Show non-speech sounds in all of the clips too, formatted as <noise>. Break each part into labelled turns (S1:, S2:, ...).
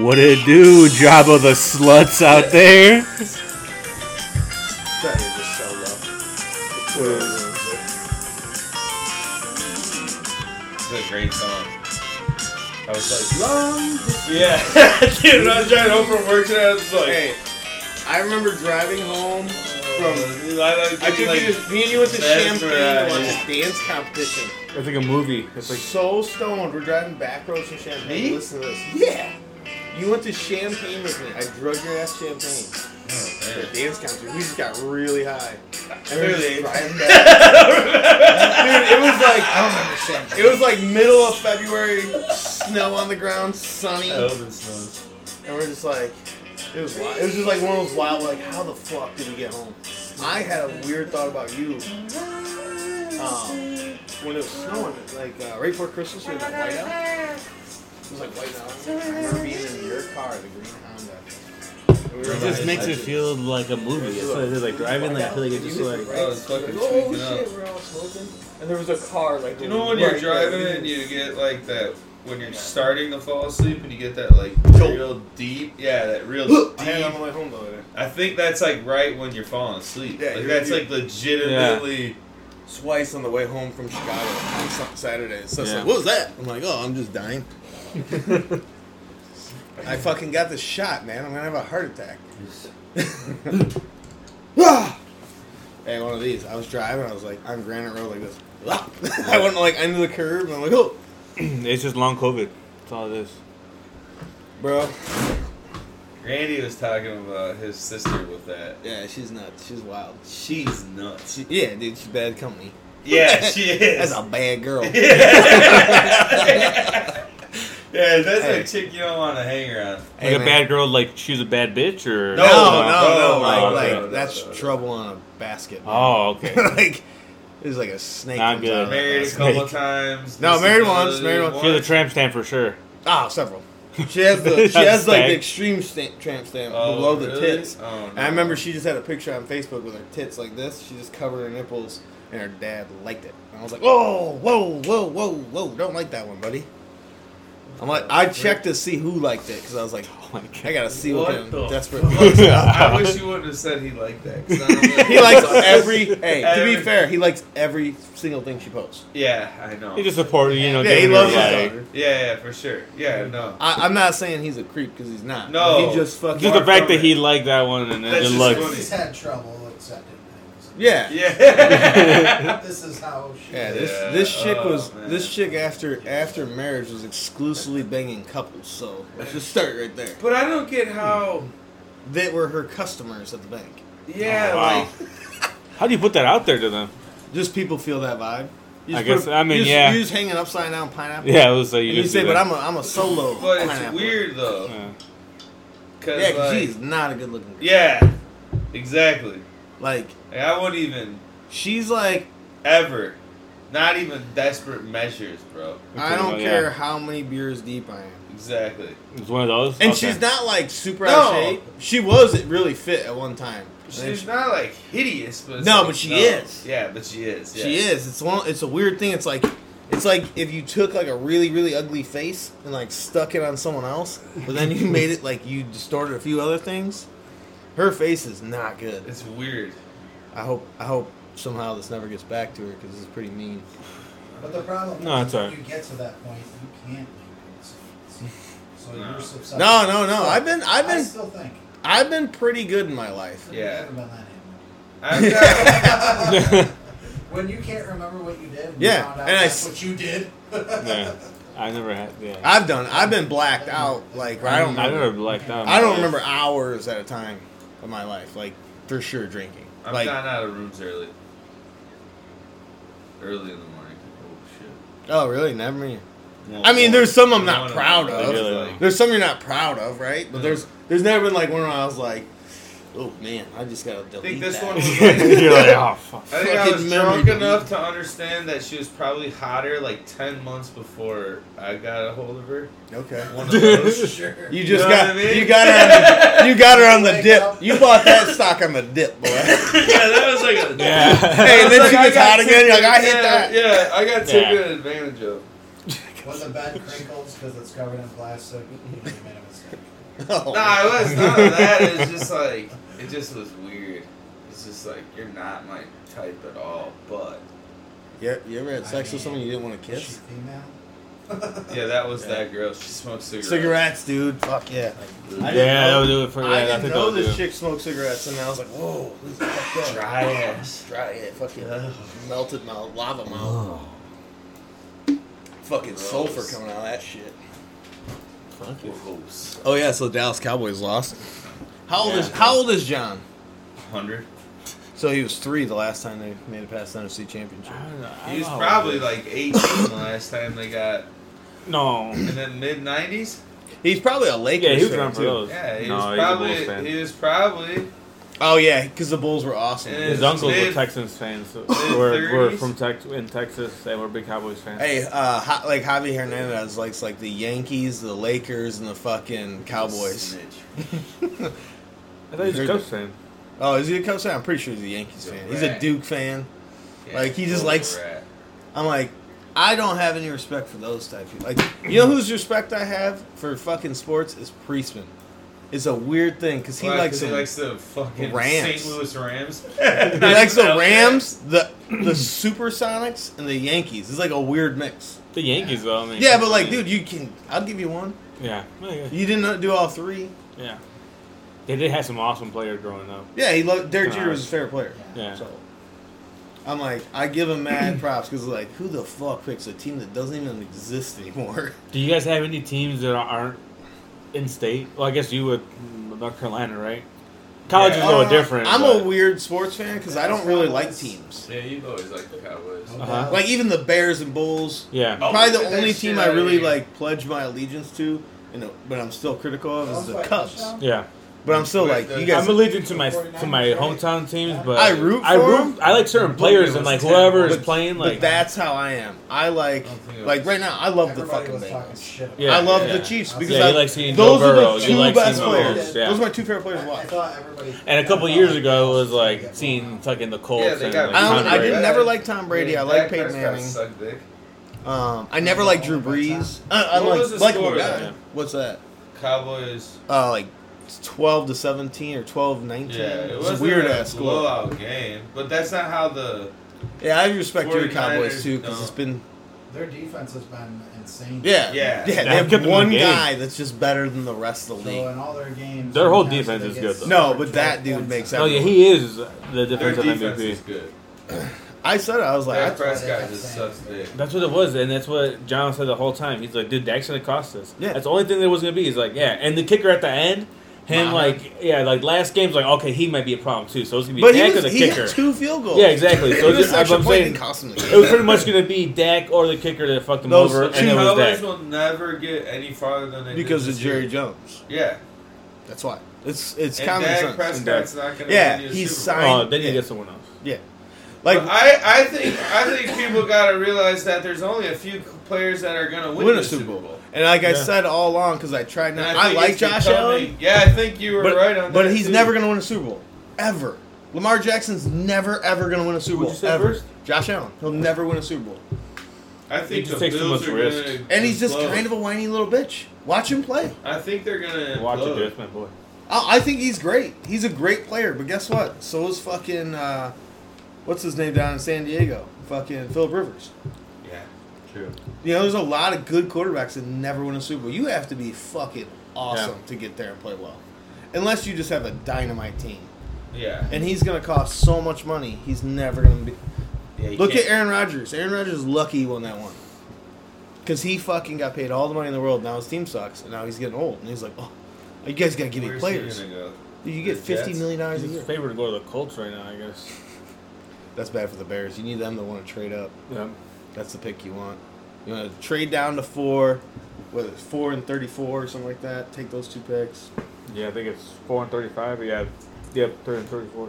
S1: What it do, Jabba the sluts out there?
S2: That is just so low.
S3: This is a great song. I was like,
S2: Long
S3: yeah, <laughs> dude. When I was driving home from work today. I was like,
S2: Hey, I remember driving home from.
S3: I,
S2: I took
S3: like,
S2: you to, me and you went to
S3: That's
S2: Champagne
S3: right.
S2: to watch a dance competition.
S1: It's like a movie. It's like
S2: so stoned. We're driving back roads to Champagne.
S3: Me?
S2: Listen to this. Yeah. You went to Champagne with me. I drug your ass to Champagne
S3: oh,
S2: for a
S3: man.
S2: dance concert. We just got really high. And we were
S3: Clearly.
S2: just driving back. Dude, it was like
S4: I don't remember Sam.
S2: it was like middle of February, snow on the ground, sunny,
S3: I hope it snows.
S2: and we're just like, it was wild. It was just like one of those wild, like, how the fuck did we get home? I had a weird thought about you. Um, when it was snowing, like uh, right before Christmas, we had that whiteout. It was like white out. I remember being in your car, the green Honda. And we were
S1: it
S2: like-
S1: just makes it feel like a movie. It's like, it's like driving, like I feel like it's just like
S3: Oh, it's fucking
S2: oh
S3: tweaking up.
S2: shit, we're all smoking. And there was a car like.
S3: You know when you're
S2: right there.
S3: driving and you get like that when you're starting to fall asleep and you get that like
S2: Jolt.
S3: real deep, yeah, that real
S2: <gasps> I had it on
S3: deep.
S2: my way home the other day.
S3: I think that's like right when you're falling asleep.
S2: Yeah,
S3: like
S2: you're-
S3: that's
S2: you're-
S3: like legitimately.
S2: twice on the way home from Chicago on Sa- Saturday. So it's
S1: Yeah.
S2: like, what was that? I'm like, oh, I'm just <laughs> dying. I fucking got this shot, man. I'm gonna have a heart <laughs> attack. Ah! hey, one of these. I was driving. I was like on Granite Road like this. <laughs> Ah! I went like under the curb, and I'm like, oh,
S1: <clears throat> it's just long COVID. That's all it is.
S2: bro.
S3: Randy was talking about his sister with that.
S2: Yeah, she's nuts. She's wild.
S3: She's nuts.
S2: She, yeah, dude, she's bad company.
S3: <laughs>
S2: <laughs>
S3: Yeah, she is.
S2: That's a bad <laughs> girl.
S3: yeah, <laughs> Yeah, that's
S2: Hey.
S3: a chick you don't want to hang around.
S2: Hey,
S1: like
S2: man.
S1: a bad girl, like she's a bad bitch, or
S2: No, no, no,
S3: no,
S2: like,
S1: oh,
S2: like
S1: okay.
S2: that's trouble on a basket. man.
S1: Oh, okay.
S2: <laughs> like it was like a snake.
S1: Not
S2: comes
S1: good.
S2: out of that
S3: Married a
S2: basket.
S3: couple times.
S2: No, married once, married once.
S1: She's a tramp stamp for sure. <laughs>
S2: Ah, several. She has the she has like the
S1: Stank.
S2: extreme stamp, tramp stamp
S3: Oh,
S2: below the
S3: really?
S2: tits.
S3: Oh,
S2: And
S3: no.
S2: I remember she just had a picture on Facebook with her tits like this. She just covered her nipples, and her dad liked it. And I was like, whoa, whoa, whoa, whoa, whoa, don't like that one, buddy. I'm like, I checked to see who liked it because I was like,
S1: Oh my god.
S2: I gotta see what,
S3: What
S2: kind
S3: the
S2: of desperate.
S1: <laughs>
S2: <laughs>
S3: fuck? I wish you wouldn't have said he liked that. 'cause I don't know.
S2: he likes every. Hey, to be
S3: Every-
S2: fair, he likes every single thing she posts.
S3: Yeah, I know.
S1: He just supported, you know.
S2: Yeah, he
S1: giving
S2: loves
S1: her,
S2: his
S1: like-
S2: daughter.
S3: Yeah, yeah, for sure. Yeah, no.
S2: <laughs> I, I'm not saying he's a creep because he's not.
S3: No.
S2: he just fucking.
S1: Just the fact
S3: from
S1: that he liked that one and
S3: That's
S1: it Oh,
S3: just
S1: looked.
S3: funny.
S4: She's had trouble accepting
S2: <laughs>
S4: things.
S2: Yeah. yeah. <laughs>
S3: Yeah.
S4: This is how she.
S2: this
S3: Yeah,
S2: this chick
S3: oh,
S2: was
S3: man.
S2: this chick after after marriage was exclusively banging couples, so let's just start right there.
S3: but I don't get how.
S2: They were her customers at the bank.
S3: Yeah,
S2: Oh,
S1: Wow.
S3: like
S1: How do you put that out there to them? <laughs>
S2: Just people feel that vibe. You
S1: I
S2: just
S1: guess- I mean,
S2: you just,
S1: yeah.
S2: You just hanging upside down pineapple.
S1: Yeah, it was like
S2: And
S1: you,
S2: you
S1: just
S2: say,
S1: do
S2: but
S1: that.
S2: I'm a I'm a solo.
S3: but it's
S2: pineapple."
S3: weird though.
S1: Yeah.
S3: Cause
S2: Yeah, 'cause
S3: like,
S2: she's not a good looking. Girl.
S3: yeah, exactly.
S2: Like
S3: Like, I wouldn't even
S2: she's like
S3: ever, not even desperate measures, bro.
S2: I don't
S1: Yeah.
S2: care how many beers deep I am.
S3: Exactly.
S1: It's one of those.
S2: And
S1: Okay.
S2: she's not like super
S3: No.
S2: out of shape. She was really fit at one time. And then
S3: She's not like hideous, but it's
S2: No,
S3: like-
S2: but she is.
S3: Yeah, but she is.
S2: She is. It's one. It's a weird thing. It's like, it's like if you took like a really really ugly face and like stuck it on someone else, but then you <laughs> made it like you distorted a few other things. Her face is not good.
S3: It's weird.
S2: I hope. I hope somehow this never gets back to her because it's pretty mean.
S4: But the problem
S1: No,
S4: is
S1: it's all right.
S4: when you get to that point, you can't leave it. So
S3: No.
S4: you're susceptible.
S2: No, no, no. I've been, I've
S4: I
S2: been,
S4: still think.
S2: I've been pretty good in my life.
S3: Yeah.
S4: Forget about
S2: <laughs>
S4: that
S3: I've got,
S1: <laughs>
S4: anymore. when you can't remember what you did, and you
S2: Yeah,
S4: found out
S2: and I
S4: that's
S2: s-
S4: what you did. <laughs>
S2: <laughs>
S1: Yeah. I never had. Yeah.
S2: I've done. I've been blacked out. Like I don't.
S1: I
S2: remember.
S1: never blacked out.
S2: I don't remember hours at a time of my life, like for sure drinking.
S3: I'm
S2: like,
S3: not out of rooms early. Early in the morning. Oh shit.
S2: oh really? Never mind. I mean, there's some I'm not proud of. There's some you're not proud of, right? But
S3: No.
S2: there's there's never been like one where I was like, oh man, I just gotta delete
S3: think this
S2: that. <laughs>
S3: one was-
S1: <laughs> You're like, oh fuck.
S3: I think I
S2: fucking
S3: was
S2: memory
S3: drunk
S2: delete.
S3: enough to understand that she was probably hotter like ten months before I got a hold of her. <laughs> One of
S2: okay.
S3: those.
S4: Sure.
S2: You just
S3: know
S2: got
S3: what I mean?
S2: you got her on the, you got her on the
S3: <laughs>
S4: Wake
S2: dip.
S4: up.
S2: You bought that stock on the dip, boy. <laughs>
S3: yeah, that was like a
S1: Yeah.
S2: Hey, and then
S3: It's
S2: she
S3: like, I
S2: gets hot
S3: got
S2: again. You're like, I hit
S3: yeah,
S2: that.
S3: Yeah, I got
S1: Yeah.
S3: taken advantage of.
S4: When the bed crinkles because it's covered in plastic, you know you made a mistake.
S2: Oh,
S3: Nah, it was none of that. It was just like it just was weird. It's just like you're not my type at all. But
S2: you, you ever had
S4: I
S2: sex with
S4: mean,
S2: someone you didn't want to
S4: Is
S2: kiss?
S4: <laughs> she female?
S3: yeah, that was
S2: Yeah.
S3: that girl. She smoked cigarettes.
S2: Cigarettes, dude. Fuck yeah. I didn't
S1: yeah, that
S2: know-
S1: would do it for
S2: I
S1: that.
S2: didn't
S1: think
S2: know
S1: that would
S2: this
S1: do it.
S2: chick smoked cigarettes, and I was like, whoa, this is fucked up.
S3: Dry ass.
S2: Dry it, fucking
S3: Ugh.
S2: melted mouth, lava mouth,
S1: Oh,
S2: Oh. fucking
S3: Gross.
S2: sulfur coming out of that shit.
S1: fuck it.
S3: Gross.
S2: Oh yeah, so the Dallas Cowboys lost. How old
S3: Yeah.
S2: is How old is John?
S3: Hundred.
S2: So he was three the last time they made it past the NFC Championship.
S1: I don't know. I
S3: He was
S1: don't know.
S3: probably like 18 the last time they got
S1: no.
S3: in the mid 90s.
S2: He's probably a Lakers
S1: Yeah, he was
S2: fan
S1: around for
S2: too.
S1: those.
S3: Yeah, he
S1: no, he's a
S3: was
S1: Bulls fan.
S3: probably he was probably
S2: Oh yeah, because the Bulls were awesome.
S3: Yeah.
S1: His uncles were
S3: mid-
S1: Texans fans. So
S3: mid-
S1: we're, we're
S3: 30s.
S1: from Tex- in Texas, and we're big Cowboys fans.
S2: Hey, uh, Ha- like Javi Hernandez likes like the Yankees, the Lakers, and the fucking Cowboys.
S1: I
S3: Snitch.
S1: thought he was a
S2: heard
S1: Cubs fan.
S2: Oh, is he a Cubs fan? I'm pretty sure he's a Yankees fan. He's a
S3: Right.
S2: Duke fan.
S3: Yeah,
S2: Like, he just
S3: little
S2: likes-
S3: rat.
S2: I'm like, I don't have any respect for those type people. Like, you know whose respect I have for fucking sports is Priestman. It's a weird thing because he
S3: Why? 'Cause
S2: likes
S3: he
S2: them-
S3: likes the fucking
S2: Rams.
S3: St. Louis Rams.
S2: <laughs> He likes
S3: <laughs>
S2: the Rams, the the Supersonics, and the Yankees. It's like a weird mix.
S1: The Yankees, though. I mean,
S2: Yeah, but like, dude, you can. I'll give you one.
S1: Yeah. Well, yeah.
S2: You didn't do all three.
S1: Yeah. They did have some awesome players growing up.
S2: Yeah, he loved Derek
S1: Nah.
S2: Jeter was a fair player.
S1: Yeah.
S2: So I'm like, I give him mad props because like, who the fuck picks a team that doesn't even exist anymore?
S1: Do you guys have any teams that aren't in state? Well, I guess you would, mm, North Carolina, right? College is a little
S2: Uh,
S1: different.
S2: I'm
S1: but-
S2: a weird sports fan because I don't really like teams.
S3: Yeah, you've always liked the Cowboys.
S4: No
S1: Uh-huh.
S4: doubt.
S2: Like even the Bears and Bulls.
S1: Yeah.
S3: Oh,
S2: Probably the
S3: get that
S2: only
S3: shit
S2: team I
S3: outta
S2: really
S3: here.
S2: like pledge my allegiance to, and uh, but I'm still critical of is the Cubs.
S1: Yeah.
S2: But I'm still like, you guys.
S1: I'm allegiant to my to my hometown teams, but
S2: I root
S1: I
S2: for
S1: root.
S2: 'em.
S1: I like certain players and like whoever is playing. Like
S2: but that's how I am. I like,
S3: I don't think it
S2: like
S3: was-
S2: right now, I love the
S4: Everybody
S2: fucking
S4: was talking
S2: Bengals.
S4: shit about
S1: Yeah.
S2: I love
S1: yeah.
S2: the Chiefs because
S1: yeah,
S2: I,
S1: you like seeing
S2: those
S1: Joe Burrow.
S2: are the
S1: you
S2: two
S1: like
S2: best
S1: seeing
S2: players.
S1: Mahomes,
S4: yeah.
S2: Those are my two favorite players to
S4: I, I
S2: watch.
S4: thought everybody.
S1: And a couple years ago, it was like seeing fucking the Colts.
S3: Yeah, they got-
S1: and,
S2: I,
S1: like,
S2: don't,
S1: Tom
S2: I
S1: Brady.
S2: did never like Tom Brady. I like
S3: like
S2: Peyton Manning.
S3: Suck dick.
S2: Um, I never liked Drew Brees. I, I
S3: What
S2: like
S3: was the
S2: like
S3: score
S2: my guy.
S1: then?
S2: What's that?
S3: Cowboys.
S2: Uh, like twelve to seventeen or 12 19.
S3: Yeah, it
S2: it's
S3: was
S2: a weird
S3: a
S2: ass score.
S3: blowout game, but that's not how the
S2: Yeah, I respect your
S3: 49ers
S2: Cowboys too because it's
S3: don't.
S2: been
S4: Their defense has been insane.
S2: yeah
S3: Yeah.
S2: yeah.
S1: Yeah, kept
S2: They have
S1: them in
S2: one
S1: the game. uh,
S2: guy that's just better than the rest of the
S4: So
S2: league.
S4: in all their games,
S1: Their whole
S4: sometimes
S1: defense
S4: they
S1: is
S4: get
S1: good, though.
S2: No, but that
S4: 12
S2: dude
S4: points
S2: makes
S4: on
S1: Oh
S4: them.
S1: yeah, he is the
S3: their
S1: defensive
S3: defense is
S1: MVP.
S3: good.
S2: I said it. I was like,
S3: Dak
S2: I,
S3: Prescott just sucks dick.
S1: That's what it was, and that's what John said the whole time. He's like, dude, Dak's gonna cost us.
S2: Yeah.
S1: That's the only thing that was gonna be. He's like, yeah, and the kicker at the end, him
S2: Maher.
S1: like, yeah, like last game's like, okay, he might be a problem too. So it's gonna be
S2: but he
S1: Dak or
S2: was
S1: the
S2: he
S1: kicker.
S2: had two field goals.
S1: Yeah, exactly. So
S2: It was
S1: just, I'm
S2: such a
S1: I'm
S2: point and
S1: saying
S2: cost him the
S1: it was
S2: game.
S1: pretty much gonna be Dak or the kicker that fucked him
S2: Those
S1: over,
S2: two
S1: and it was
S3: Cowboys
S1: Dak.
S3: will never get any farther than they did
S2: because of
S3: this year.
S2: Jerry Jones.
S3: Yeah,
S2: That's why. It's it's
S3: and
S2: common
S3: Dak
S2: sense.
S3: Prescott's not gonna
S2: Yeah,
S3: win you a
S2: he's
S3: Super Bowl.
S2: signed-
S1: Oh, then you
S2: Yeah.
S1: get someone else.
S2: Yeah,
S3: Like
S2: like
S3: I, I think I think people gotta realize that there's only a few players that are gonna win,
S2: win
S3: the
S2: a Super Bowl. And like I
S1: Yeah.
S2: said all along, because I tried
S3: And
S2: not.
S3: think
S2: I, like
S3: it's
S2: Josh
S3: becoming-
S2: Allen,
S3: Yeah, I think you were
S2: but,
S3: right on that.
S2: but he's
S3: too.
S2: never going to win a Super Bowl ever. Lamar Jackson's never ever going to win a Super
S1: Who'd
S2: Bowl
S1: you say
S2: ever.
S1: first?
S2: Josh Allen, he'll never win a Super Bowl,
S3: I
S1: He
S3: think
S1: just
S3: the
S1: takes too
S3: Bills
S1: much
S3: are
S1: risk.
S3: gonna
S2: and he's just
S3: implode.
S2: kind of a whiny little bitch. Watch him play.
S3: I think they're gonna
S1: Watch it,
S3: implode.
S1: dude. That's my boy.
S2: I, I think he's great. He's a great player. But guess what? So is fucking uh, what's his name down in San Diego? Fucking Philip Rivers.
S3: Yeah, true.
S2: You know, there's a lot of good quarterbacks that never win a Super Bowl. You have to be fucking awesome to get there and play well, unless you just have a dynamite team.
S3: Yeah.
S2: And he's going to cost so much money. He's never going to be.
S3: yeah you
S2: Look
S3: can't-
S2: at Aaron Rodgers. Aaron Rodgers is lucky he won that one. Because he fucking got paid all the money in the world. Now his team sucks. And now he's getting old. And he's like, oh, you guys got to give
S3: Where's
S2: me
S3: he
S2: players.
S3: gonna go?
S2: Dude, you get
S3: The Jets?
S2: $50 million dollars a
S1: He's
S2: year.
S1: favored to go to the Colts right now, I guess.
S2: That's bad for the Bears. You need them to want to trade up.
S1: Yeah.
S2: That's the pick you want. You want to trade down to four, whether it's four and 34 or something like that. Take those two picks.
S1: Yeah, I think it's four and thirty-five. Yeah, yeah, three and thirty-four.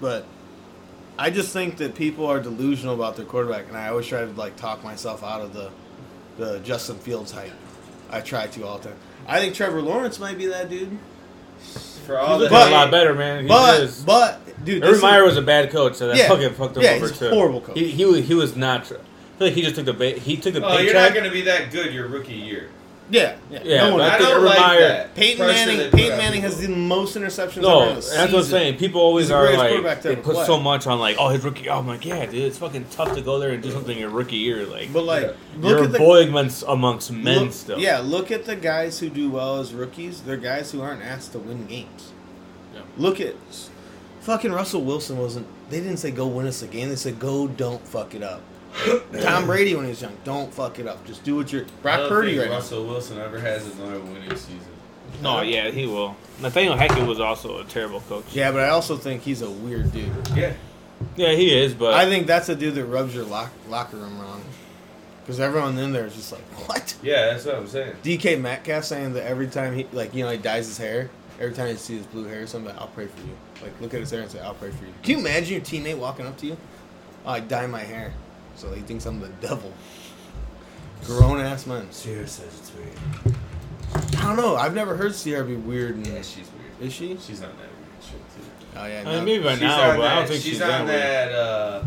S2: But I just think that people are delusional about their quarterback, and I always try to like talk myself out of the the Justin Fields hype. I try to all the time. I think Trevor Lawrence might be that dude,
S3: For all
S1: He's looking
S3: the
S2: But-
S1: a lot better, man. He
S2: but
S1: is.
S2: but dude, this
S1: Urban
S2: is-
S1: Meyer was a bad coach, so that
S2: Yeah.
S1: fucking fucked him
S2: Yeah,
S1: over
S2: he's a
S1: too.
S2: horrible coach.
S1: He, he was he was not. feel like he just took the ba- he took the
S3: Oh, you're
S1: paycheck.
S3: not gonna be that good your rookie year.
S2: Yeah, yeah.
S1: Yeah,
S2: no one
S1: but
S3: I
S1: I think
S3: don't
S1: Urban
S3: like
S1: Meyer-
S3: that.
S2: Peyton
S3: pressure
S2: Manning.
S3: they put
S2: Peyton
S3: on
S2: Manning has
S3: people.
S2: the most interceptions. ever
S1: no,
S2: in a
S1: that's what I'm
S2: season.
S1: saying. People always
S2: He's the
S1: are
S2: greatest quarterback
S1: like
S2: to
S1: they
S2: ever
S1: put
S2: play.
S1: so much on like, oh his rookie. Oh my god, dude, it's fucking tough to go there and do something in your rookie year. Like,
S2: But like,
S3: Yeah.
S2: look
S1: you're
S2: at the
S1: boy amongst, amongst men
S2: look-
S1: still.
S2: Yeah, look at the guys who do well as rookies. They're guys who aren't asked to win games.
S1: Yeah.
S2: Look at fucking Russell Wilson wasn't. They didn't say go win us a game. They said go don't fuck it up. Tom Brady when he was young, don't fuck it up. Just do what you're.
S3: I
S2: Brock
S3: don't
S2: Purdy
S3: think
S2: right now.
S3: Russell Wilson ever has another winning season.
S1: No, yeah, he will. Nathaniel Hackett was also a terrible coach.
S2: Yeah, but I also think he's a weird dude.
S3: Yeah.
S1: Yeah, he is, but
S2: I think that's a dude that rubs your lock, locker room wrong. Because everyone in there is just like, what?
S3: Yeah, that's what I'm saying.
S2: DK Metcalf saying that every time he, like, you know, he dyes his hair, every time you see his blue hair, somebody, I'll pray for you. Like, look at his hair and say, I'll pray for you. Can you imagine your teammate walking up to you? Oh, I dye my hair. So he thinks I'm the devil. Grown ass man.
S4: Sierra says it's weird.
S2: I don't know. I've never heard Sierra be weird. And,
S3: Yeah, she's weird.
S2: Is she?
S3: She's on that weird shit too.
S2: Oh, yeah.
S1: I
S2: No.
S1: mean, maybe by
S3: she's
S1: now,
S3: on
S1: but
S3: that,
S1: I don't think she's,
S3: on
S1: that. weird.
S3: that. Uh,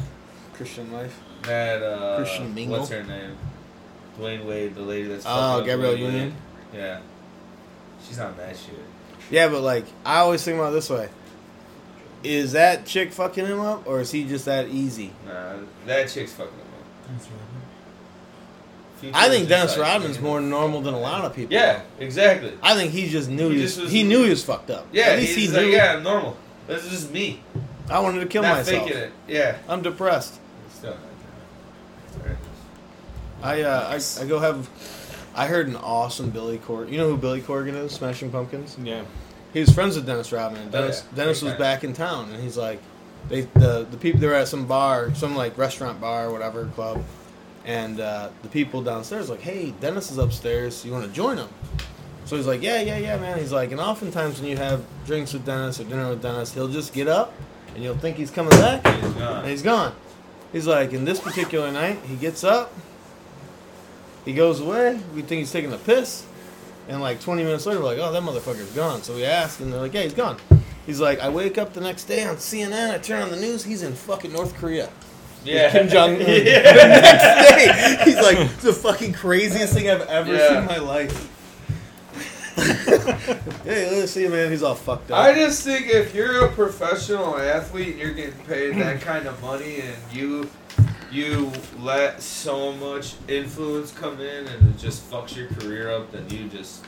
S2: Christian life.
S3: that uh,
S2: Christian Mingle?
S3: What's her name? Dwayne Wade, the lady that's.
S2: Oh,
S3: fucking up
S2: Gabrielle
S3: Dwayne Wade.
S2: Union?
S3: Yeah. She's on that shit.
S2: Yeah, but like I always think about it this way: is that chick fucking him up, or is he just that easy?
S3: Nah, that chick's fucking up.
S4: That's right.
S3: Future
S2: I think
S3: is
S2: Dennis
S3: just like,
S2: Rodman's
S3: man.
S2: more normal than a lot of people.
S3: Yeah, exactly.
S2: I think he just knew
S3: He
S2: he,
S3: just was-
S2: he knew he was fucked up.
S3: Yeah,
S2: at least
S3: he's
S2: he
S3: like,
S2: knew.
S3: yeah, I'm normal. This is just me.
S2: I wanted to kill
S3: not
S2: myself.
S3: faking it. Yeah.
S2: I'm depressed.
S3: Still not doing it.
S2: I
S3: Alright.
S2: uh, I, I go have. I heard an awesome Billy Corgan. You know who Billy Corgan is? Smashing Pumpkins.
S1: Yeah,
S2: He was friends with Dennis Rodman. And
S3: Oh,
S2: Dennis
S3: yeah.
S2: Dennis was
S3: Okay.
S2: back in town, and he's like, they the the people they were at some bar, some like restaurant bar, or whatever club, and uh, the people downstairs like, hey, Dennis is upstairs. You want to join him? So he's like, yeah, yeah, yeah, man. He's like, and oftentimes when you have drinks with Dennis or dinner with Dennis, he'll just get up, and you'll think he's coming back,
S3: He's
S2: and
S3: gone.
S2: he's gone. He's like, in this particular night, he gets up, he goes away. We think he's taking a piss, and like 20 minutes later, we're like, oh, that motherfucker's gone. So we ask, and they're like, yeah, he's gone. He's like, I wake up the next day on CNN, I turn on the news, he's in fucking North Korea.
S3: Yeah.
S2: Kim <laughs> Jong Un. The
S3: yeah.
S2: next day, he's like, it's the fucking craziest thing I've ever
S3: Yeah.
S2: seen in my life. <laughs> hey, let's see, man. He's all fucked up.
S3: <laughs> I just think if you're a professional athlete and you're getting paid that kind of money and you you let so much influence come in and it just fucks your career up, then you just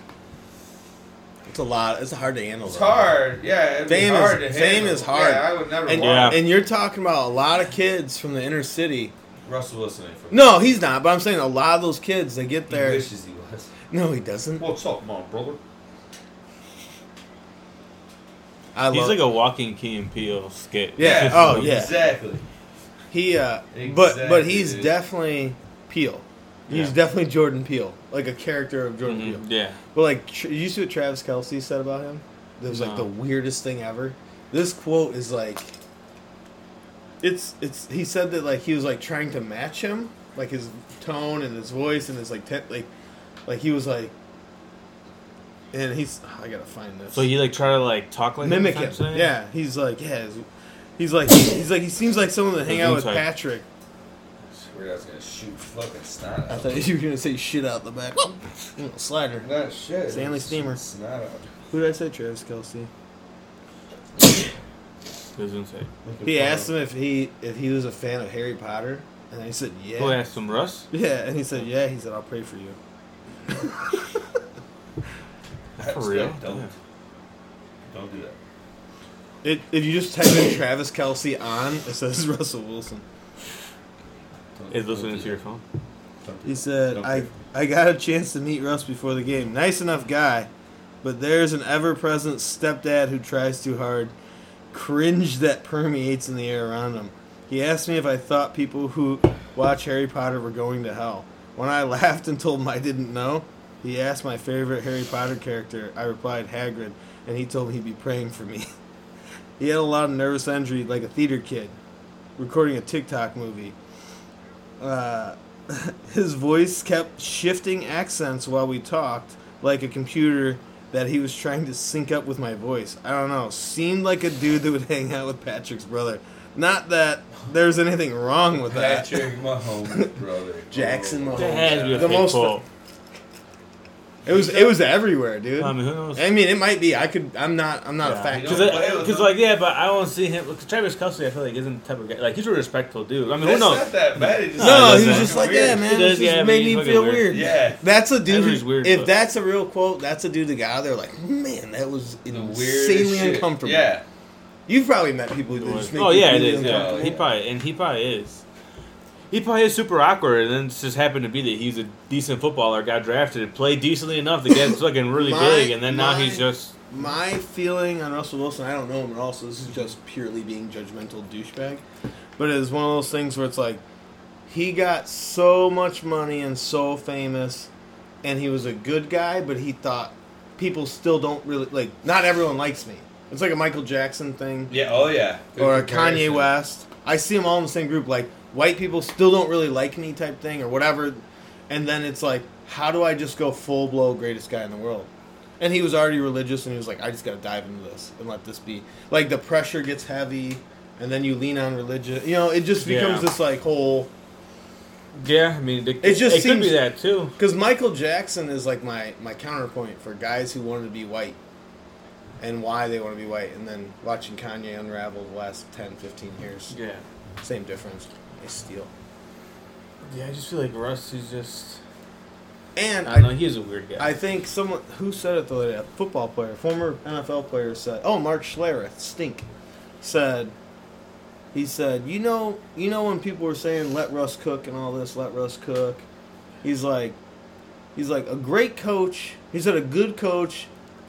S2: it's a lot. It's hard to handle.
S3: it's
S2: though.
S3: hard. Yeah, it'd be
S2: Fame is-
S3: hard to
S2: fame
S3: handle.
S2: is hard.
S3: Yeah, I would never.
S2: And,
S3: want
S1: Yeah.
S2: and you're talking about a lot of kids from the inner city.
S3: Russell Wilson. ain't from-
S2: No, he's not. But I'm saying a lot of those kids, they get
S3: he
S2: there.
S3: wishes he was.
S2: No, he doesn't.
S3: What's up, my brother?
S2: I
S1: he's
S2: love.
S1: like a walking Key and Peele skit.
S2: Yeah,
S1: It's just
S2: oh,
S1: a-
S2: yeah.
S3: Exactly.
S2: He, uh, but
S3: Exactly,
S2: but he's
S3: dude.
S2: definitely Peel. He's
S1: Yeah.
S2: definitely Jordan Peele, like a character of Jordan
S1: Mhm,
S2: Peele.
S1: yeah.
S2: But like, tr- you see what Travis Kelsey said about him? That was like
S1: No.
S2: the weirdest thing ever. This quote is like, it's it's. He said that like he was like trying to match him, like his tone and his voice and his like te- like, like he was like, and he's. I gotta find this
S1: So you like try to like talk like
S2: mimic
S1: him,
S2: him.
S1: is what I'm saying?
S2: Yeah, he's like, yeah, he's, he's like, he's like, he seems like someone that hang out with
S1: Insight.
S2: Patrick.
S3: Swear I was gonna shoot fucking snot out.
S2: I thought you were gonna say shit out the back. Mm, Slider.
S3: Not shit.
S2: Stanley Steamer.
S3: Snot out.
S2: Who did I say? Travis Kelsey.
S1: It was insane.
S2: He
S3: uh,
S2: asked him if he if he was a fan of Harry Potter, and he said yeah.
S1: Who asked him, Russ?
S2: Yeah, and he said yeah. He said I'll pray for you.
S1: For real?
S3: Don't.
S1: Yeah.
S3: Don't do that.
S2: It, if you just type in Travis Kelsey on, it says <laughs> Russell Wilson.
S3: Don't-
S1: Is
S3: don't
S1: listening
S3: do
S1: to your phone.
S3: that. Don't do
S2: He
S3: that.
S2: said,
S3: Don't
S2: I,
S3: do
S2: I got a chance to meet Russ before the game. Nice enough guy, but there's an ever present stepdad who tries too hard. Cringe that permeates in the air around him. He asked me if I thought people who watch Harry Potter were going to hell. When I <laughs> laughed and told him I didn't know, he asked my favorite Harry Potter character. I replied Hagrid, and he told me he'd be praying for me. <laughs> he had a lot of nervous energy, like a theater kid, recording a TikTok movie. Uh, <laughs> his voice kept shifting accents while we talked, like a computer that he was trying to sync up with my voice. I don't know. Seemed like a dude that would hang out with Patrick's brother. Not that there's anything wrong with that.
S3: Patrick
S2: <laughs>
S3: Mahomes, brother.
S2: Jackson
S3: Oh.
S2: Mahomes.
S1: There has to be a
S2: The
S1: the
S2: most- It was it was everywhere, dude.
S1: I mean, who knows?
S2: I mean, it might be. I could. I'm not. I'm not
S1: Um, Yeah.
S2: a fact.
S1: Cause,
S3: You
S1: I-
S3: don't play with
S1: 'cause,
S3: them.
S1: like, yeah, but I don't see him. Cause Travis Kelsey, I feel like isn't the type of guy. Like, he's a respectful dude. I mean, who
S3: That's
S1: knows?
S3: not that bad. It just
S2: No,
S1: Oh,
S2: he was
S1: that's
S2: just like,
S3: fucking
S2: yeah,
S3: weird.
S2: man.
S1: It
S2: This
S1: does,
S2: just
S1: yeah, man,
S2: made
S1: he's
S2: me
S1: fucking
S2: feel
S1: weird.
S2: weird.
S3: Yeah.
S2: That's a dude.
S1: Everybody's
S2: Who,
S1: weird,
S2: if
S1: but-
S2: that's a real quote, that's a dude. The guy they're like, man, that was
S3: The
S2: insanely
S3: weirdest shit.
S2: uncomfortable.
S3: Yeah.
S2: You've probably met people who just make
S1: Oh
S2: you
S1: yeah, it
S2: really
S1: is. Yeah,
S2: uncomfortable.
S1: he probably and he probably is. He probably is super awkward, and then it's just happened to be that he's a decent footballer, got drafted, and played decently enough to
S2: <laughs>
S1: get fucking really
S2: My-
S1: big, and then now
S2: my-
S1: he's just
S2: My feeling on Russell Wilson, I don't know him at all, so this is just purely being judgmental douchebag. But it is one of those things where it's like, he got so much money and so famous, and he was a good guy, but he thought people still don't really like. Not everyone likes me. It's like a Michael Jackson thing.
S3: Yeah. Oh yeah. Good
S2: or a Kanye
S3: comparison.
S2: West. I see them all in the same group, like white people still don't really like me type thing or whatever. And then it's like, how do I just go full blow greatest guy in the world? And he was already religious, and he was like, I just gotta dive into this and let this be. Like the pressure gets heavy, and then you lean on religion. You know, it just becomes
S1: Yeah.
S2: this like whole.
S1: yeah. I mean, it,
S2: It just
S1: it could
S2: seems-
S1: be that too.
S2: Because Michael Jackson is like my my counterpoint for guys who wanted to be white. And why they want to be white, and then watching Kanye unravel the last 10, 15 years.
S1: Yeah,
S2: Same difference. They steal.
S1: yeah. I just feel like Russ is just.
S2: And
S1: I don't know.
S2: I,
S1: He's a weird guy.
S2: I think someone who said it the other day, a football player, former NFL player said, "Oh, Mark Schlereth, stink," said. He said, "You know, you know when people were saying let Russ cook and all this, let Russ cook." He's like, he's like a great coach. He said a good coach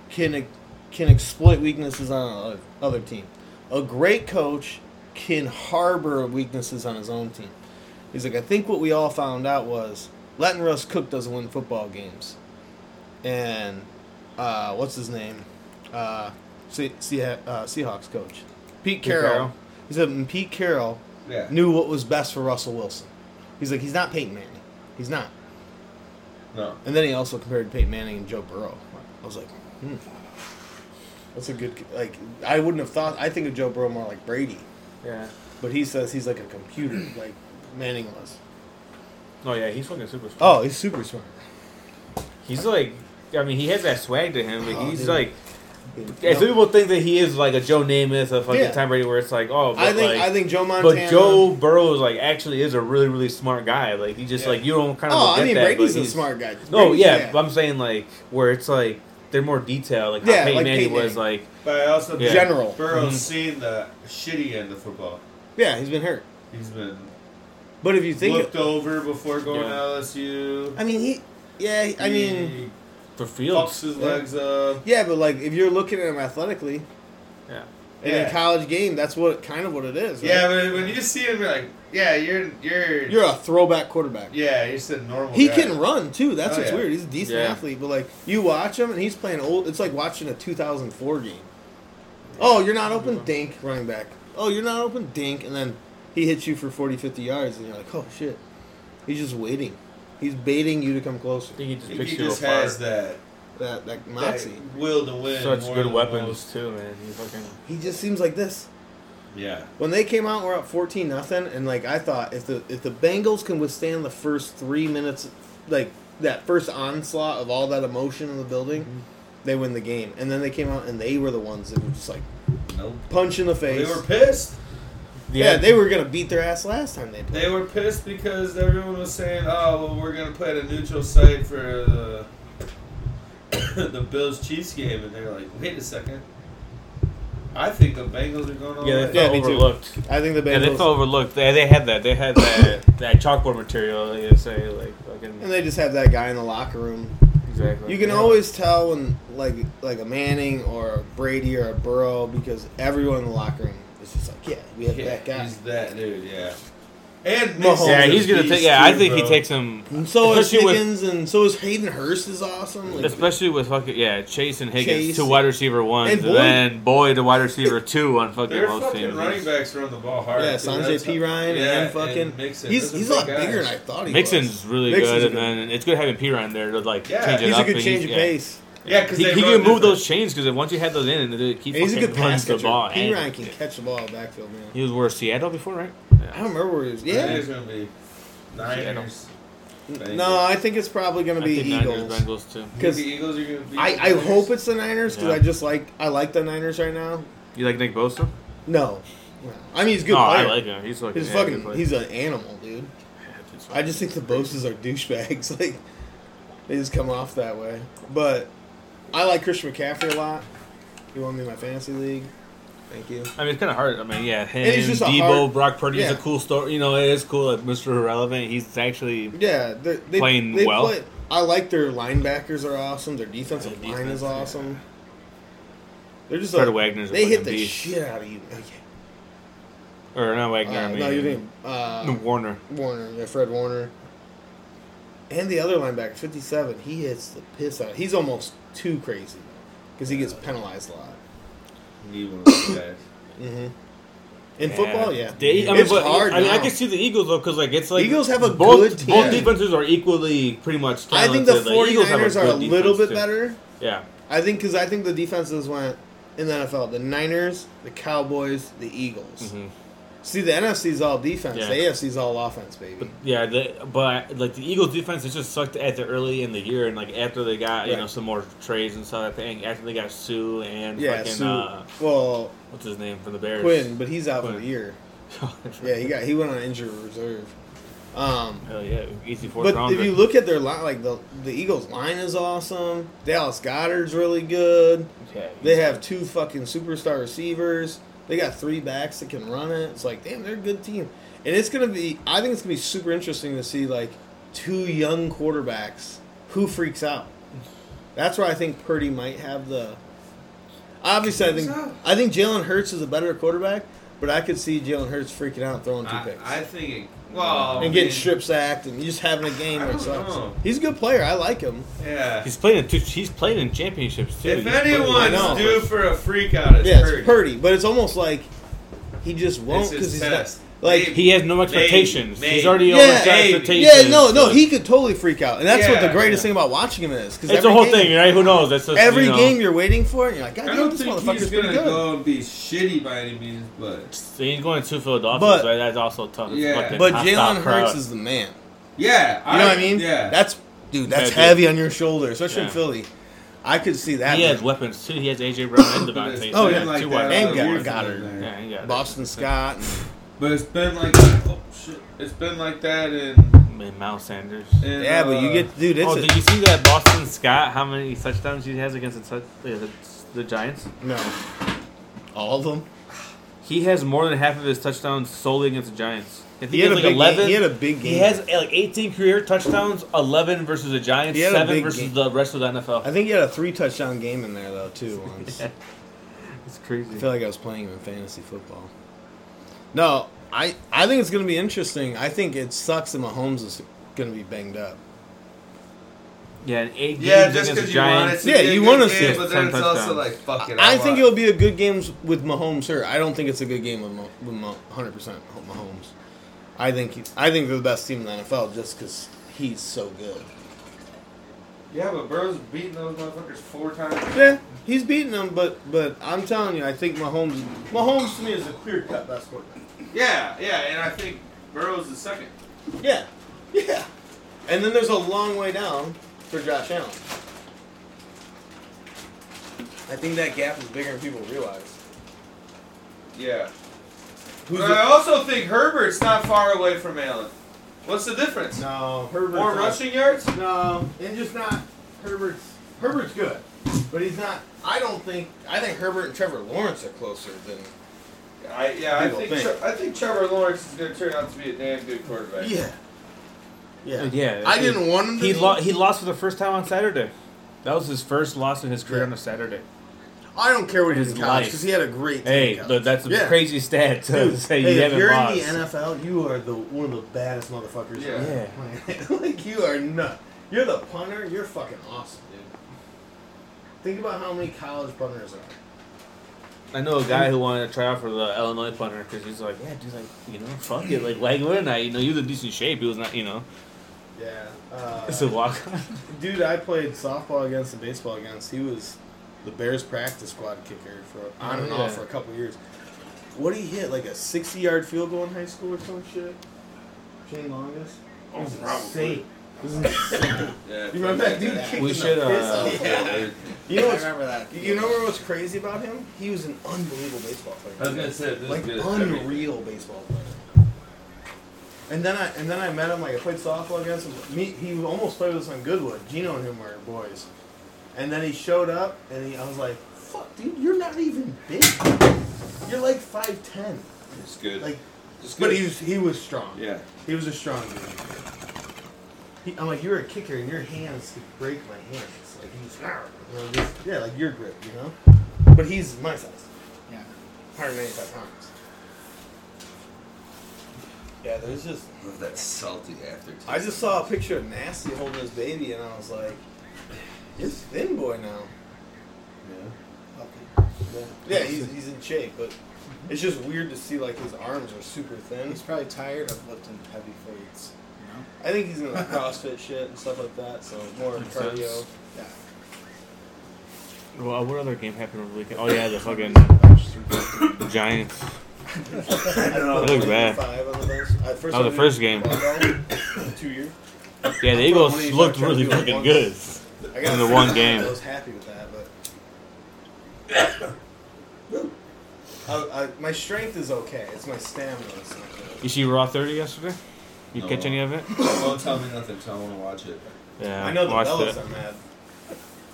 S2: can can exploit weaknesses on another other team. A great coach can harbor weaknesses on his own team. He's like, I think what we all found out was letting Russ cook doesn't win football games. And uh, what's his name? Uh, Se- Se- uh, Seahawks coach. Pete Carroll.
S1: Carroll.
S2: He said, "And Pete Carroll
S3: Yeah.
S2: knew what was best for Russell Wilson. He's like, he's not Peyton Manning. He's not.
S3: No.
S2: And then he also compared Peyton Manning and Joe Burrow. I was like, hmm. That's a good, like, I wouldn't have thought, I think of Joe Burrow more like Brady.
S1: yeah.
S2: But he says he's like a computer, <clears throat> like Manning was.
S1: Oh yeah, he's fucking super. Smart.
S2: Oh, he's super smart.
S1: He's like, I mean, he has that swag to him, but
S2: Oh,
S1: he's
S2: dude.
S1: like,
S2: No.
S1: and some people think that he is like a Joe Namath, a fucking
S2: Yeah.
S1: Tom Brady, where it's like, oh, but
S2: I think
S1: like,
S2: I think Joe Montana.
S1: but Joe Burrow is like actually is a really really smart guy. Like he just
S3: Yeah.
S1: like you don't kind of.
S2: Oh,
S1: look
S2: I
S1: at
S2: mean
S1: that,
S2: Brady's
S1: but
S2: a
S1: he's-
S2: smart guy.
S1: No,
S2: Brady's-
S1: yeah, but I'm saying like where it's like they're more detailed. Like how
S2: Yeah,
S1: Peyton
S2: like
S1: Manning
S2: Peyton
S1: was like.
S3: But I also
S1: Yeah.
S2: General.
S3: Burrow's
S1: Mhm.
S3: seen the shitty end of football.
S2: yeah, he's been hurt.
S3: He's been
S2: But if you think,
S3: looked over before going
S1: Yeah.
S3: to LSU.
S2: I mean, he, yeah, I mean,
S3: He
S1: For
S3: fucks
S1: Fields,
S3: his
S2: Yeah.
S3: legs up.
S2: yeah, but like if you're looking at him athletically,
S1: Yeah.
S2: in
S3: Yeah.
S2: a college game, that's what kind of what it is. right?
S3: Yeah, but when you see him, you're like, yeah, you're you're
S2: you're a throwback quarterback.
S3: yeah, you're just a normal.
S2: He
S3: guy.
S2: can run too. That's
S3: Oh,
S2: what's
S3: yeah.
S2: weird. He's a decent
S1: Yeah.
S2: athlete, but like you watch him and he's playing old. It's like watching a 2004 game. Oh, you're not open, dink, running back. Oh, you're not open, dink, and then he hits you for 40, 50 yards, and you're like, oh shit. He's just waiting. He's baiting you to come closer.
S1: I think he just picks
S3: He
S1: you
S3: just
S1: apart.
S3: has that,
S2: That that
S3: that
S2: moxie.
S3: will to win.
S1: Such
S3: more
S1: good
S3: than
S1: weapons
S3: most.
S1: too, man. He fucking.
S2: He just seems like this.
S3: Yeah.
S2: When they came out, we're up fourteen nothing, and like I thought, if the if the Bengals can withstand the first three minutes, like that first onslaught of all that emotion in the building,
S1: Mm-hmm.
S2: they win the game. And then they came out and they were the ones that were just like
S3: Nope.
S2: punch in the
S3: They
S2: face.
S3: were pissed.
S2: yeah, they were gonna beat their ass last time they played.
S3: They were pissed because everyone was saying, "Oh, well, we're gonna play at a neutral site for the <coughs> the Bills Chiefs game," and they're like, "Wait a second, I think the Bengals are going all
S1: yeah, they
S3: right."
S1: felt
S2: Yeah, me too.
S1: overlooked.
S2: I think the
S1: Yeah,
S2: Bengals
S1: they felt overlooked. They, they had that. They had that <coughs> that chalkboard material. They say like fucking.
S2: and they just have that guy in the locker room.
S1: exactly.
S2: You can
S1: Yeah.
S2: always tell when like like a Manning or a Brady or a Burrow because everyone in the locker room is just like, yeah, we have that guy.
S3: He's that dude, yeah. And
S2: Mahomes.
S3: Nixon's
S1: Yeah,
S3: a
S1: he's gonna
S3: beast
S1: take. Yeah, I
S3: too,
S1: think
S3: bro.
S1: he takes him.
S2: And so is
S1: Especially with-
S2: Higgins, and so is Hayden Hurst is awesome. Like,
S1: Especially with fucking yeah, Chase and Higgins,
S2: Chase.
S1: two wide receiver ones,
S2: And
S1: and,
S2: Boyd.
S1: then Boyd, the wide receiver two on fucking
S3: Their
S1: most
S3: fucking
S1: teams.
S3: running backs run the ball hard.
S2: yeah,
S3: too. That's
S2: Sanjay P.
S3: how-
S2: Ryan
S3: yeah,
S2: and fucking
S3: Mixon.
S2: He's
S3: Those are
S2: he's a lot
S3: big guys.
S2: bigger than I thought he
S1: Mixon's
S2: was.
S1: really
S2: Mixon's
S1: good,
S2: a
S1: and
S2: good-
S1: then it's good having Piran there to like
S3: Yeah,
S1: change it
S2: He's
S1: up.
S2: a good
S1: and
S2: change of
S1: yeah.
S2: pace.
S3: Yeah, because
S1: He, he can move those chains because once you had those in, it keeps
S2: And he's a good pass
S1: runs the
S2: catcher.
S1: ball.
S2: P Ryan
S1: And
S2: can catch the ball in the backfield, man.
S1: he was where Seattle before, right?
S2: I don't remember where he was.
S3: Yeah,
S2: Yeah.
S3: gonna be Niners. Bengals.
S2: No, I think it's probably going
S1: I
S2: to be
S1: think
S2: Eagles.
S1: Niners, Bengals too.
S2: Because
S3: Because the Eagles are gonna be.
S2: I, I hope it's the Niners because
S1: Yeah.
S2: I just like I like the Niners right now.
S1: You like Nick Bosa?
S2: No, I mean he's a good
S1: oh,
S2: player.
S1: I like him. He's fucking.
S2: he's
S1: yeah, good
S2: fucking
S1: player.
S2: he's an animal,
S1: Yeah,
S2: dude.
S1: dude's
S2: I
S1: fucking-
S2: just think the Boses are douchebags. <laughs> Like they just come off that way. But I like Christian McCaffrey a lot. He won me my fantasy league. Thank you.
S1: I mean, it's kind of hard. I mean, yeah, him,
S2: it's just a
S1: Debo,
S2: hard-
S1: Brock Purdy is
S2: yeah.
S1: a cool story. You know, it is cool that Mr. Irrelevant. He's actually
S2: Yeah, they're- they
S1: Playing
S2: they
S1: well.
S2: play- I like their linebackers are awesome. Their defensive
S1: Their
S2: line
S1: defense,
S2: is awesome.
S1: yeah.
S2: They're just
S1: Fred
S2: like,
S1: Wagner's. a
S2: they hit
S1: fucking
S2: the
S1: beast.
S2: shit out of you. Okay.
S1: or not Wagner.
S2: Uh,
S1: I mean, um,
S2: no, your name. Uh,
S1: Warner.
S2: Warner, yeah, Fred Warner. And the other linebacker, 57, he hits the piss out. He's almost too crazy because he gets penalized a lot.
S3: Need one of those guys.
S2: Mm-hmm. In football, yeah.
S1: They, I mean,
S2: it's
S1: but,
S2: hard.
S1: I mean, I
S2: now.
S1: can see the Eagles though, because like it's like
S2: Eagles have a
S1: both,
S2: good team.
S1: Both defenses are equally pretty much.
S2: I
S1: Talented.
S2: think the
S1: Like, Eagles have
S2: 49ers are a
S1: good
S2: little
S1: defense,
S2: bit
S1: too.
S2: better.
S1: Yeah,
S2: I think because I think the defenses went in the NFL the Niners, the Cowboys, the Eagles.
S1: Mhm.
S2: See, the NFC's all defense,
S1: Yeah.
S2: the AFC's all offense, baby.
S1: but yeah, the, but like the Eagles defense, it just sucked at the early in the year, and like after they got you
S2: Right.
S1: know some more trades and stuff. I think after they got Sue and
S2: yeah,
S1: fucking
S2: Sue,
S1: uh,
S2: well,
S1: what's his name from the Bears, <laughs>
S2: Quinn, but he's out for
S1: Quinn.
S2: the year. Yeah, he got he went on injured reserve. Um,
S1: Hell yeah, easy fourth
S2: but
S1: rounder.
S2: if you look at their line, like the the Eagles line is awesome. Dallas Goddard's really good.
S1: yeah,
S2: They have two fucking superstar receivers. They got three backs that can run it. It's like, damn, they're a good team. And it's gonna be, I think it's gonna be super interesting to see like two young quarterbacks who freaks out. That's where I think Purdy might have the. Obviously, I think
S3: Freaks out.
S2: I think Jalen Hurts is a better quarterback, but I could see Jalen Hurts freaking out, throwing two
S3: I,
S2: picks,
S3: I think. It, well,
S2: and getting
S3: man,
S2: strip sacked, and just having a game
S3: I
S2: where it
S3: don't
S2: sucks.
S3: know.
S2: He's a good player. I like him.
S3: Yeah.
S1: He's playing in two, he's playing in championships too.
S3: if
S1: He's playing-
S2: I
S3: anyone's
S2: know.
S3: due for a freak out, it's
S2: yeah,
S3: Purdy.
S2: it's Purdy, but it's almost like he just won't
S3: It's
S2: because
S3: his
S2: he's not.
S3: test.
S2: like-
S3: Maybe.
S1: he has no expectations.
S3: Maybe.
S1: He's already
S2: Yeah.
S1: over his
S3: Maybe.
S1: expectations.
S2: Yeah, no, no, he could totally freak out, and that's what
S3: Yeah,
S2: the greatest
S1: yeah.
S2: thing about watching him is because
S1: It's the whole thing, right? Who knows? That's just,
S2: Every
S1: you know,
S2: game you're waiting for, and you're like, God
S3: I
S2: damn,
S3: don't
S2: this
S3: think he's
S2: motherfucker's
S3: gonna
S2: pretty good.
S3: go and be shitty by any means, but
S1: So he's going to Philadelphia,
S2: But-
S1: so that's also tough. It's
S3: Yeah.
S1: fucking
S2: But
S1: hostile
S2: Jalen Hurts
S1: crowd.
S2: is the man.
S3: yeah,
S2: You know what I mean?
S3: Yeah,
S2: That's dude, that's
S1: Magic.
S2: heavy on your shoulder, especially in
S1: Yeah.
S2: Philly. I could see that.
S1: he has
S2: man.
S1: weapons too. He has AJ Brown
S3: <coughs>
S1: and
S3: But it's
S1: Devontae.
S3: been
S2: Oh,
S1: Smith,
S2: yeah.
S1: two
S3: like uh,
S1: wide
S3: that
S2: And
S3: all
S1: receivers.
S2: Goddard.
S3: year for
S2: Goddard.
S3: them, man.
S1: Yeah, he got it.
S2: Boston Scott.
S3: But it's been like that. Oh, shit. It's been like that in.
S1: I mean, Miles Sanders.
S2: And,
S3: <laughs> in
S2: yeah, but you
S3: uh,
S2: get dude, it's
S1: oh,
S2: a-
S1: did you see that Boston Scott? How many touchdowns he has against the, touch- the, the, the Giants?
S2: no, all of them.
S1: He has more than half of his touchdowns solely against the Giants. I think
S2: He had
S1: has
S2: a
S1: like
S2: big
S1: 11.
S2: game. He had a big game.
S1: He has uh, like 18 career touchdowns, 11 versus the Giants,
S2: He had a
S1: 7
S2: big
S1: versus
S2: game.
S1: the rest of the
S2: I
S1: NFL.
S2: think he had a three touchdown game in there though too.
S1: <laughs>
S2: Once.
S1: It's crazy.
S2: I feel like I was playing him in fantasy football. No, I I think it's going to be interesting. I think it sucks that Mahomes is going to be banged up.
S1: yeah, and 8
S3: Yeah,
S1: games
S3: just
S1: against the
S3: because you want it
S1: Giants.
S3: to
S2: Yeah,
S3: be a
S2: you
S3: good
S2: wanna
S3: game,
S2: see it.
S3: but then it's
S1: Ten
S3: also
S1: touchdowns.
S3: like fucking.
S2: I think
S3: want-
S2: it'll be a good game with Mahomes here. I don't think it's a good game with, Mo, with Mo, 100% Mahomes. I think he, I think they're the best team in the NFL just because he's so good.
S3: Yeah, but Burrow's beating those motherfuckers four times.
S2: Yeah, he's beating them, but but I'm telling you, I think Mahomes Mahomes to me is a clear cut best quarterback.
S3: Yeah, yeah, and I think Burrow's the second.
S2: Yeah, yeah. And then there's a long way down for Josh Allen. I think that gap is bigger than people realize.
S3: Yeah.
S2: Who's
S3: But I also think Herbert's not far away from Allen. What's the difference?
S2: the, no Herbert?
S3: More rushing yards?
S2: No, and just not Herbert's. Herbert's good, but he's not. I don't think. I think Herbert and Trevor Lawrence are closer than.
S3: I, yeah, I
S2: People
S3: think,
S2: think.
S3: Tre- I think Trevor Lawrence is going to turn out to be a damn good quarterback.
S2: Yeah. Yeah.
S1: Yeah,
S2: I
S1: he-
S2: didn't want him to.
S1: He,
S2: be-
S1: lo- he lost for the first time on Saturday. That was his first loss in his career on a Saturday.
S2: I don't care what
S1: in
S2: his
S1: his
S2: college
S1: life.
S2: because he had a great. team
S1: Hey,
S2: in college.
S1: but that's a
S2: Yeah.
S1: crazy stat to
S2: <laughs> Dude,
S1: say
S2: hey,
S1: you
S2: if
S1: haven't
S2: you're
S1: lost.
S2: in the NFL, you are the one of the baddest motherfuckers.
S3: Yeah.
S2: on the planet. <laughs> like you are nut. You're the punter. You're fucking awesome, dude. Think about how many college punters are.
S1: I know a guy who wanted to try out for the Illinois punter because he's like, yeah, dude, like, you know, <laughs> fuck it, like, why wouldn't I? You know, he was in decent shape. He was not, you know,
S2: Yeah. Uh,
S1: It's a walk.
S2: dude I played softball against and baseball against, he was the Bears practice squad kicker for on and
S1: Yeah.
S2: off for a couple years. What did he hit? Like a 60 yard field goal in high school or some shit? Shane Longest?
S4: Oh,
S2: This is
S4: probably.
S2: insane. This is insane.
S3: Yeah,
S2: You remember that dude
S4: We
S2: kicking
S1: we
S2: the
S1: should.
S2: piss
S1: Uh,
S2: out of him?
S3: Yeah.
S2: You know
S4: I
S2: what's
S4: remember that.
S2: You know what's crazy about him? He was an unbelievable baseball
S3: I was
S2: player.
S3: gonna say this
S2: Like
S3: is good.
S2: unreal baseball player. And then I and then I met him. Like I played softball against him. Me, he almost played with us on Goodwood. Gino and him were boys. And then he showed up, and he, I was like, "Fuck, dude, you're not even big. You're like five ten.
S3: It's good.
S2: Like,
S3: it's good.
S2: but he was he was strong.
S3: yeah.
S2: He was a strong dude. He, I'm like, you're a kicker, and your hands could break my hands. Like he's, you know, just, yeah, like your grip, you know. But he's my size,
S4: Yeah.
S2: 185 pounds. Yeah, there's just.
S3: Love that salty aftertaste.
S2: I just saw a picture of Nasty holding his baby, and I was like, "He's thin boy now."
S4: Okay.
S2: Yeah, he's he's in shape, but it's just weird to see like his arms are super thin.
S4: He's probably tired of lifting heavy weights. You know.
S2: I think he's in like CrossFit shit and stuff like that, so more
S1: Makes
S2: cardio.
S1: sense.
S4: Yeah.
S1: well, what other game happened over the weekend? Oh yeah, the fucking Giants. That looks bad.
S2: Five on the bench. Uh,
S1: That
S2: first
S1: was
S2: time
S1: the first
S2: we-
S1: game.
S2: <coughs> Well, Two years.
S1: Yeah, the
S2: One of
S1: Eagles
S2: these
S1: looked
S2: are trying to
S1: really
S2: do it
S1: fucking
S2: once.
S1: good.
S2: I gotta
S1: In the
S2: say,
S1: one game.
S2: I was happy with that, but. <coughs> I, I, my strength is okay. It's my stamina. That's not good.
S1: You see Raw 30 yesterday? You
S3: No.
S1: catch any of it?
S3: Don't tell me nothing. Tell me to watch it.
S1: Yeah,
S2: I know the
S1: watched
S2: Bellows
S1: it.
S2: are mad.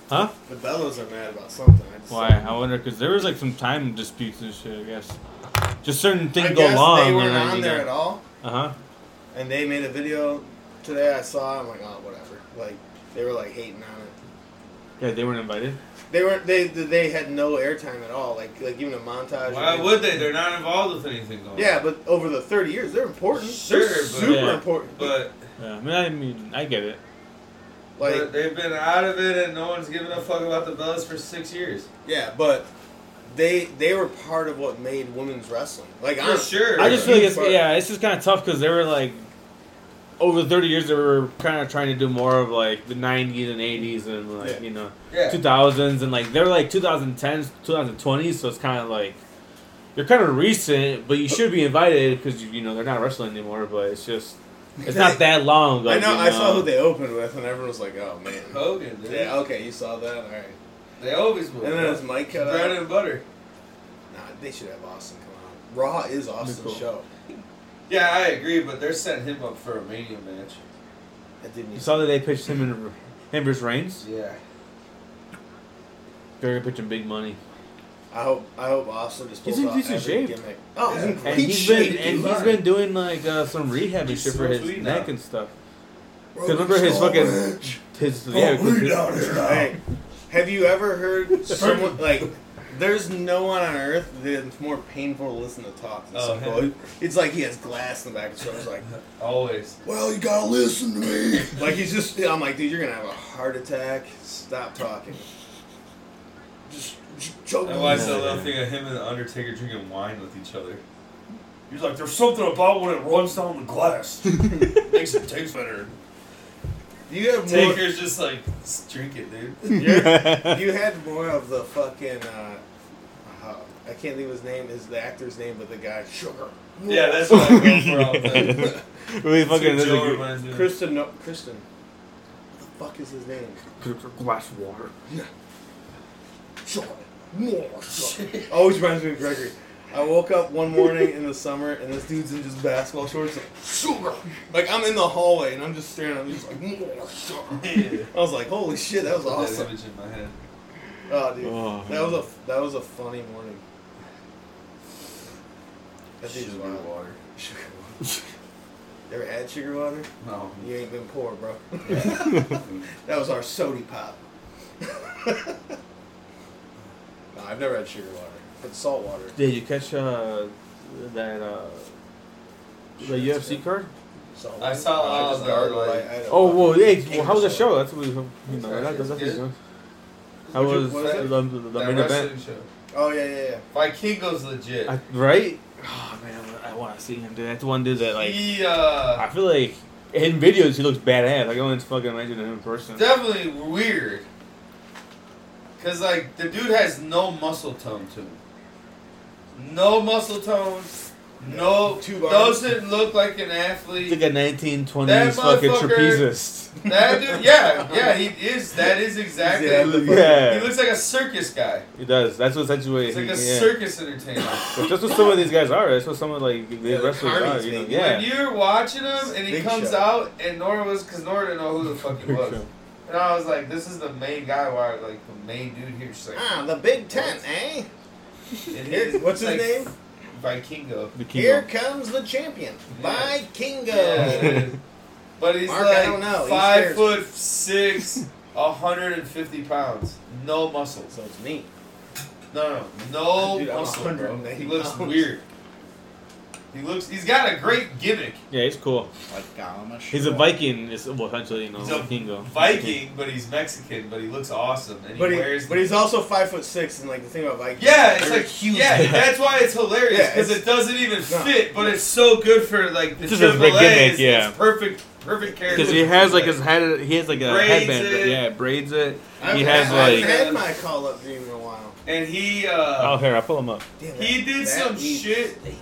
S1: Huh?
S2: The Bellows are mad about something. I just
S1: Why? I wonder because there was like some time disputes and shit. I guess just certain
S2: I
S1: things go
S2: guess
S1: long.
S2: They weren't on there at all,
S1: Uh huh.
S2: and they made a video today. I saw. it, I'm like, oh, whatever. Like they were like hating on it.
S1: Yeah, they weren't invited.
S2: They weren't. They they had no airtime at all. Like like even a montage. or
S3: Why
S2: anything.
S3: would they? They're not involved with anything going.
S2: Yeah,
S3: on.
S2: but over the thirty years, they're important.
S3: Sure,
S2: They're
S3: but-
S2: super
S1: Yeah.
S2: important.
S3: But,
S1: Yeah, I mean, I mean, I get it.
S2: like
S3: but they've been out of it, and no one's given a fuck about the Bellas for six years.
S2: yeah, but they they were part of what made women's wrestling. Like
S3: For
S2: I'm
S3: sure.
S1: I just feel like it's
S2: But-
S1: yeah, it's just kind of tough because they were like over thirty years they were kind of trying to do more of like the nineties and eighties and like
S2: Yeah.
S1: you know
S3: Yeah.
S1: two thousands and like they're like 2010s, 2020s, so it's kind of like you're kind of recent, but you should be invited because you, you know they're not wrestling anymore. But it's just it's not that long. ago.
S2: I know,
S1: you
S2: I saw who they opened with, and everyone was like, "Oh man."
S3: Hogan, dude.
S2: Yeah, okay, you saw that. All right.
S3: They always will.
S2: And then it's Mike cut
S3: bread
S2: out.
S3: and butter.
S2: Nah, they should have Austin come on. Raw is Austin's
S1: Nicole.
S2: show.
S3: Yeah, I agree, but they're setting him up for a mania match.
S2: I didn't.
S1: You saw that they pitched him in him versus Reigns.
S3: Yeah.
S1: They're pitching big money.
S2: I hope. I hope Austin just
S1: He's
S2: pulls
S1: in
S2: out
S1: decent shape.
S2: every gimmick. Oh, he's in
S3: Yeah.
S1: And
S2: great
S1: he's
S2: shape.
S1: been and
S2: dude.
S1: he's been doing like uh, some rehab and
S3: He's
S1: shit for
S3: so
S1: his
S3: sweet
S1: neck
S3: now.
S1: and stuff.
S4: Bro,
S1: 'Cause remember his fucking his yeah.
S4: Oh,
S1: 'cause his-
S2: Hey, have you ever
S4: <laughs>
S2: heard someone like? There's no one on earth that's more painful to listen to talk than
S3: Oh,
S2: some
S3: hell.
S2: boy. It's like he has glass in the back of his throat. It's like,
S3: Always.
S4: Well, you gotta listen to me.
S2: <laughs> like he's just. I'm like, dude, you're gonna have a heart attack. Stop talking.
S4: Just, just choke
S3: I
S4: on
S3: watched
S4: it.
S3: that little thing of him and the Undertaker drinking wine with each other.
S4: He's like, there's something about when it runs down the
S1: <laughs>
S4: glass. Makes it taste better.
S2: Do you have more?
S3: Taker's just like, "S- drink it, dude.
S2: you're- you had more of the fucking. Uh, uh, I can't think of his name. Is the actor's name, but the guy Sugar.
S3: Yeah, that's what I
S4: <laughs>
S3: go for all the time.
S1: <laughs> really fucking there's
S3: That's what Joe
S1: a good-
S3: reminds me of.
S2: Kristen. No, Kristen. What the fuck is his name?
S1: glass of water.
S4: Sure. More. sure.
S2: Always reminds me of Gregory. I woke up one morning in the summer and this dude's in just basketball shorts. Like,
S4: Sugar.
S2: like, I'm in the hallway and I'm just staring. I'm just like,
S4: More. Sure.
S3: Yeah.
S2: I was like, holy shit, that was
S3: That
S2: awesome.
S3: image in my head.
S2: Oh, dude,
S1: Oh,
S2: that was a that was a funny morning. That dude's
S3: Sugar
S2: wild.
S3: water.
S2: Sugar water. You ever had sugar water?
S3: No.
S2: You ain't been
S1: <laughs>
S2: poor, bro. that was our sody pop. no, I've never had sugar water, but salt water.
S1: Did you catch uh, that uh, the UFC card?
S2: Salt
S3: I
S2: water.
S3: saw uh, all
S2: just
S3: the,
S2: gargled.
S3: like-
S2: I- I don't
S1: Oh
S2: know.
S1: well, hey,
S2: King
S1: well, how was the
S2: of
S1: show?
S2: Salt.
S1: That's what we you know. That, that's what
S3: Good.
S1: he's doing. How was
S2: what is
S1: the,
S2: it?
S1: the, the
S3: That
S1: main
S3: wrestling
S1: event?
S3: show.
S2: Oh yeah, yeah, yeah.
S3: My king goes legit.
S1: I, right? Oh man, I want to see him. Dude, that's one dude that like.
S3: he, uh,
S1: I feel like in videos, he looks badass. I can only fucking imagine him in person.
S3: Definitely weird. Cause like the dude has no muscle tone to him. No muscle tone. No.
S2: Two bars.
S3: doesn't look like an
S1: He's
S3: athlete.
S1: like a 1920s
S3: That
S1: fucking
S3: motherfucker-
S1: trapezist.
S3: That dude. Yeah. Yeah. He is. That is exactly.
S2: Yeah, I look-
S1: Yeah,
S3: <laughs> He looks like a circus guy.
S1: he does. That's what essentially.
S3: He's like a
S1: yeah.
S3: circus entertainer.
S1: But that's what some of these guys are. That's what some of like the
S2: Yeah, the
S1: wrestlers are.
S2: carnies,
S1: You know?
S2: man.
S1: Yeah.
S3: When you're watching him and he
S2: Big
S3: comes
S2: Show.
S3: out and Nora was because Nora didn't know who the fuck he was. And I was like, this is the main guy why like the main dude here. She's like,
S2: Ah, the Big Ten, eh?
S3: and here's
S2: What's his
S3: like,
S2: name?
S3: Vikingo.
S1: The key
S2: Here comes the champion,
S3: Yeah.
S2: Vikingo.
S3: Yeah. but he's
S2: Mark, I
S3: like
S2: don't know. He
S3: five
S2: scares
S3: foot six, <laughs> hundred and fifty pounds, no muscles.
S2: So it's me.
S3: No, no, no
S2: Dude, I'm
S3: muscle. Bro.
S2: 190
S3: He looks
S2: pounds.
S3: weird. He looks. He's got a great gimmick.
S1: Yeah, he's cool.
S5: Like, I'm a
S1: He's a Viking. Is well, essentially, you know,
S3: He's a
S1: Vikingo.
S3: Viking, but he's Mexican, but he looks awesome, and he
S2: But,
S3: wears.
S2: he, but he's also five foot six, and like the thing about Vikings,
S3: Yeah, it's
S2: they're
S3: like huge. Yeah, that's why
S2: <laughs>
S3: it's hilarious
S2: Yeah,
S3: because
S2: it's-
S3: it doesn't even
S2: No.
S3: fit, but it's so good for like the
S1: This is a
S3: Triple A.
S1: gimmick,
S3: It's,
S1: yeah.
S3: it's perfect, perfect character.
S1: Because he has like his head. He has like a
S3: Braids
S1: headband.
S3: it.
S1: Yeah, braids it.
S2: I've-
S1: He has
S2: I've
S1: like.
S2: had my call up dream in a while.
S3: and he
S1: Oh,
S3: uh,
S1: here I pull him up.
S2: Damn,
S3: He
S2: that-
S3: did
S2: that
S3: some
S2: meat
S3: shit.
S2: stinks.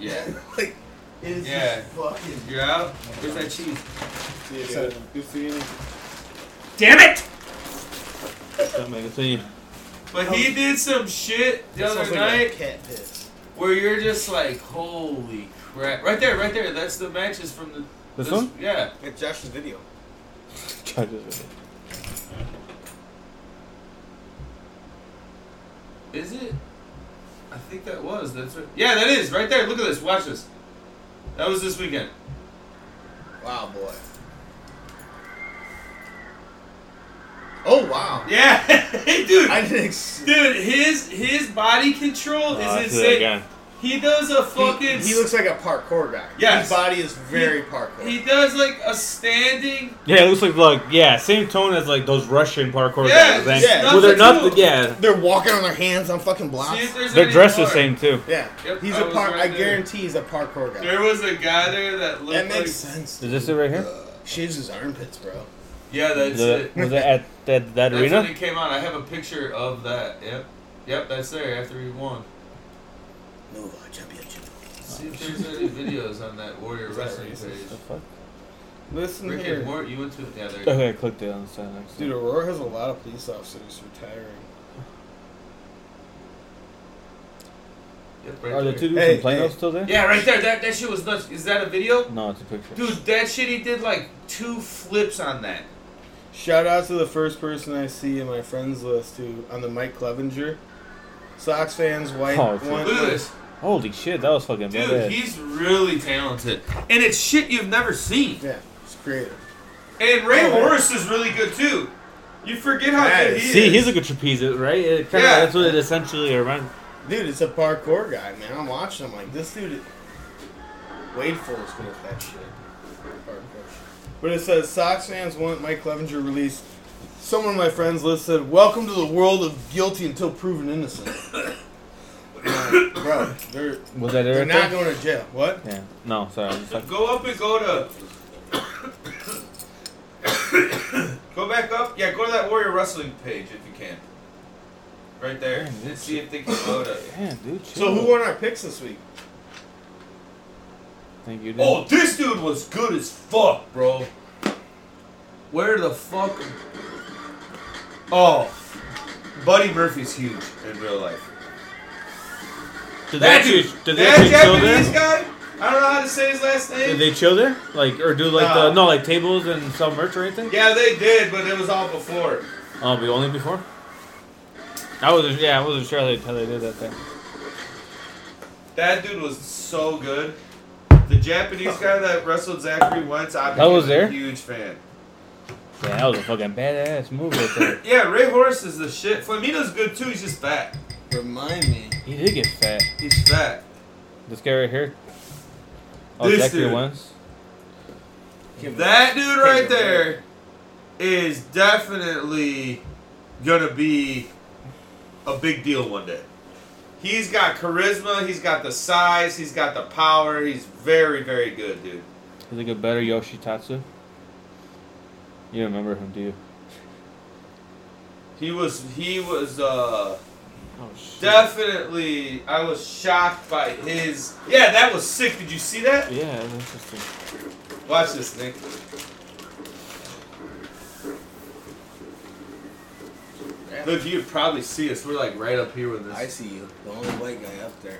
S3: yeah.
S2: <laughs> like it's
S3: Yeah.
S2: just fucking.
S3: You're out. Where's that cheese?
S2: Dude,
S5: So-
S2: you see it?
S3: Damn it!
S1: Let me continue.
S3: But he did some shit the
S2: That smells
S3: other
S2: like
S3: night
S2: cat piss.
S3: where you're just like, holy crap! Right there, right there. That's the matches from the.
S1: This one?
S3: Yeah.
S2: It's Josh's video.
S3: Is it? I think that was. That's right. Yeah, that is right there. Look at this. Watch this. That was this weekend.
S2: Wow, boy. Oh wow!
S3: Yeah, <laughs> hey, dude.
S2: I didn't. Ex-
S3: Dude, his his body control
S1: Oh, I
S3: is
S1: see that
S3: insane.
S1: guy.
S3: He does a
S2: he,
S3: fucking.
S2: he looks like a parkour guy.
S3: Yes.
S2: His body is very parkour.
S3: He does like a standing.
S1: Yeah, it looks like like yeah, same tone as like those Russian parkour
S3: Yeah,
S1: guys. right?
S2: yeah,
S1: well, they're
S3: that's
S1: not.
S3: it.
S1: Yeah,
S2: They're walking on their hands on fucking
S3: See
S2: blocks.
S3: if there's
S1: they're
S3: any
S1: dressed the
S3: more.
S1: same too.
S2: Yeah,
S3: Yep,
S2: he's
S3: I
S2: a
S3: was
S2: par.
S3: right
S2: I
S3: there.
S2: guarantee he's a parkour guy.
S3: There was a guy there that
S2: That
S3: looked
S2: makes
S3: like.
S2: sense.
S1: Is this it right here?
S2: Shaves his armpits, bro.
S3: Yeah, that's
S1: Was
S3: it.
S1: it, was it at that, that
S3: That's when
S1: arena?
S3: it came out. I have a picture of that. Yep, yep, that's there after we won.
S2: Nova championship.
S3: See if there's
S1: <laughs>
S3: any videos on that Warrior
S2: that
S3: Wrestling page.
S2: racist?
S1: The fuck?
S2: Listen
S3: Rick
S2: here,
S3: and Mort, you went to the other.
S1: Okay, I clicked it on the side. next to
S2: dude.
S1: it.
S2: Aurora has a lot of police officers retiring.
S3: Yep, right
S1: Are the
S3: there.
S1: two dudes
S2: Hey,
S1: from Plano
S2: hey.
S1: still there?
S3: Yeah, right there. That that shit was nuts. Is that a video?
S1: No, it's a picture.
S3: Dude, that shit he did like two flips on that.
S2: Shout out to the first person I see in my friends list who on the Mike Clevenger. Sox fans, white
S1: Oh,
S2: one-
S3: Look at this.
S1: Holy shit, that was fucking
S3: Dude,
S1: bad.
S3: he's really talented. And it's shit you've never seen.
S2: Yeah, it's creative.
S3: And Ray
S2: Oh, yeah.
S3: Horace is really good too. You forget how
S2: That
S3: good
S2: is-
S3: he
S1: See, he's
S3: is.
S1: like a trapezist, right? It kinda,
S3: Yeah.
S1: That's what it essentially around.
S2: Dude, it's a parkour guy, man. I'm watching him like this dude. is- Wade Fuller's good at that shit. Parkour. But it says Sox fans want Mike Clevenger released. Someone on my friends list said, "Welcome to the world of guilty until proven innocent." <coughs> I'm like, bro, they're
S1: Was that it
S2: they're
S1: right there?
S2: not going to jail. What?
S1: Yeah. No, sorry. I was just like-
S3: Go up and go to. <coughs> go back up. Yeah, go to that Warrior Wrestling page if you can. Right there.
S1: Damn,
S3: And
S1: this-
S3: see if they can go to.
S1: Damn, dude.
S2: So who won our picks this week?
S1: Thank you, dude.
S3: Oh, this dude was good as fuck, bro. Where the fuck? Oh, Buddy Murphy's huge in real life.
S1: did they
S3: That
S1: actually,
S3: dude,
S1: did they
S3: that
S1: actually chill
S3: Japanese
S1: there?
S3: guy. I don't know how to say his last
S1: Did
S3: name.
S1: they chill there? Like, or do like
S2: No.
S1: the no, like tables and sell merch or anything?
S3: yeah, they did, but it was all before.
S1: Oh, but only before. I wasn't. Yeah, I wasn't sure how they, how they did that thing.
S3: That dude was so good. The Japanese guy that wrestled Zachary Wentz, I
S1: That
S3: became
S1: was there?
S3: a huge fan.
S1: Yeah, that was a fucking badass move right there.
S3: Yeah, Ray Horace is the shit. Flamingo's good too. He's just fat.
S2: Remind me.
S1: He did get fat.
S3: He's fat.
S1: This guy right here. Oh,
S3: This
S1: Zachary
S3: dude.
S1: Wentz.
S3: That dude right
S2: Take a
S3: there is definitely gonna be a big deal one day. He's got charisma, he's got the size, he's got the power, he's very, very good, dude.
S1: Is like a better Yoshitatsu? You don't remember him, do you?
S3: He was he was uh
S1: Oh shit.
S3: definitely I was shocked by his Yeah, that was sick. Did you see that?
S1: Yeah, that's interesting.
S3: Watch this, Nick. Look, you could probably see us. We're like right up here with
S2: I
S3: this.
S2: see you, the only white guy up there.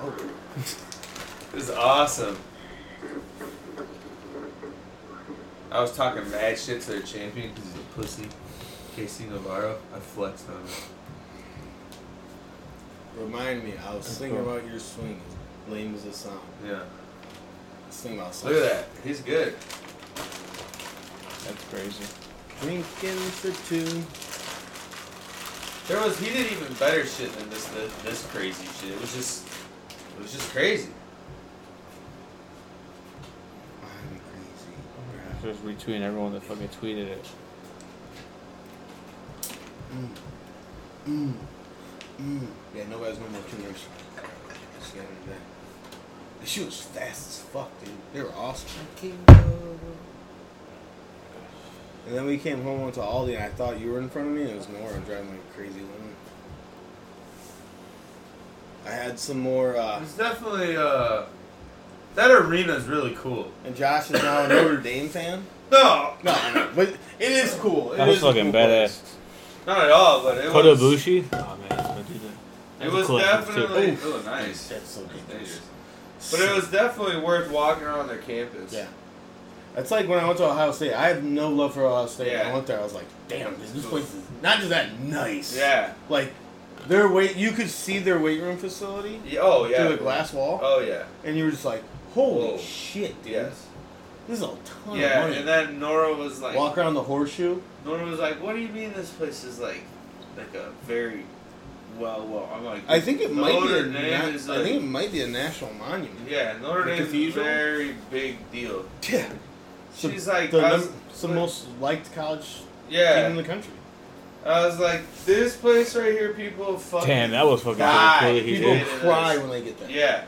S2: Oh,
S3: This is awesome. I was talking mad shit to their champion because he's a pussy. Casey Navarro. I flexed on him.
S2: remind me, I was
S1: That's
S2: thinking
S1: cool.
S2: about your swing. As lame as it sounds.
S3: Yeah.
S2: I was thinking about
S3: Look at that. He's good.
S1: That's crazy.
S2: Drinking for two.
S3: There was he did even better shit than this this, this crazy shit. It was just it was just crazy.
S2: I'm crazy.
S1: I was just retweeting everyone that fucking tweeted it.
S2: Mm. Mm. Yeah, nobody's no more tuners. Just the other day. The shoe was fast as fuck, dude. They were awesome. And then we came home went to Aldi, and I thought you were in front of me. and It was Nora driving like a crazy woman. I had some more, uh,
S3: It's definitely uh that arena is really cool.
S2: and Josh is now a Notre Dame fan.
S3: No,
S2: No, no, but it is cool. It
S1: That was
S2: is a
S1: fucking
S2: cool place.
S1: badass.
S3: <coughs> not at all. But it was
S1: Kodobushi? Oh man, don't do that.
S3: it was definitely it was nice.
S2: That's so dangerous.
S3: But it was definitely worth walking around their campus.
S2: Yeah. That's like when I went to Ohio State. I have no love for Ohio State.
S3: Yeah.
S2: I went there. I was like, damn, this, this place is not just that nice.
S3: Yeah.
S2: Like, their weight. You could see their weight room facility
S3: Yeah, Oh yeah.
S2: through a glass wall,
S3: Oh yeah.
S2: and you were just like, holy
S3: Whoa.
S2: shit, dude.
S3: Yes.
S2: This is a ton
S3: Yeah,
S2: of money.
S3: and then Nora was like,
S2: Oh, Walk around the horseshoe.
S3: Nora was like, "What do you mean this place is like, like a very well, well?" I'm like,
S2: I think it might be. A
S3: Notre
S2: na-
S3: Dame
S2: I
S3: is like-
S2: think it might be a national monument.
S3: Yeah, Notre
S2: The
S3: Dame's a
S2: cathedral?
S3: very big deal.
S2: Yeah.
S3: She's like,
S2: the,
S3: I
S2: num-
S3: was,
S2: it's the most liked college team in
S3: yeah.
S2: the country.
S3: I was like, this place right here, people fucking.
S1: Damn, that was fucking
S3: die.
S1: cool that he
S2: People
S1: did.
S3: Yeah.
S2: cry when they get there.
S3: Yeah,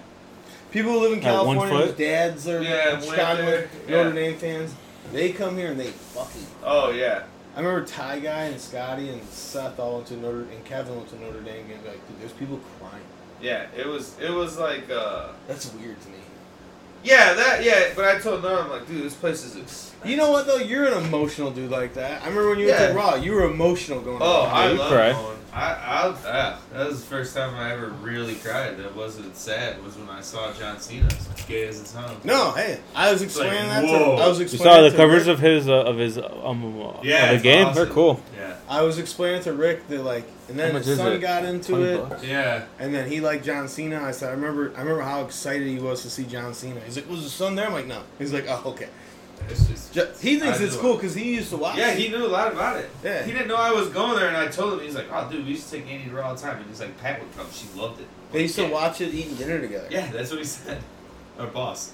S2: People who live in
S1: At one
S2: California,
S1: foot?
S2: whose dads are
S3: Yeah, went
S2: Chicago
S3: there,
S2: Notre
S3: yeah.
S2: Dame fans, they come here and they fucking.
S3: oh yeah.
S2: I remember Ty guy and Scotty and Seth all went to Notre and Kevin went to Notre Dame and like, dude, there's people crying.
S3: Yeah, it was it was like uh
S2: That's weird to me.
S3: yeah that yeah but I told Nora I'm like dude this place is expensive.
S2: You know what though? You're an emotional dude like that. I remember when you
S3: Yeah.
S2: went to Raw, you were emotional going.
S3: oh
S2: to Raw.
S3: I
S1: you
S3: love
S1: cry.
S3: going I I yeah, that was the first time I ever really cried that wasn't sad was when I saw John Cena gay as it sounds
S2: no, hey, I was explaining that.
S3: like,
S2: To,
S3: whoa.
S2: I was
S1: You
S2: explaining.
S1: saw
S2: it
S1: the
S2: to
S1: covers
S2: Rick.
S1: of his uh, of his um uh,
S3: yeah
S1: of the
S3: it's
S1: game.
S3: awesome.
S1: They're cool.
S3: yeah
S2: I was explaining to Rick that like, and then
S1: How much
S2: his
S1: is
S2: son
S1: it?
S2: got into it.
S3: yeah
S2: And then he liked John Cena. I said, I remember, I remember how excited he was to see John Cena. He's like, "Was the son there?" I'm like, "No." He's like, "Oh, okay."
S3: it's just
S2: Ju- He thinks
S3: I
S2: it's
S3: do.
S2: cool because he used to watch.
S3: Yeah,
S2: it.
S3: he knew a lot about it.
S2: Yeah.
S3: He didn't know I was going there, and I told him, he's like, oh, dude, we used to take Andy to Raw all the time. And he's like, Pat would come. She loved it.
S2: they used to
S3: Yeah.
S2: watch it eating dinner together.
S3: Yeah, that's what he said. <laughs> Our boss.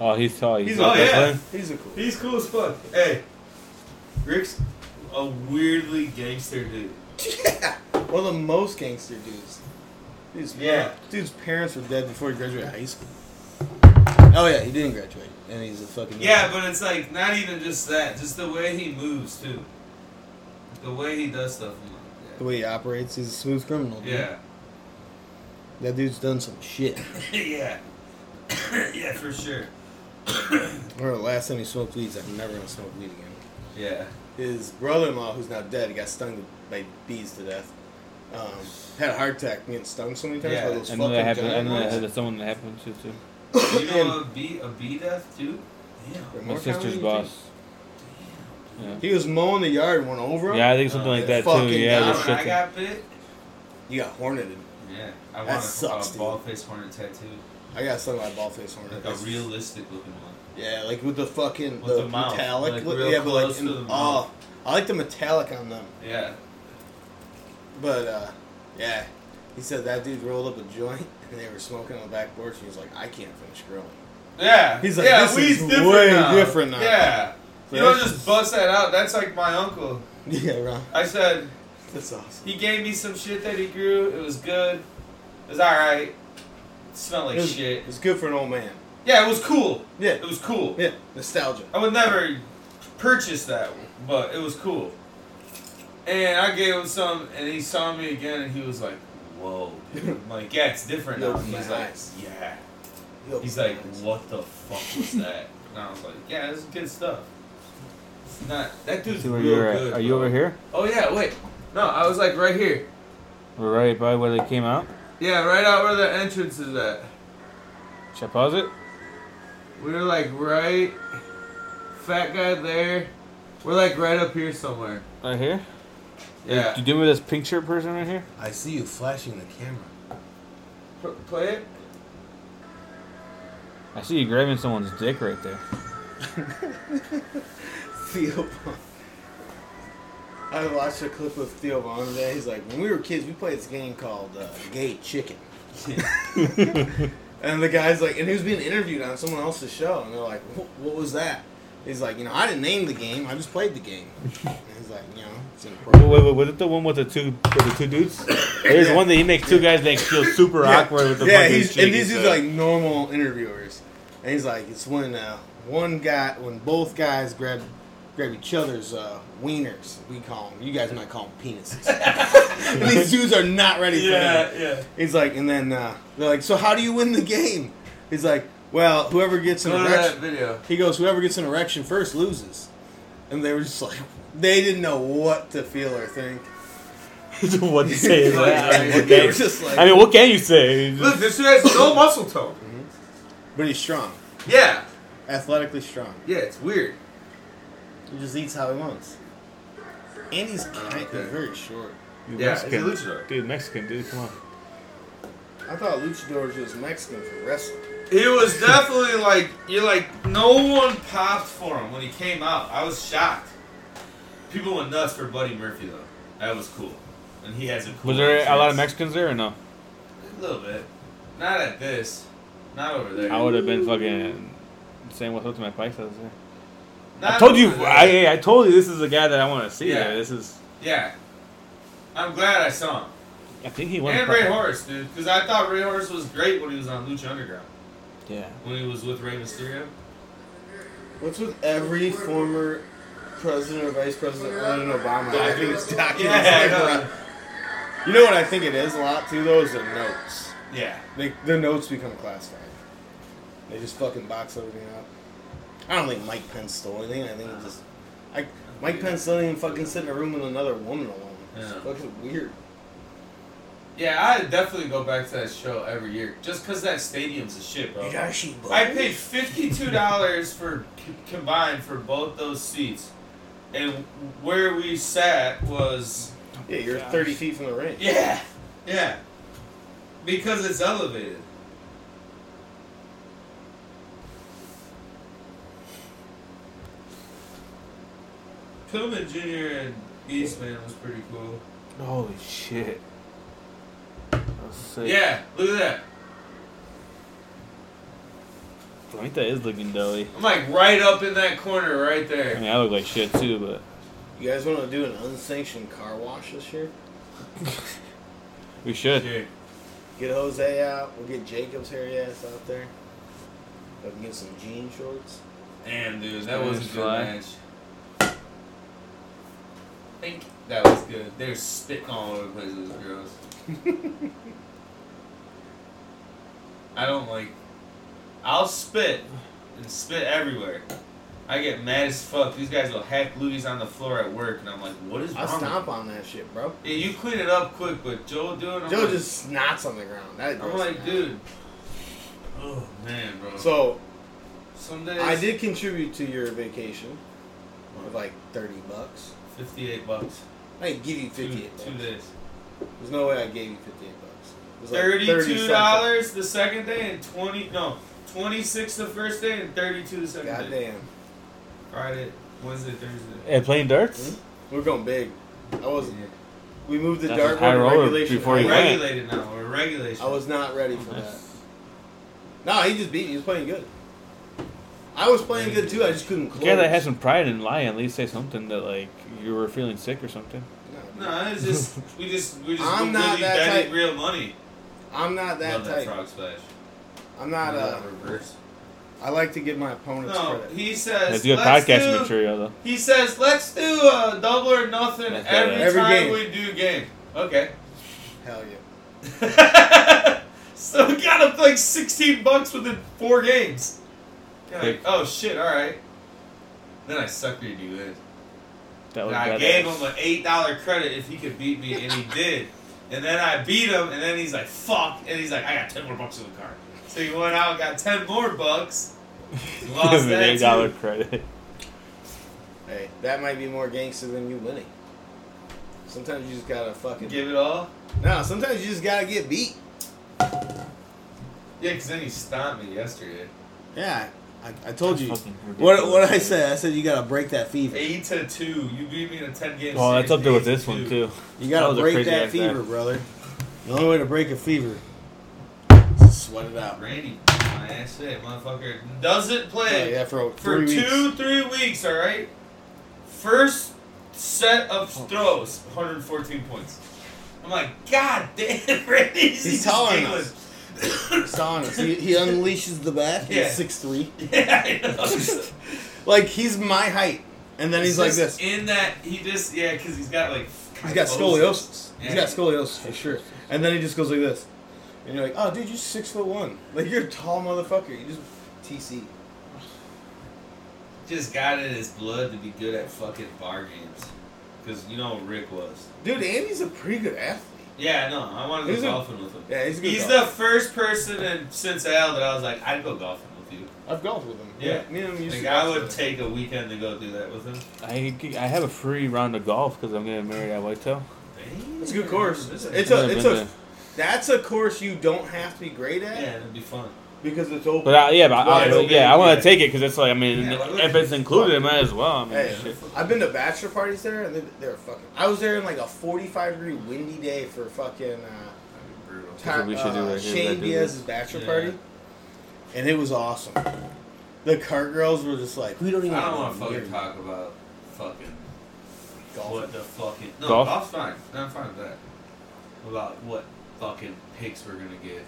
S1: Oh, he's tall. He's,
S2: He's
S1: not
S3: oh,
S1: that
S3: yeah.
S1: thin.
S2: he's a cool.
S3: He's cool as fuck. Hey, Rick's a weirdly gangster dude.
S2: <laughs> yeah, one of the most gangster dudes. Dude's,
S3: Yeah.
S2: dude's parents were dead before he graduated high school. Oh yeah, he didn't graduate, and he's a fucking
S3: Yeah, but it's like not even just that, just the way he moves, too. The way he does stuff.
S2: The way he operates, he's a smooth criminal. Dude.
S3: Yeah.
S2: that dude's done some shit.
S3: Yeah. yeah. <laughs> yeah, <coughs> for sure.
S2: I remember the last time he smoked weed, he's like, I'm never gonna smoke weed again.
S3: Yeah.
S2: his brother-in-law, who's now dead, got stung by bees to death. Um, had a heart attack from getting stung so many times
S3: Yeah,
S2: by those
S1: And
S2: fucking
S1: then that happened.
S2: giant
S1: And then that
S2: ones.
S1: had someone that happened to too.
S3: You know a bee, a bee death, too? Damn.
S2: They're
S1: My
S2: more common than
S1: sister's
S2: you
S1: boss. Yeah.
S2: think. He was mowing the yard and went over him.
S1: Yeah, I think something
S3: Oh,
S1: like
S2: yeah.
S1: that too.
S2: Fucking
S1: Yeah,
S2: down.
S1: the
S3: When I
S1: shit.
S3: got bit,
S2: You got horneted.
S3: Yeah, I
S2: That
S3: want
S2: sucks,
S3: a,
S2: dude.
S3: a ball face hornet tattoo,
S2: I got stung by a ball face hornet.
S3: like a realistic looking one.
S2: Yeah, like with the fucking
S3: With
S2: the,
S3: the mouth,
S2: metallic.
S3: like
S2: look-
S3: real
S2: yeah, but like
S3: close
S2: in-
S3: to the
S2: oh,
S3: mouth.
S2: I like the metallic on them.
S3: Yeah,
S2: But uh, yeah, he said that dude rolled up a joint <laughs> and they were smoking on the back porch and he was like, I can't finish grilling. <laughs>
S3: yeah.
S2: He's like,
S3: yeah,
S2: "This
S3: weed's
S2: is way
S3: now."
S2: different now.
S3: Yeah,
S2: So
S3: you don't
S2: that's
S3: just bust that out. That's like my uncle.
S2: Yeah, Ron.
S3: I said
S2: That's awesome.
S3: he gave me some shit that he grew. It was good. It was all right. It smelled like
S2: It was-
S3: shit.
S2: It's good for an old man.
S3: Yeah, it was cool.
S2: Yeah.
S3: It was cool.
S2: Yeah, nostalgia.
S3: I would never purchase that, but it was cool. And I gave him some, and he saw me again, and he was like, "Whoa!"
S2: <laughs>
S3: dude." I'm like, "Yeah, it's different
S2: Yo,
S3: now." And he's
S2: my
S3: like,
S2: eyes.
S3: "Yeah."
S2: Yo,
S3: He's like, "What the fuck was that?" And I was like, "Yeah, this is good stuff." It's not that dude's
S1: See where
S3: real
S1: you're at.
S3: good.
S1: Are you
S3: bro.
S1: over here?
S3: Oh yeah, wait. No, I was like right here.
S1: We're right by where they came out.
S3: Yeah, right out where the entrance is at.
S1: Should I pause it?
S3: We were like right, fat guy there. We're like right up here somewhere.
S1: Right here?
S3: Yeah.
S1: Do you remember this pink shirt person right here?
S2: I see you flashing the camera.
S3: P- play it.
S1: I see you grabbing someone's dick right there.
S2: Theo Vaughn. I watched a clip of Theo Vaughn today. He's like, when we were kids, we played this game called uh, Gay Chicken. <laughs> and the guy's like, and he was being interviewed on someone else's show, and they're like, what, what was that? He's like, you know, I didn't name the game, I just played the game. And he's like, you know, it's
S1: Wait,
S2: inappropriate.
S1: wait, wait, was it the one with the two with the two dudes? <coughs> There's
S2: Yeah.
S1: one that he makes two guys that feel super awkward with the
S2: yeah,
S1: fucking
S2: he's,
S1: chick
S2: and these
S1: he
S2: dudes
S1: said.
S2: are like <laughs> normal interviewers, and he's like, it's when uh, one guy, when both guys grab grab each other's uh, wieners, we call them. You guys might call them penises. <laughs> And these dudes are not ready for
S4: Yeah,
S2: that.
S4: yeah.
S2: He's like, and then uh, they're like, so how do you win the game? He's like, well, whoever gets an
S3: Go to that
S2: erection,
S3: video.
S2: he goes, whoever gets an erection first loses, and they were just like, they didn't know what to feel or think.
S1: <laughs> what to say is
S3: Yeah,
S1: that?
S3: I
S1: What
S2: <laughs> They were
S1: can-
S2: just like,
S1: I mean, what can you say?
S3: Look, this has no muscle tone.
S2: but he's strong,
S3: Yeah,
S2: athletically strong.
S3: yeah, it's weird.
S2: He just eats how he wants. And he's kind
S3: Okay.
S2: he's very short.
S1: Dude,
S3: Yeah, it's a luchador.
S1: Dude, Mexican, dude, come on.
S2: I thought luchador was just Mexican for wrestling.
S3: He was definitely like you're like no one popped for him when he came out. I was shocked. People went nuts for Buddy Murphy though. That was cool, and he has a cool.
S1: Was there a lot of
S3: entrance.
S1: Mexicans there or no?
S3: A little bit. Not at this. Not over there.
S1: I would have been fucking saying what's up to my paisas there.
S3: Not
S1: I told you,
S3: over there.
S1: I, I told you, this is the guy that I want to see.
S3: Yeah.
S1: There. This is,
S3: Yeah. I'm glad I saw him.
S1: I think he won.
S3: And
S1: pro-
S3: Ray Horace, dude, because I thought Ray Horace was great when he was on Lucha Underground,
S1: Yeah.
S3: when he was with Ray Mysterio.
S2: What's with every former president or vice president other than Obama? I think it's documents.
S3: Yeah, I know.
S2: everywhere. You know what I think it is a lot too though is the notes.
S3: Yeah.
S2: They, their notes become classified. They just fucking box everything up. I don't think Mike Pence stole anything. I think it just I, Mike Pence doesn't even fucking sit in a room with another woman alone. It's
S3: Yeah.
S2: fucking weird.
S3: Yeah, I definitely go back to that show every year, just because that stadium's a shit, bro.
S2: Yoshi, bro.
S3: I paid fifty-two dollars for c- combined for both those seats, and where we sat was
S2: Yeah, you're 30 feet from the ring.
S3: yeah, yeah, because it's elevated. Pillman Jr. and Eastman was pretty cool.
S1: Holy shit. That was sick.
S3: Yeah, look at that.
S1: I think that is looking doughy.
S3: I'm like right up in that corner right
S1: I
S3: there.
S1: mean, I look like shit too, but
S2: You guys want to do an unsanctioned car wash this year?
S1: we should.
S3: Dude,
S2: Get Jose out. We'll get Jacob's hairy ass out there. I can get some jean shorts.
S3: Damn, dude, that
S1: Yeah,
S3: was a
S1: it's
S3: good
S1: fly.
S3: match. Think that was good. They were spitting all over the place. Those girls. I don't like. I'll spit and spit everywhere. I get mad as fuck. These guys will hack looties on the floor at work, and I'm like, what is
S2: I
S3: wrong? with
S2: stomp on that shit, bro.
S3: you? Yeah, you clean it up quick, but Joe do it. I'm
S2: Joe
S3: like,
S2: just snots on the ground. That
S3: I'm
S2: grosses
S3: like,
S2: me out. <laughs>
S3: dude. Oh man, bro.
S2: So
S3: some days
S2: I did contribute to your vacation with like 30 bucks.
S3: 58 bucks.
S2: I didn't give you
S3: Two,
S2: 58 bucks.
S3: two days.
S2: There's no way I gave you 58 bucks. It was like 30
S3: Thirty-two
S2: something.
S3: dollars the second day and twenty no twenty-six the first day and thirty-two the second day.
S2: Goddamn.
S3: Friday, Wednesday, Thursday.
S1: And playing darts?
S2: We're going big. I was. We moved the
S1: That's
S2: dart
S1: a high
S2: board
S1: roller
S2: regulation.
S1: before
S3: We're
S1: you
S2: higher.
S1: went.
S3: regulated now. We're regulated.
S2: I was not ready for that. No, he just beat me. He was playing good. I was playing good too. I just couldn't close.
S1: You gotta have some pride and lie. At least say something that like you were feeling sick or something.
S2: No,
S3: No, it's just we just we just
S2: I'm
S3: we
S2: not
S3: really
S2: that
S3: betted
S2: type.
S3: real money.
S2: I'm not that
S3: Love that
S2: type.
S3: frog splash.
S2: I'm not.
S3: Love
S2: Uh,
S3: that reverse.
S2: I like to give my opponents
S3: No,
S2: credit.
S3: he says.
S1: That's good
S3: "Let's
S1: podcast
S3: do-
S1: material, though.
S3: He says, "Let's do a double or nothing
S1: That's
S3: every,
S1: better.
S2: Every
S3: time
S2: game.
S3: we do game." Okay.
S2: Hell yeah.
S3: <laughs> so we got up like sixteen bucks within four games. Yeah, like,
S1: Hey.
S3: oh shit! All right. Then I suckered you in.
S1: That was
S3: And I
S1: badass.
S3: gave him an eight dollar credit if he could beat me, and he did. And then I beat him, and then he's like, "Fuck!" And he's like, "I got ten more bucks in the card." So he went out, and got ten
S1: <laughs>
S3: more bucks. Lost
S1: Give him an
S3: that
S1: eight dollar
S3: too.
S1: credit.
S2: Hey, that might be more gangster than you winning. Sometimes you just gotta fucking.
S3: Give it all.
S2: No, sometimes you just gotta get beat.
S3: Yeah, because then he stomped me yesterday.
S2: Yeah, I, I told you.
S1: Fucking
S2: What
S1: ridiculous.
S2: what I said? I said you gotta break that fever.
S3: Eight to two. You beat me in a ten game.
S1: Oh, that's up there with this one
S3: series,
S1: too.
S2: You
S1: That
S2: gotta
S1: was a
S2: break
S1: crazy
S2: that
S1: ass
S2: fever,
S1: act.
S2: brother. The only way to break a fever is sweat it out.
S3: Randy, beat my ass shit, motherfucker doesn't
S2: Yeah,
S3: play
S2: yeah, for,
S3: for
S2: three weeks.
S3: two, three weeks. All right. First set
S2: Oh,
S3: of throws, 114 points. I'm like, God damn, <laughs> Randy.
S2: He's taller than us. Saunas. He, he unleashes the bat. He's
S3: Yeah.
S2: six three.
S3: <laughs> Yeah, I know.
S2: Like he's my height, and <laughs> then he's like this.
S3: Just In that he just yeah, because he's got like.
S2: He's got scoliosis. He's got scoliosis for sure. And then he just goes like this, and you're like, "Oh, dude, you're six foot one. Like you're a tall motherfucker. You just TC."
S3: Just got it in his blood to be good at fucking bar games, because you know what Rick was.
S2: Dude, Andy's a pretty good athlete.
S3: Yeah, no, I wanted to
S2: He's a-
S3: go golfing with him.
S2: Yeah, he's a good.
S3: He's
S2: golfer.
S3: the first person in since Al that I was like, I'd go golfing with you.
S2: I've golfed with him.
S3: Yeah.
S2: me and him used
S3: Like
S2: to.
S3: I
S2: golf
S3: would
S2: together.
S3: take a weekend to go do that with him.
S1: I, I have a free round of golf because I'm getting married at Whitetail.
S2: It's a good course. It's a, it's
S1: I've
S2: a,
S1: never
S2: it's
S1: been
S2: a
S1: there.
S2: that's a course you don't have to be great
S3: yeah,
S2: at
S3: it'd be fun.
S2: because it's open.
S1: But I, yeah, but
S2: Why
S1: I,
S2: it's
S1: but
S2: okay,
S1: yeah, I want
S2: yeah.
S1: to take it because it's like I mean,
S3: Yeah, why would
S1: if
S3: you?
S1: it's included, it might as well. I mean,
S2: Hey,
S1: shit.
S2: I've been to bachelor parties there, and they, they're fucking. I was there in like a forty-five degree windy day for fucking uh,
S3: That'd be brutal.
S1: That's what we should
S2: uh,
S1: do right here, right,
S2: Shane
S1: dude.
S2: Diaz's bachelor
S3: Yeah.
S2: party, and it was awesome. The cart girls were just like, we don't even.
S3: I don't want to
S2: know you're
S3: fucking talk about fucking
S2: golfing."
S3: what the fucking no
S1: Golf?
S3: golf's fine. No, I'm fine with that. About what fucking picks we're gonna get.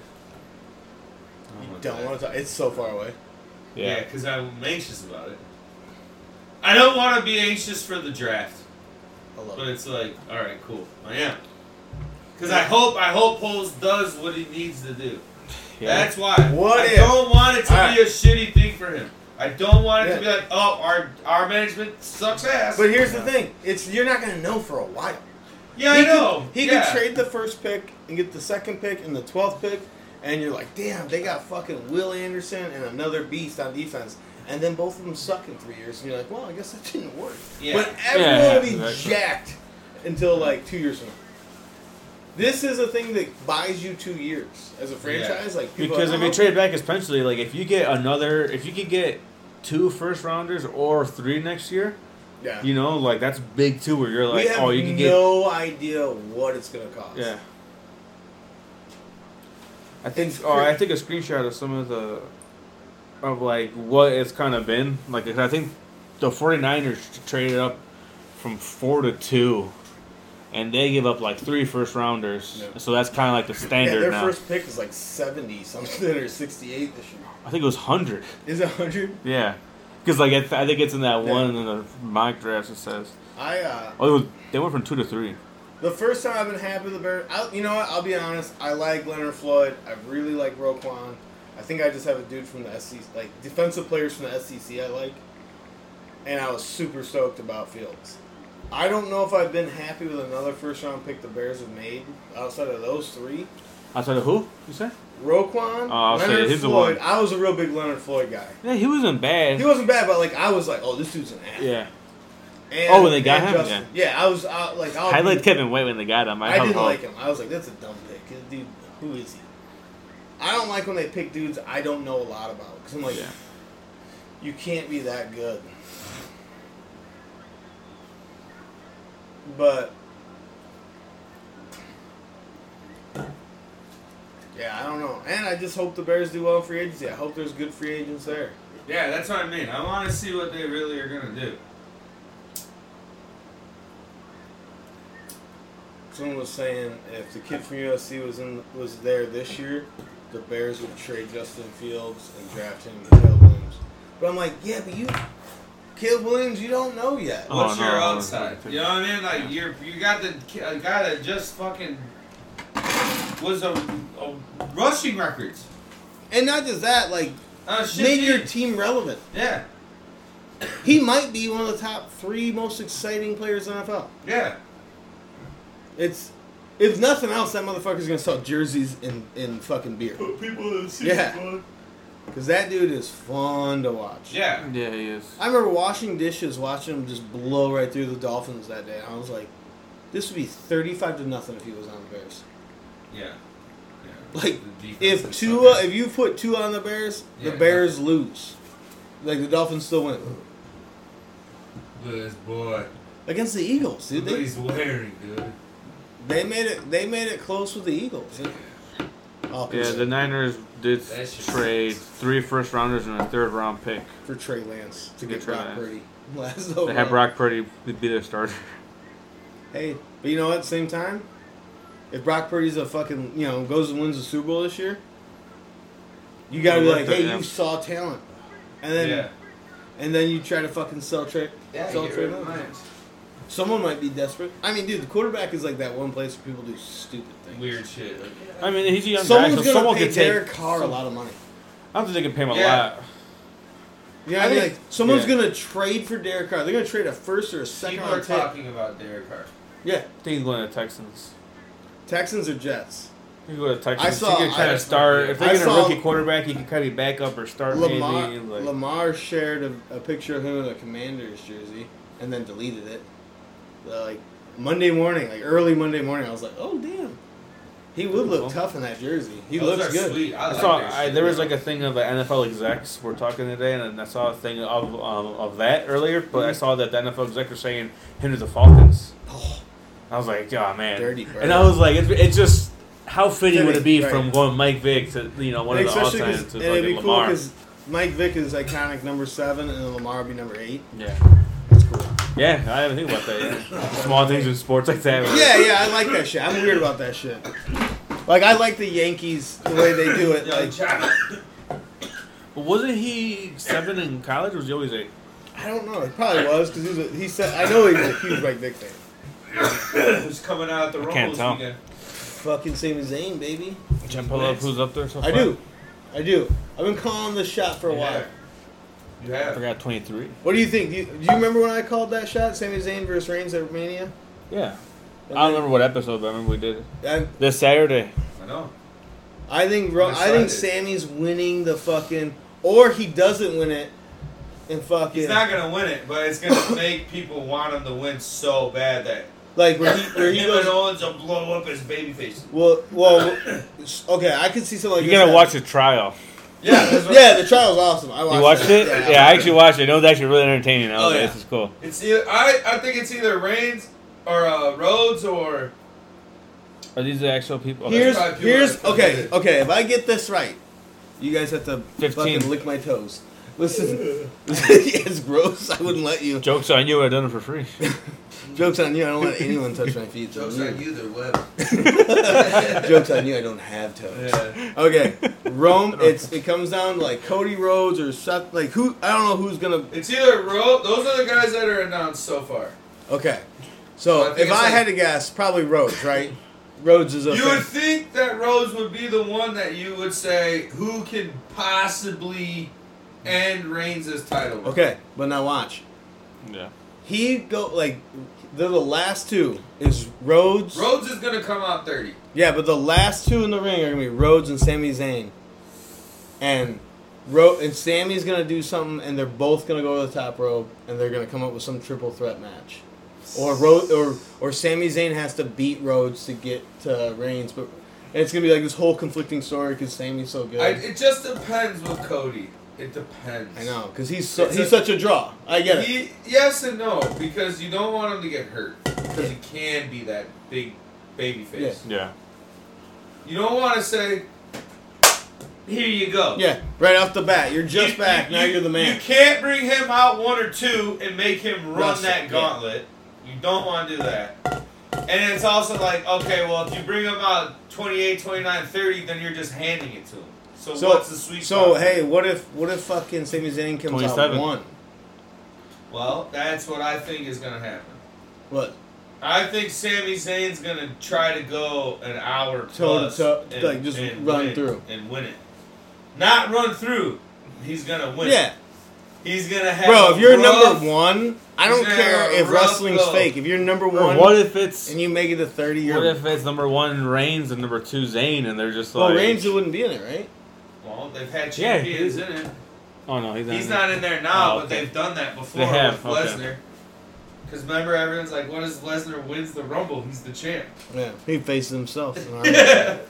S3: I
S2: You
S3: want
S2: don't
S3: that.
S2: want to talk. It's so far away.
S1: yeah.
S3: Yeah, because I'm anxious about it. I don't want to be anxious for the draft.
S2: I love
S3: But
S2: it.
S3: it's like, all right, cool. I am. Because I hope, I hope Poles does what he needs to do.
S1: yeah.
S3: That's why.
S2: What
S3: I
S2: if-
S3: don't want it to
S2: All right.
S3: be a shitty thing for him. I don't want it
S2: Yeah.
S3: to be like, oh, our our management sucks ass.
S2: But here's the thing: it's you're not gonna know for a while.
S3: yeah, I
S2: he
S3: know.
S2: Could, he
S3: yeah.
S2: could trade the first pick and get the second pick and the twelfth pick, and you're like, damn, they got fucking Will Anderson and another beast on defense, and then both of them suck in three years, and you're like, well, I guess that didn't work.
S3: Yeah.
S2: But
S1: Yeah, it
S2: everyone will be
S1: happens, actually.
S2: jacked until like two years from now. This is a thing that buys you two years as a franchise. Like people
S1: Because
S2: are
S1: if
S2: like,
S1: you
S2: "Oh,
S1: trade back, especially like if you get another, if you could get two first rounders or three next year,
S2: yeah,
S1: you know, like that's big too. Where you're
S2: we
S1: like,
S2: have
S1: oh, you can
S2: no idea what it's gonna cost.
S1: get yeah. I think.
S2: It's
S1: Oh, I
S2: cra-
S1: took a screenshot of some of the, of like what it's kind of been like. 'cause I think the 49ers traded up from four to two. And they give up like three first rounders,
S2: Yeah.
S1: so that's kind of like the
S2: Yeah,
S1: standard
S2: their
S1: now.
S2: first pick is like seventy something <laughs> or sixty eight this year.
S1: I think it was hundred.
S2: Is it hundred?
S1: Yeah, because like I, th- I think it's in that
S2: Yeah.
S1: one in the mock drafts it says.
S2: I uh,
S1: Oh, it was, they went from two to three.
S2: the first time I've been happy with the Bears. I, you know what? I'll be honest. I like Leonard Floyd. I really like Roquan. I think I just have a dude from the SEC, like defensive players from the SEC. I like, and I was super stoked about Fields. I don't know if I've been happy with another first round pick the Bears have made outside of those three.
S1: Outside of who? You said? Oh,
S2: Roquan,
S1: I'll say
S2: Leonard
S1: he's the
S2: Floyd.
S1: one.
S2: I was a real big Leonard Floyd guy.
S1: Yeah, he wasn't bad.
S2: He wasn't bad, but like I was like, oh, this dude's an ass.
S1: yeah,
S2: And,
S1: Oh, when they got
S2: and
S1: him?
S2: Justin. Yeah. I was uh, like, I'll
S1: I
S2: be-
S1: liked Kevin White when they got him. I,
S2: I
S1: held
S2: didn't
S1: on.
S2: like him. I was like, that's a dumb pick. This Dude, who is he? I don't like when they pick dudes I don't know a lot about because I'm like,
S1: Yeah.
S2: you can't be that good. But yeah, I don't know. And I just hope the Bears do well in free agency. I hope there's good free agents there.
S3: Yeah, that's what I mean. I want to see what they really are gonna do.
S2: Someone was saying if the kid from USC was in was there this year, the Bears would trade Justin Fields and draft him to Caleb Williams. But I'm like, yeah, but you, Caleb Williams, you don't know yet.
S1: Oh,
S3: What's
S1: no,
S3: your
S1: no, no,
S3: outside?
S1: no, no.
S3: You know what I mean? Like you're you got the ki- a guy that just fucking was a, a rushing records.
S2: And not just that, like
S3: Uh, shit
S2: make
S3: team.
S2: your team relevant.
S3: yeah,
S2: He might be one of the top three most exciting players in the NFL.
S3: yeah.
S2: It's if nothing else, that motherfucker's gonna sell jerseys and, and fucking beer.
S4: Put people in the seat.
S2: Yeah.
S4: bud.
S2: Cause that dude is fun to watch.
S3: Yeah.
S1: Yeah, he is.
S2: I remember washing dishes, watching him just blow right through the Dolphins that day. I was like, this would be thirty-five to nothing if he was on the Bears. <laughs>
S3: Yeah. yeah.
S2: Like,
S3: The defense
S2: If
S3: is
S2: Tua,
S3: fucking-
S2: if you put Tua on the Bears,
S3: Yeah.
S2: the Bears lose. Like the Dolphins still win
S3: Look at this boy.
S2: against the Eagles, dude.
S3: Look what
S2: They,
S3: he's wearing, dude.
S2: they made it. They made it close with the Eagles. Oh,
S1: Yeah, the Niners did
S3: That shit
S1: trade
S3: sucks.
S1: three first rounders and a third round pick.
S2: for Trey Lance to
S1: Good
S2: get
S1: Trey
S2: Brock
S1: Lance.
S2: Purdy. <laughs> Last
S1: They
S2: overall.
S1: had Brock Purdy be their starter.
S2: Hey, but you know what? Same time, if Brock Purdy's a fucking you know goes and wins the Super Bowl this year, you gotta be
S1: Yeah,
S2: like, hey,
S1: yeah.
S2: you saw talent, and then
S3: yeah.
S2: and then you try to fucking sell Trey. sell Trey Lance. Someone might be desperate. I mean, dude, the quarterback is like that one place where people do stupid things.
S3: Weird shit. Like,
S1: I mean, he's a young
S2: Someone's
S1: guy,
S2: gonna
S1: so someone
S2: pay
S1: could
S2: Derek
S1: take.
S2: Carr a lot of money.
S1: I don't think they could pay him a
S3: Yeah.
S1: lot.
S2: Yeah,
S3: I
S2: I mean,
S3: think-
S2: like someone's
S1: yeah.
S2: gonna trade for Derek Carr. They're gonna trade a first or a second
S3: people are
S2: round pick.
S3: talking about Derek Carr.
S2: Yeah,
S1: I think he's going to Texans.
S2: Texans or Jets.
S1: He could go to Texans.
S2: saw-
S1: he could kind
S3: I-
S1: of start. If they
S2: I
S1: get
S2: saw-
S1: a rookie quarterback, he could kind of back up or start.
S2: Lamar
S1: maybe, like,
S2: Lamar shared a, a picture of him in a Commanders jersey and then deleted it. The, like Monday morning, like early Monday morning, I was like, oh damn, he would
S1: Cool.
S2: look tough in that jersey. He
S3: Those
S2: looks
S3: are
S2: good.
S3: Sweet. I
S1: I
S3: like
S1: saw
S3: their
S1: I,
S3: shit,
S1: there was
S3: bro.
S1: like a thing of NFL execs were talking today, and I saw a thing of um, of that earlier. But
S2: Hmm.
S1: I saw that the NFL execs were saying him to the Falcons.
S2: Oh,
S1: I was like, oh man,
S2: Dirty bird.
S1: and I was like, it's, it's just how fitting would it be
S2: Fitting,
S1: from
S2: right.
S1: going Mike Vick to you know one
S2: and
S1: of the all
S2: especially
S1: time to
S2: because
S1: fucking
S2: and it'd be cool
S1: Lamar.
S2: because Mike Vick is iconic number seven, and then Lamar would be number eight.
S1: yeah,
S2: That's cool.
S1: yeah, I haven't think about that.
S2: <laughs>
S1: Yeah. Small things in sports like that. where-
S2: Yeah, yeah, I like that shit. I'm weird about that shit. Like I like the Yankees the way they
S1: <laughs>
S2: do it.
S3: Yo,
S2: Like
S3: Jack-
S1: But wasn't he seven in college? Or was he always eight?
S2: I don't know, it probably was because he was. A, he said I know he was a huge Mike Vick fan.
S3: who's coming out at the
S1: I
S3: Rumble
S1: can't
S3: this
S1: tell.
S3: weekend.
S2: Fucking same as Zane, baby.
S1: Can pull up who's up there? So
S2: I
S1: far?
S2: do, I do. I've been calling this shot for a
S3: You
S2: while.
S3: have. You
S1: I
S3: have.
S1: forgot twenty three.
S2: What do you think? Do you, do you remember when I called that shot, Sami Zayn versus Reigns at Romania?
S1: Yeah, I don't remember what episode, but I remember we did it
S2: I,
S1: this Saturday.
S3: I know.
S2: I think Ro-
S3: I'm
S2: I think
S3: excited.
S2: Sammy's winning the fucking, or he doesn't win it, and fucking
S3: He's not gonna win it, but it's gonna <coughs> make people want him to win so bad that
S2: like where he where he
S3: him
S2: goes.
S3: and Owens will blow up his baby face.
S2: Well, well, okay. I can see something
S1: You're
S2: like Oh, this
S1: gonna
S2: happen.
S1: watch the trial.
S3: Yeah, that's what-
S2: Yeah, the trial's awesome. I watched
S1: You watched
S2: that.
S1: it? Yeah, I actually watched it. It was actually really entertaining. I was
S2: Oh,
S1: like,
S2: yeah.
S1: this is cool.
S3: It's either, I I think it's either Reigns or uh, Rhodes or
S1: Are these the actual people? Okay.
S2: Here's
S3: Oh, Probably people
S2: here's
S3: that are
S2: okay
S3: offended.
S2: okay. If I get this right, you guys have to
S1: 15.
S2: fucking lick my toes.
S3: <laughs>
S2: Listen, <laughs> it's gross. I wouldn't let you.
S1: Jokes on you, I've done it for
S2: <laughs>
S1: free.
S2: Jokes on you. I don't let anyone touch my feet.
S3: jokes on you. They're web.
S2: <laughs> Jokes on you. I don't have toes.
S3: Yeah.
S2: Okay, Rome. It's it comes down to like Cody Rhodes or Seth. Like who? I don't know who's gonna.
S3: It's either Rhodes. Those are the guys that are announced so far.
S2: Okay,
S3: So
S2: so
S3: I think
S2: if
S3: it's
S2: I
S3: like-
S2: had to guess, probably Rhodes, right? Rhodes is a.
S3: You would
S2: fan.
S3: think that Rhodes would be the one that you would say who can possibly end Reigns' title. run."
S2: Okay, but now watch.
S1: Yeah.
S2: He go like they're the last two is Rhodes.
S3: Rhodes is gonna come out thirty.
S2: Yeah, but the last two in the ring are gonna be Rhodes and Sami Zayn, and Ro- and Sammy's gonna do something, and they're both gonna go to the top rope, and they're gonna come up with some triple threat match, or Ro- or or Sami Zayn has to beat Rhodes to get to Reigns, but and it's gonna be like this whole conflicting story because Sammy's so good.
S3: I,
S2: I,
S3: it just depends with Cody. It depends.
S2: know because he's so,
S3: It's
S2: he's
S3: a-
S2: such a draw. I get it.
S3: He, yes and no because you don't want him to get hurt because he can be that big baby face.
S1: Yeah.
S3: You don't want to say, "Here you go."
S2: Yeah, right off the bat, you're just
S3: You-
S2: back.
S3: you-
S2: now
S3: you-
S2: you're the man.
S3: You can't bring him out one or two and make him run
S2: Russell,
S3: that
S2: yeah.
S3: gauntlet. You don't want to do that. And it's also like, okay, well, if you bring them out 28, 29, 30, then you're just handing it to them. So,
S2: So-
S3: what's the sweet
S2: So
S3: spot?
S2: hey, what if what if fucking Sami Zayn comes out
S1: 27.
S2: one?
S3: Well, that's what I think is going to happen.
S2: What
S3: I think Sami Zayn's going to try to go an hour plus.
S2: toe,
S3: and-
S2: like, just
S3: and
S2: run
S3: win-
S2: through.
S3: And win it. Not run through. He's going to win.
S2: Yeah,
S3: He's going to have
S2: bro. If you're
S3: rough-
S2: number one, I don't
S3: Yeah,
S2: care if
S3: rough
S2: wrestling's
S3: go.
S2: fake. If you're number
S1: Or
S2: one
S1: what if it's
S2: and you make it to thirty, you're
S1: what if it's number one Reigns and number two Zayn and they're just
S2: well,
S1: like
S2: Reigns wouldn't be in it, right?
S3: Well, they've had
S1: Yeah,
S3: champions in it.
S1: Oh no, he's not.
S3: He's
S1: in
S3: not in there now,
S1: Oh,
S3: but
S1: okay.
S3: they've done that before
S1: They have,
S3: with
S1: okay.
S3: Lesnar. Because remember, everyone's like, "What if Lesnar wins the Rumble? He's the champ."
S2: Yeah, he faces
S3: <laughs>
S2: himself. in our-
S1: it.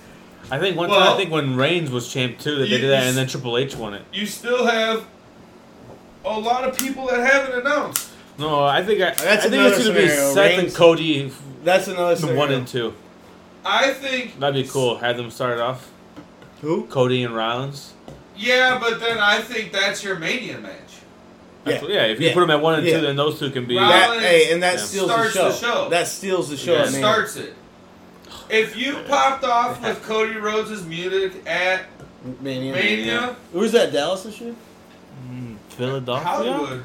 S1: I think one time
S3: Well-
S1: I think when Reigns was champ too that they
S3: You-
S1: did that
S3: you s-
S1: and then Triple H won it.
S3: you still have a lot of people that haven't announced.
S1: No, I think I,
S2: That's
S1: I think it's
S2: another
S1: gonna be
S2: scenario.
S1: Seth
S2: Reigns-
S1: and Cody f-
S2: That's another
S1: the
S2: scenario.
S1: one and two.
S3: I think,
S1: That'd be cool. Have them start off
S2: Who?
S1: Cody and Rollins.
S3: yeah, but then I think that's your Mania match.
S2: Yeah.
S1: That's what- yeah. If you
S2: Yeah.
S1: put them at one and
S2: Yeah.
S1: two, then those two can be.
S3: Right.
S2: That, hey, and that
S1: Yeah.
S2: steals
S3: Starts
S2: the, show.
S3: the show.
S2: That steals the show.
S1: Yeah.
S3: That
S2: man.
S3: starts it. If you
S1: <sighs>
S3: popped off with Cody Rhodes' music at
S2: Mania.
S3: Mania,
S2: Where's that Dallas this year?
S1: Mm, Philadelphia.
S3: Hollywood,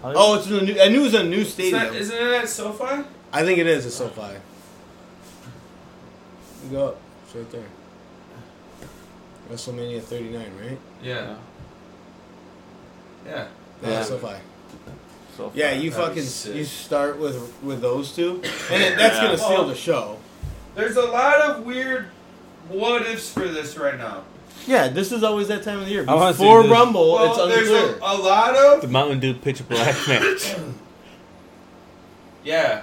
S1: Hollywood?
S2: Oh, it's in the new. I knew it was in a new
S3: is
S2: stadium.
S3: isn't it at SoFi?
S2: I think it is. It's so far. Go up. It's right there. WrestleMania 39, right?
S3: Yeah, yeah.
S2: Yeah.
S1: Yeah.
S2: So far.
S1: So far.
S2: Yeah, you
S3: That'd be
S2: fucking
S3: sick.
S2: you start with with those two, and it, that's gonna
S1: Yeah.
S2: steal the show.
S3: There's a lot of weird what ifs for this right now.
S2: Yeah, this is always that time of the year.
S1: I wanna see
S2: Before
S1: this.
S2: Rumble, it's
S3: Well, there's
S2: unclear.
S3: a, a lot of
S1: the Mountain Dew pitch black match.
S3: yeah.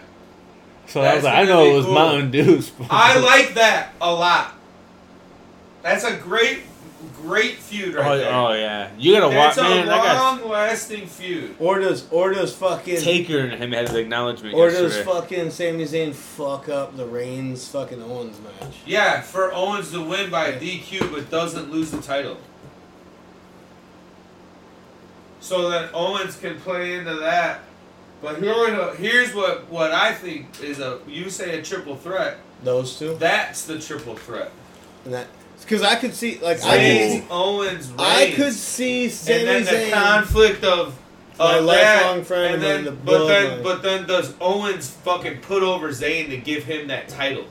S1: So I was
S3: That's
S1: like, I
S3: gonna
S1: know
S3: be
S1: it was
S3: cool.
S1: Mountain Dew's.
S3: I like that a lot. That's a great, great feud right
S1: oh,
S3: there.
S1: oh, yeah, you gotta watch,
S3: That's a
S1: man. I got
S3: long-lasting feud.
S2: or does or does fucking
S1: Taker and him had the acknowledgement
S2: or does
S1: yesterday.
S2: fucking Sami Zayn fuck up the Reigns fucking Owens match?
S3: Yeah, for Owens to win by DQ but doesn't lose the title. So that Owens can play into that. But here, here's what, what I think is a you say a triple threat.
S2: Those two.
S3: That's the triple threat.
S2: And that because I could see like I could
S3: Zayn,
S2: see,
S3: Owens, Reigns.
S2: I could see Sami
S3: and then
S2: Zayn.
S3: the conflict of
S2: My
S3: of
S2: lifelong
S3: that,
S2: friend and
S3: and then
S2: the
S3: but then
S2: bloodline.
S3: but then does Owens fucking put over Zayn to give him that title,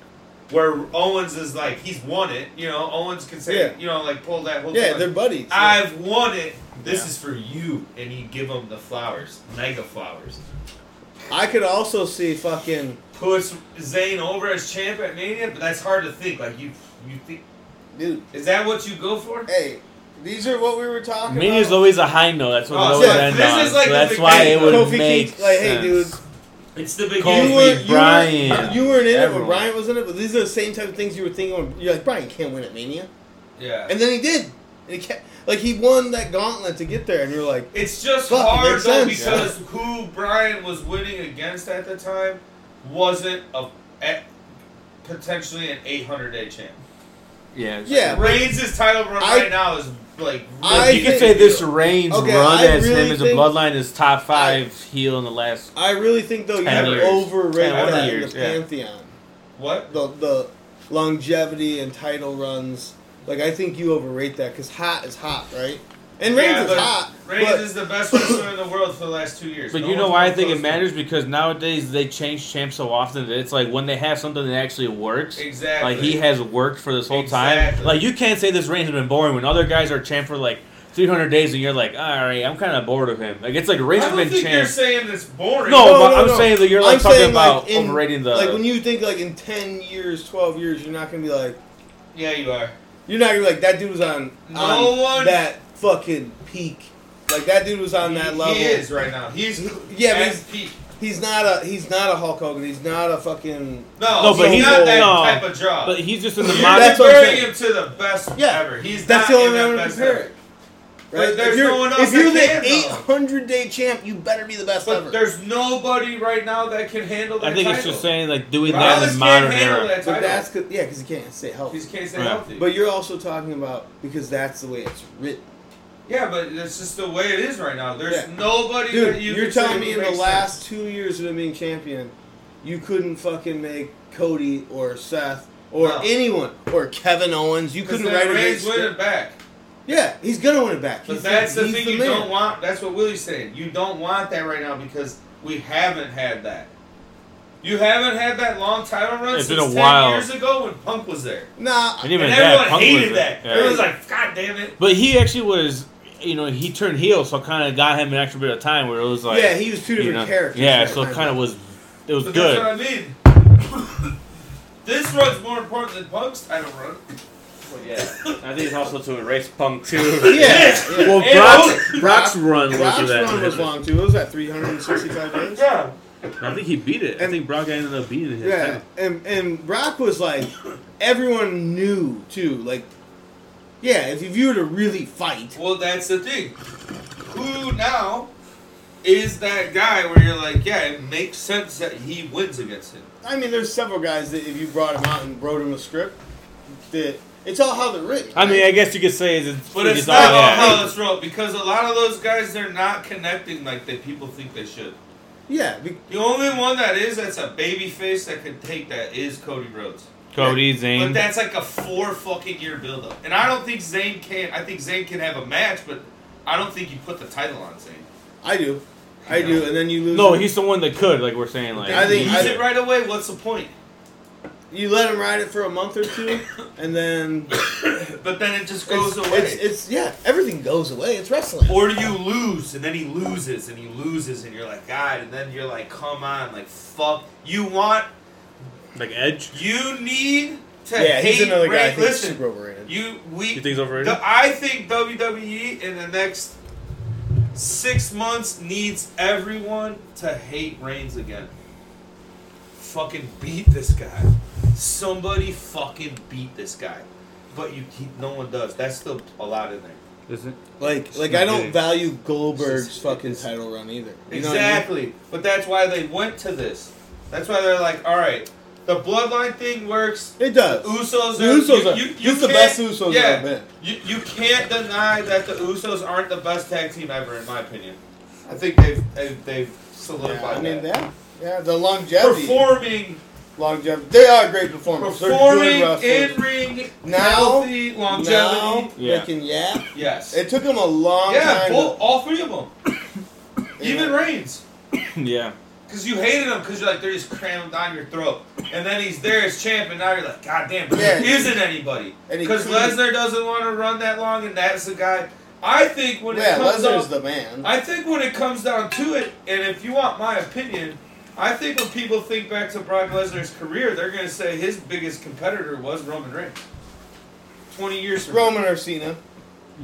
S3: where Owens is like he's won it, you know. Owens can say
S2: Yeah.
S3: you know like pull that whole
S2: Yeah,
S3: thing,
S2: they're
S3: like,
S2: buddies.
S3: I've won it. This
S1: Yeah.
S3: is for you, and you give him the flowers, mega flowers.
S2: I could also see fucking
S3: Puts Zayn over as champ at Mania, but that's hard to think. Like you, you think
S2: dude.
S3: is that what you go for?
S2: Hey, these are what we were talking
S1: Mania's
S2: about.
S1: always a high note. That's what
S3: Oh,
S1: it always
S2: yeah,
S1: ends
S2: this
S1: on.
S3: is like
S1: so
S3: the
S1: that's why it
S3: beginning.
S1: would
S2: Kofi
S1: make
S2: Keith, like, hey, dude,
S1: sense.
S3: It's the
S1: Kofi,
S2: you
S3: beginning.
S2: were, you were-
S1: Brian,
S2: you were in it when
S1: everyone.
S2: Brian was in it, but these are the same type of things you were thinking. When, you're like Brian can't win at Mania,
S3: yeah.
S2: and then he did. And he kept, like he won that gauntlet to get there, and you're like,
S3: It's just
S2: Fuck, it
S3: hard
S2: makes
S3: though
S2: sense.
S3: because who Brian was winning against at the time wasn't a, a potentially an 800 day champ.
S1: Yeah, it's-
S2: yeah, but
S3: Reigns' title run
S2: I-
S3: right now is like
S2: I
S1: Like, you could
S2: think-
S1: say this Reigns
S2: Okay,
S1: run
S2: I
S1: as
S2: really
S1: him as a
S2: think-
S1: bloodline is top five heel in the last.
S2: I really think though you
S1: Ten
S3: years.
S2: overrate
S1: Ten
S2: that in
S1: years,
S2: the
S1: yeah.
S2: pantheon.
S3: what?
S2: the the longevity and title runs. Like I think you overrate that because hot is hot, right? And Reigns
S3: Yeah,
S2: is
S3: but
S2: hot.
S3: Reigns
S2: but
S3: is the best wrestler in the world for the last two years.
S1: But
S3: No
S1: you know
S3: one's
S1: why I
S3: come
S1: think
S3: close
S1: it
S3: to him.
S1: matters because nowadays they change champs so often that it's like when they have something that actually works.
S3: Exactly.
S1: Like he has worked for this whole
S3: Exactly.
S1: time. Like you can't say this reign has been boring when other guys are champ for like 300 days and you're like, all right, I'm kind of bored of him. Like it's like
S3: I
S1: reigns has
S3: don't
S1: been
S3: think you're
S1: champ.
S3: saying it's boring.
S1: No,
S2: No,
S1: but
S2: no,
S1: I'm
S2: no.
S1: saying that you're like
S2: I'm
S1: talking
S2: saying,
S1: about
S2: like, in-
S1: overrating the.
S2: like when you think like in ten years, twelve years, you're not gonna be like
S3: yeah, you are.
S2: you're not gonna be like that dude was on,
S3: No
S2: on
S3: one-
S2: that fucking peak. Like that dude was on that level.
S3: He is right now. He's
S2: Yeah, but
S3: at
S2: he's,
S3: peak.
S2: he's not a he's not a Hulk Hogan. He's not a fucking
S3: No,
S1: No,
S3: but
S1: but
S3: he's
S1: he's-
S3: not that
S1: no.
S3: type of job.
S1: but he's just in the
S3: You're
S2: modern-
S1: modern.
S2: That's what I'm
S3: comparing
S2: saying.
S3: him to the best
S2: Yeah.
S3: ever. He's
S2: That's
S3: not
S2: the only
S3: in
S2: way I'm
S3: that
S2: gonna
S3: best
S2: compare
S3: ever.
S2: it.
S3: But
S2: right.
S3: there's
S2: if you're,
S3: no one
S2: if
S3: else
S2: you're
S3: that
S2: the
S3: can, though.
S2: eight hundred day champ, you better be the best
S3: But
S2: ever.
S3: there's nobody right now that can handle that
S1: I think
S3: title.
S1: it's just saying like doing that in
S3: Rollins
S1: the
S3: can't
S1: modern
S3: handle
S1: era.
S3: that
S2: But
S3: title.
S2: that's 'cause- yeah, because he can't stay healthy.
S3: He's can't stay
S1: Yeah.
S3: healthy.
S2: But you're also talking about because that's the way it's written.
S3: yeah, but that's just the way it is right now. There's
S2: Yeah.
S3: nobody
S2: Dude,
S3: that you
S2: you are
S3: can
S2: telling
S3: say
S2: me
S3: who
S2: in the
S3: makes
S2: last
S3: sense.
S2: two years of him being champion, you couldn't fucking make Cody or Seth or
S3: No.
S2: anyone or Kevin Owens. You
S3: 'Cause
S2: couldn't
S3: then
S2: write a great
S3: Reigns winning
S2: script.
S3: back.
S2: Yeah, he's gonna win it back.
S3: But
S2: He's
S3: that's the
S2: he's
S3: thing you
S2: man.
S3: don't want. That's what Willie's saying. You don't want that right now because we haven't had that. You haven't had that long title run
S1: It's
S3: since
S1: been a
S3: 10
S1: while.
S3: years ago when Punk was there.
S2: Nah,
S1: And even
S3: and
S1: that,
S3: everyone
S1: Punk
S3: hated
S1: was there.
S3: that.
S1: Yeah.
S3: It was like, God damn it.
S1: But he actually was, you know, he turned heel, so kind of got him an extra bit of time where it was like,
S2: yeah, he was two
S1: you
S2: different
S1: know,
S2: characters.
S1: Yeah,
S2: at
S1: so
S2: that
S1: it
S2: time.
S1: kind of was, it was
S3: But
S1: good.
S3: That's what I mean. <laughs> this run's more important than Punk's title run.
S5: yeah. I think it's also to erase Punk
S3: <laughs>
S5: too.
S1: <laughs>
S2: Yeah, yeah.
S1: Well, Brock's,
S3: And
S1: Brock's run was
S2: Brock's
S1: that.
S2: run was long too. It was at 365 days.
S3: Yeah.
S1: I think he beat it. I think Brock ended up beating his
S2: Yeah, and and Rock was like, everyone knew too. Like, yeah, if, if you were to really fight,
S3: Well, that's the thing. Who now is that guy where you're like, yeah, it makes sense that he wins against him?
S2: I mean, there's several guys that if you brought them out and wrote them a script, that it's all how they're written.
S1: I mean, I guess you could say it's,
S3: But it's
S1: all
S3: not all
S1: that.
S3: how it's wrote because a lot of those guys they're not connecting like that people think they should.
S2: yeah, be-
S3: The only one that is that's a baby face that could take that is Cody Rhodes.
S1: Cody
S3: But
S1: Zayn.
S3: that's like a four fucking year buildup. And I don't think Zayn can I think Zayn can have a match, but I don't think you put the title on Zayn.
S2: I do, I do, and then you lose.
S1: No,
S2: him.
S1: he's the one that could, like we're saying, like
S2: I think-
S3: Use
S2: I-
S3: it right away, what's the point?
S2: you let him ride it for a month or
S3: <coughs>
S2: two, and then
S3: But then it
S2: it's,
S3: just goes away.
S2: It's, it's yeah, everything goes away. It's wrestling.
S3: or do you lose and then he loses and he loses and you're like, God, and then you're like, come on, like fuck. You want
S1: like Edge.
S3: you need to
S2: yeah,
S3: hate
S2: he's another guy. I
S3: Ray-
S2: think is
S3: Listen,
S2: super overrated.
S3: you we
S1: You think he's overrated?
S3: the- I think WWE in the next six months needs everyone to hate Reigns again. Fucking beat this guy. Somebody fucking beat this guy. But you keep no one does. That's still a lot in there.
S1: Isn't
S2: Like, like
S1: not
S2: I don't
S1: big.
S2: value Goldberg's
S3: It's-
S2: fucking title run either. You know what I mean?
S3: Exactly. But that's why they went to this. That's why they're like, all right, the bloodline thing works.
S2: It does.
S3: Usos
S2: The
S3: are
S2: Usos
S3: you,
S2: are-
S3: you,
S2: this
S3: you
S2: is the
S3: can't-
S2: best Usos
S3: yeah,
S2: I've been.
S3: You, you can't deny that the Usos aren't the best tag team ever, in my opinion. I think they've they've, they've
S2: Yeah,
S3: solidified
S2: I mean
S3: that.
S2: that. Yeah, the longevity.
S3: Performing,
S2: longevity. They are great performers. They're
S3: performing
S2: good wrestlers.
S3: in ring,
S2: Now-
S3: healthy,
S2: now
S3: longevity.
S1: Yeah.
S2: they can yap.
S3: Yes.
S2: It took them a long
S3: yeah,
S2: time. to-
S3: both, all three of them.
S2: Yeah.
S3: Even Reigns.
S1: <laughs> yeah.
S3: Because you hated him because you're like, they're just cramming down your throat. And then he's there as champ, and now you're like, God damn, but
S2: Yeah.
S3: there isn't anybody.
S2: And he
S3: Because
S2: couldn't-
S3: Lesnar doesn't want to run that long, and that's the guy. I think when
S2: yeah,
S3: it comes
S2: Lesnar's
S3: down,
S2: the man.
S3: I think when it comes down to it, and if you want my opinion, I think when people think back to Brock Lesnar's career, they're going to say his biggest competitor was Roman Reigns. 20 years from
S2: Roman or Cena.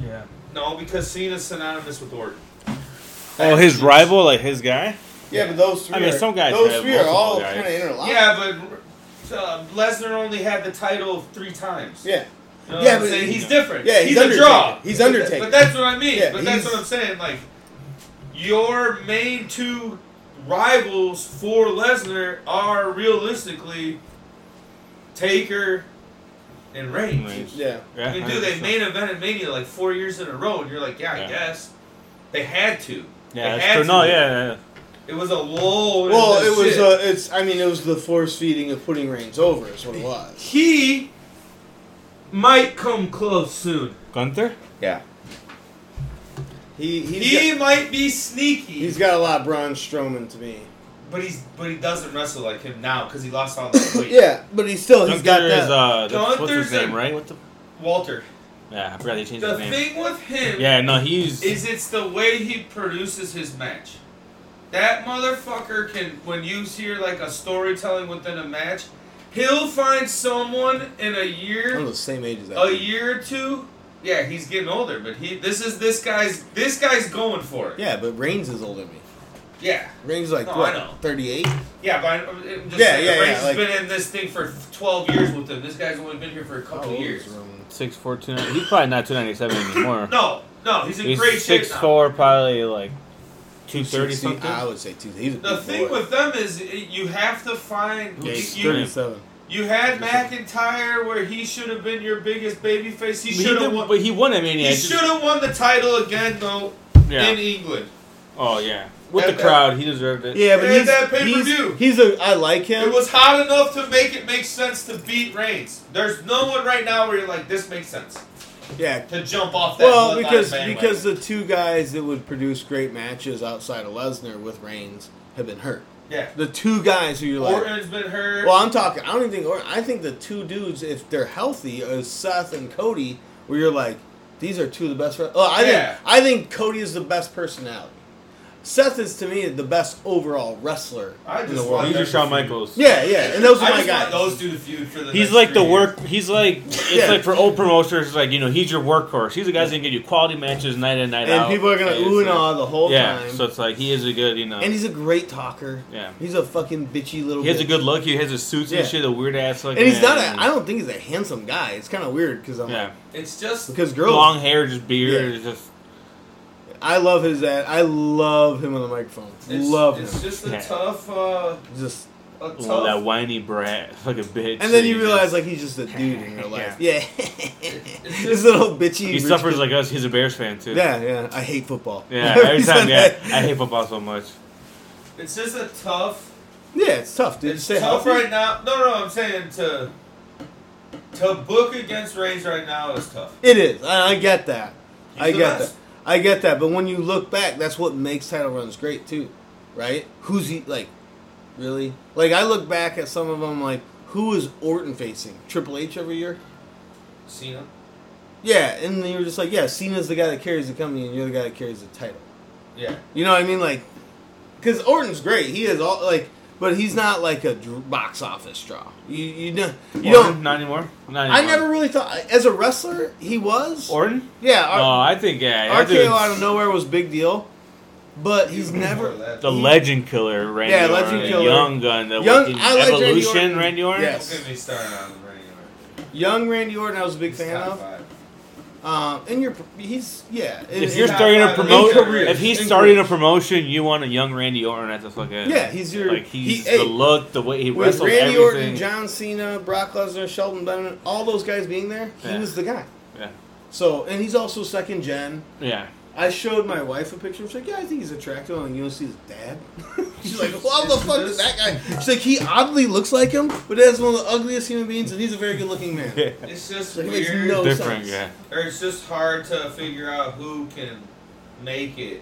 S1: Yeah.
S3: No, because Cena's synonymous with Orton.
S1: Oh, his rival, like his guy.
S2: Yeah, but those three.
S1: I mean,
S2: are,
S1: some guys
S2: Those
S1: have
S2: three are
S1: multiple
S2: all
S1: guys.
S2: kind of interlocked.
S3: Yeah, but uh, Lesnar only had the title three times.
S2: Yeah.
S3: You know
S2: Yeah,
S3: what I'm
S2: but
S3: saying?
S2: he-
S3: he's different.
S2: Yeah,
S3: he's,
S2: he's,
S3: a
S2: Undertaker.
S3: draw.
S2: He's Undertaker.
S3: But that's what I mean.
S2: Yeah,
S3: but that's
S2: he's-
S3: what I'm saying. Like your main two rivals for Lesnar are realistically Taker and Reigns.
S1: Reigns.
S2: yeah.
S1: Yeah.
S3: I mean, dude, they main evented Mania like four years in a row, and you're like, yeah, I
S1: Yeah.
S3: guess they had to.
S1: Yeah,
S3: They
S1: that's
S3: had
S1: true.
S3: to.
S1: No, yeah,
S3: It was a lull. in
S2: Well,
S3: this
S2: it was.
S3: shit.
S2: Uh, it's. I mean, it was the force feeding of putting Reigns over. Is what it was.
S3: he might come close soon.
S1: Gunther.
S2: Yeah. He he's
S3: he
S2: got,
S3: might be sneaky.
S2: he's got a lot of Braun Strowman to me.
S3: But he's but he doesn't wrestle like him now because he lost
S2: <laughs>
S3: all that weight.
S2: Yeah, but he's still Oh, he's got
S1: Gunther is
S2: that.
S1: uh, the, what's his
S3: Gunther's
S1: name,
S3: a-
S1: right? What the?
S3: Walter.
S1: Yeah, I forgot they changed
S3: The
S1: his name.
S3: thing with him
S1: Yeah, no, he's
S3: is it's the way he produces his match. That motherfucker can when you hear like a storytelling within a match, he'll find someone in a
S2: I'm
S3: year
S2: the same age as that.
S3: a
S2: dude.
S3: year or two. Yeah, he's getting older, but he this is this guy's this guy's going for it.
S2: Yeah, but Reigns is older than me.
S3: Yeah.
S2: Reigns is like
S3: No, I know.
S2: what, thirty eight?
S3: Yeah, but I'm- I'm just
S2: Yeah,
S3: saying,
S2: yeah, yeah,
S3: Reigns has
S2: like-
S3: been in this thing for 12 years with him. This guy's only been here for a couple years.
S1: six four two. He's probably not two ninety seven anymore.
S3: No, no, he's in
S1: he's
S3: great shape
S1: six
S3: now.
S1: four, probably like two thirty something.
S2: I would say two. He's a
S3: The
S2: big
S3: thing
S2: boy.
S3: with them is it- you have to find
S1: Yeah, he's
S3: you,
S1: thirty.
S3: you,
S2: thirty-seven.
S3: you had McIntyre where he should have been your biggest babyface. He
S1: He
S3: should have
S1: did-
S3: won.
S1: but he won it, man.
S3: He should have won the title again though
S1: Yeah.
S3: in England.
S1: Oh yeah. with
S3: At
S1: the
S3: that-
S1: crowd, he deserved it.
S2: Yeah, but
S3: And
S2: he's,
S3: that pay-per-view.
S2: he's he's a I like him.
S3: It was hot enough to make it make sense to beat Reigns. There's no one right now where you're like, this makes sense
S2: yeah.
S3: to jump off that.
S2: Well,
S3: bloodline
S2: because
S3: bandwagon.
S2: because the two guys that would produce great matches outside of Lesnar with Reigns have been hurt.
S3: yeah,
S2: The two guys who you're like,
S3: Orton's been hurt.
S2: well, I'm talking. I don't even think Orton. I think the two dudes, if they're healthy, is Seth and Cody. Where you're like, these are two of the best. wre- Oh, I
S3: Yeah.
S2: think I think Cody is the best personality. Seth is to me the best overall wrestler
S3: I
S2: in the
S3: just
S2: world.
S3: want
S1: These are
S3: that
S1: Shawn
S3: feud.
S1: Michaels.
S2: Yeah, yeah, and those are
S3: I
S2: my
S3: just
S2: guys.
S3: want those do the feud for the.
S1: He's
S3: next
S1: like the
S3: three
S1: work. He's like it's
S2: Yeah.
S1: like for old promoters. It's like you know he's your workhorse. He's the guy's gonna give you quality matches night in night out.
S2: and people are gonna
S1: It's,
S2: ooh and
S1: uh,
S2: ah the whole
S1: yeah,
S2: time.
S1: so it's like he is a good you know.
S2: and he's a great talker.
S1: yeah,
S2: He's a fucking bitchy little.
S1: he has
S2: bitch.
S1: a good look. He has his suits
S2: Yeah.
S1: and shit. A weird ass look.
S2: And he's not.
S1: man.
S2: A, I don't think he's a handsome guy. It's kind of weird because I'm
S1: Yeah,
S2: like,
S3: years. It's just
S2: because girls.
S1: long hair, just beard,
S2: Yeah.
S1: it's just
S2: I love his. ad- I love him on the microphone.
S3: it's,
S2: love
S3: It's
S2: him.
S3: just a
S1: Yeah.
S3: tough. Uh,
S2: Just
S3: a
S1: oh,
S3: tough.
S1: that whiny brat, <laughs> fucking bitch.
S2: and then
S1: that
S2: you
S1: he
S2: realize
S1: just-
S2: like he's just a dude in
S1: <laughs>
S2: real life. Yeah, <laughs>
S3: It's
S2: this
S3: just-
S2: little bitchy.
S1: he
S2: rich
S1: suffers
S2: kid.
S1: like us. He's a Bears fan too.
S2: Yeah, yeah. I hate football. <laughs>
S1: Yeah, every
S2: He's
S1: time.
S2: on
S1: Yeah,
S2: that-
S1: I hate football so much.
S3: it's just a tough.
S2: yeah. It's tough, dude.
S3: it's
S2: Stay
S3: tough
S2: healthy.
S3: right now. No, no, I'm saying to to book against Reigns right now is tough.
S2: It is. I, I get that.
S3: He's
S2: I
S3: the
S2: get
S3: best.
S2: that. I get that. But when you look back, that's what makes title runs great too, right? Who's he like? Really? Like I look back at some of them, like who is Orton facing? Triple H every year.
S3: Cena.
S2: Yeah, and then you're just like, yeah, Cena's the guy that carries the company, and you're the guy that carries the title.
S3: Yeah.
S2: You know what I mean? Like, because Orton's great. He is all like, but he's not like a dr- box office draw. You you know you
S1: Orton,
S2: don't.
S1: not anymore. Not anymore.
S2: I never really thought as a wrestler he was.
S1: Orton.
S2: yeah,
S1: Oh,
S2: our-
S1: I think yeah. that
S2: RKO
S1: dude's
S2: out of nowhere was big deal, but he's
S3: Before
S2: never.
S3: that.
S1: The legend killer, Randy
S2: Yeah,
S1: Orton,
S2: legend killer.
S1: Young Gun, the
S2: Young-
S1: fucking
S2: I like Randy
S1: Evolution,
S2: Orton.
S1: Randy Orton.
S2: Yes.
S3: Don't get me started on Reigns.
S2: Young Randy Orton, I was a big
S3: He's
S2: fan
S3: top
S2: of.
S3: five.
S2: Um, and you're he's yeah. and-
S1: If
S2: and-
S1: you're
S3: not
S1: starting
S3: out
S1: a
S3: of his
S1: promotion,
S3: career.
S1: if he's
S2: In
S1: starting a
S2: career.
S1: promotion, you want a young Randy Orton at the fucking
S2: yeah, he's your
S1: like he's
S2: he- hey,
S1: the look, the way he
S2: with
S1: wrestles
S2: Randy
S1: everything.
S2: Orton, John Cena, Brock Lesnar, Shelton Benjamin, all those guys being there, he
S1: Yeah.
S2: was the guy.
S1: Yeah.
S2: So and he's also second gen.
S1: yeah,
S2: I showed my wife a picture. She's like, "Yeah, I think he's attractive." I'm like, "You don't see his dad?" <laughs> She's
S3: <laughs>
S2: like, "Well, "How the fuck is that guy?" She's like, "He oddly looks like him, but that's one of the ugliest human beings, and he's a very good-looking man."
S3: It's just
S2: So he makes
S3: weird.
S2: no-
S1: different.
S2: sense.
S1: Yeah,
S3: or it's just hard to figure out who can make it.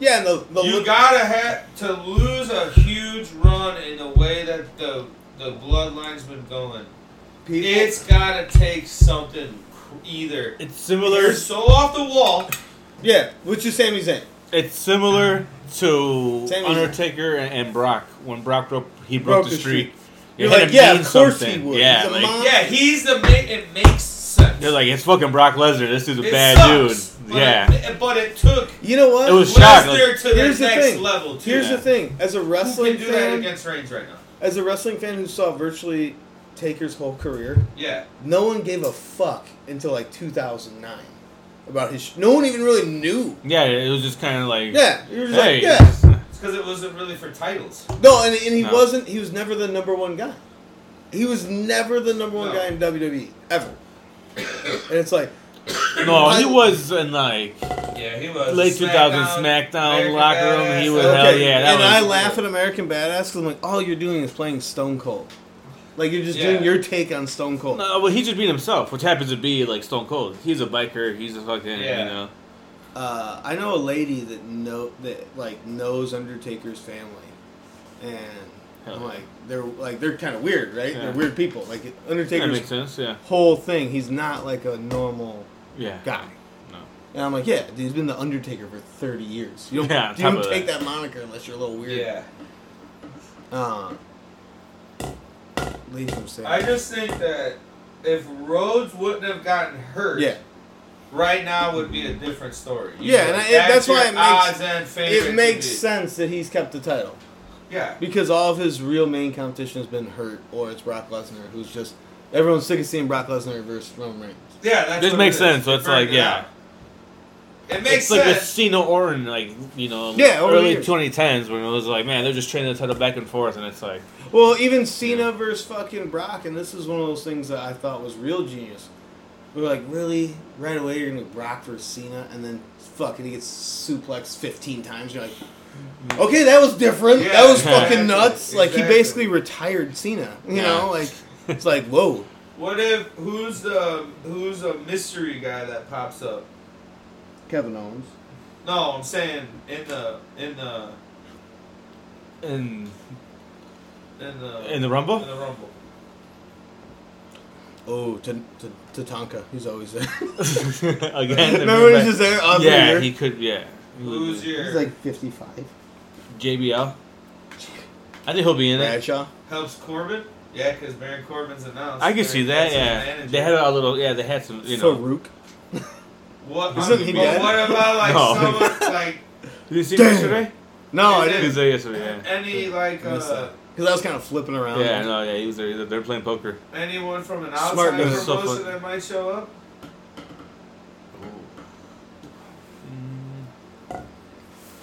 S2: Yeah, and the, the
S3: you
S2: look-
S3: gotta have to lose a huge run in the way that the the bloodline's been going.
S2: people.
S3: It's gotta take something cr- either.
S1: it's
S3: You're
S1: similar.
S3: so off the wall.
S2: yeah, which is Sami Zayn.
S1: It's similar to
S2: Same as-
S1: Undertaker and, and Brock when Brock broke he broke, the
S2: his
S1: streak. It
S2: You're
S1: had
S2: like,
S1: to
S2: yeah,
S1: mean
S2: of course he
S1: something.
S2: would.
S1: Yeah,
S2: He's a
S1: like-
S2: mon-
S3: Yeah, he's the ma It makes sense.
S1: they're like it's fucking Brock Lesnar. This dude's a
S3: It
S1: bad
S3: sucks,
S1: dude.
S3: But
S1: Yeah,
S3: it, but it took
S2: You know what?
S1: It was shocking.
S3: Lesnar to
S2: Here's
S3: the
S2: the
S3: next
S2: thing.
S3: level. Too.
S2: Here's
S1: Yeah.
S2: the thing: as a
S3: Who
S2: wrestling
S3: can do that
S2: fan,
S3: against Reigns right now?
S2: as a wrestling fan who saw virtually Taker's whole career,
S3: Yeah,
S2: no one gave a fuck until like 2009 about his. Sh- no one even really knew.
S1: yeah, it was just kind of like
S2: Yeah, you were just
S1: hey,
S2: like, yeah.
S3: it's because it wasn't really for titles.
S2: No, and, and he
S1: No.
S2: wasn't. He was never the number one guy. He was never the number one
S3: No.
S2: guy in WWE ever. and it's like,
S1: no, he
S2: I-
S1: was in like
S3: Yeah, he was
S1: late 2000 SmackDown
S3: American
S1: locker room. He
S3: Badass.
S1: was
S2: okay.
S1: hell yeah. That
S2: and
S1: was,
S2: I laugh at American Badass because I'm like, all you're doing is playing Stone Cold. Like you're just doing
S3: Yeah.
S2: your take on Stone Cold.
S1: No, well, he's just being himself, which happens to be like Stone Cold. He's a biker. He's a fucking
S3: Yeah.
S1: you know.
S2: uh, I know a lady that know that like knows Undertaker's family, and I'm
S1: Huh.
S2: like they're like they're kind of weird, right?
S1: Yeah.
S2: They're weird people. Like
S1: That
S2: Undertaker's
S1: makes sense. Yeah,
S2: whole thing, he's not like a normal
S1: yeah.
S2: guy.
S1: No.
S2: And I'm like, yeah, dude, he's been the Undertaker for 30 years. You
S1: <laughs>
S2: don't,
S1: Yeah, on
S2: you
S1: top
S2: don't
S1: of
S2: take that. moniker unless you're a little weird.
S3: Yeah,
S2: Uh, leave him saying.
S3: I just think that if Rhodes wouldn't have gotten hurt,
S2: yeah,
S3: right now would be a different story.
S2: Yeah, and I- it- that's why it makes-
S3: makes
S2: it makes sense that he's kept the title
S3: Yeah,
S2: because all of his real main competition has been hurt, or it's Brock Lesnar, who's just everyone's sick of seeing Brock Lesnar versus Roman Reigns.
S3: yeah, that's
S1: This
S3: what
S1: makes
S3: it is.
S1: sense, so it's
S3: Figured
S1: like,
S3: it
S1: yeah.
S3: out. It makes
S1: it's like with
S3: sense.
S1: Cena Orton, like you know,
S2: Yeah, over
S1: early
S2: the years.
S1: 2010s when it was like, man, they're just trading the title back and forth, and it's like, <laughs>
S2: Well, even Cena versus fucking Brock, and this is one of those things that I thought was real genius. We were like, really? Right away, you're gonna Brock versus Cena, and then fucking he gets suplexed 15 times. You're like, okay, that was different.
S3: Yeah,
S2: that was
S1: Mm-hmm. exactly,
S2: fucking nuts. Like he
S3: exactly.
S2: basically retired Cena. You
S1: Yeah.
S2: know, like it's like whoa.
S3: What if who's the who's a mystery guy that pops up?
S2: Kevin Owens.
S3: No, I'm saying in the in the
S1: In
S3: in the
S1: in the
S3: in
S1: Rumble? <laughs>
S3: the rumble.
S2: Oh, to to Tatanka. He's always
S1: <laughs>
S2: there. <laughs>
S1: Again.
S2: Remember when
S1: everybody-
S2: he's just there? Up
S1: yeah,
S2: here?
S1: he could. Yeah. He would
S3: Who's
S1: be.
S3: your
S2: He's like 55.
S1: JBL? I think he'll be in it.
S2: Bradshaw.
S3: helps Corbin? Yeah, because Baron Corbin's announced.
S1: I can see that.
S3: That's his
S1: Yeah,
S3: manager.
S1: they had a little. Yeah, they had some. You know,
S2: Farouk.
S3: What?
S2: Isn't he
S3: but
S2: dead?
S3: what about like
S1: No.
S3: someone like
S1: did you see him
S2: Damn.
S1: yesterday?
S2: No, I
S3: Is it-
S1: He
S2: didn't.
S1: was there yesterday.
S3: any
S2: <laughs>
S3: like
S2: I missed
S3: uh,
S2: that. Because I was kind of flipping
S1: Yeah.
S2: around.
S1: yeah, no, yeah, he was there. They're playing poker.
S3: anyone from an outside
S2: Smart
S1: move.
S3: promotion
S1: So fun.
S3: that might show up?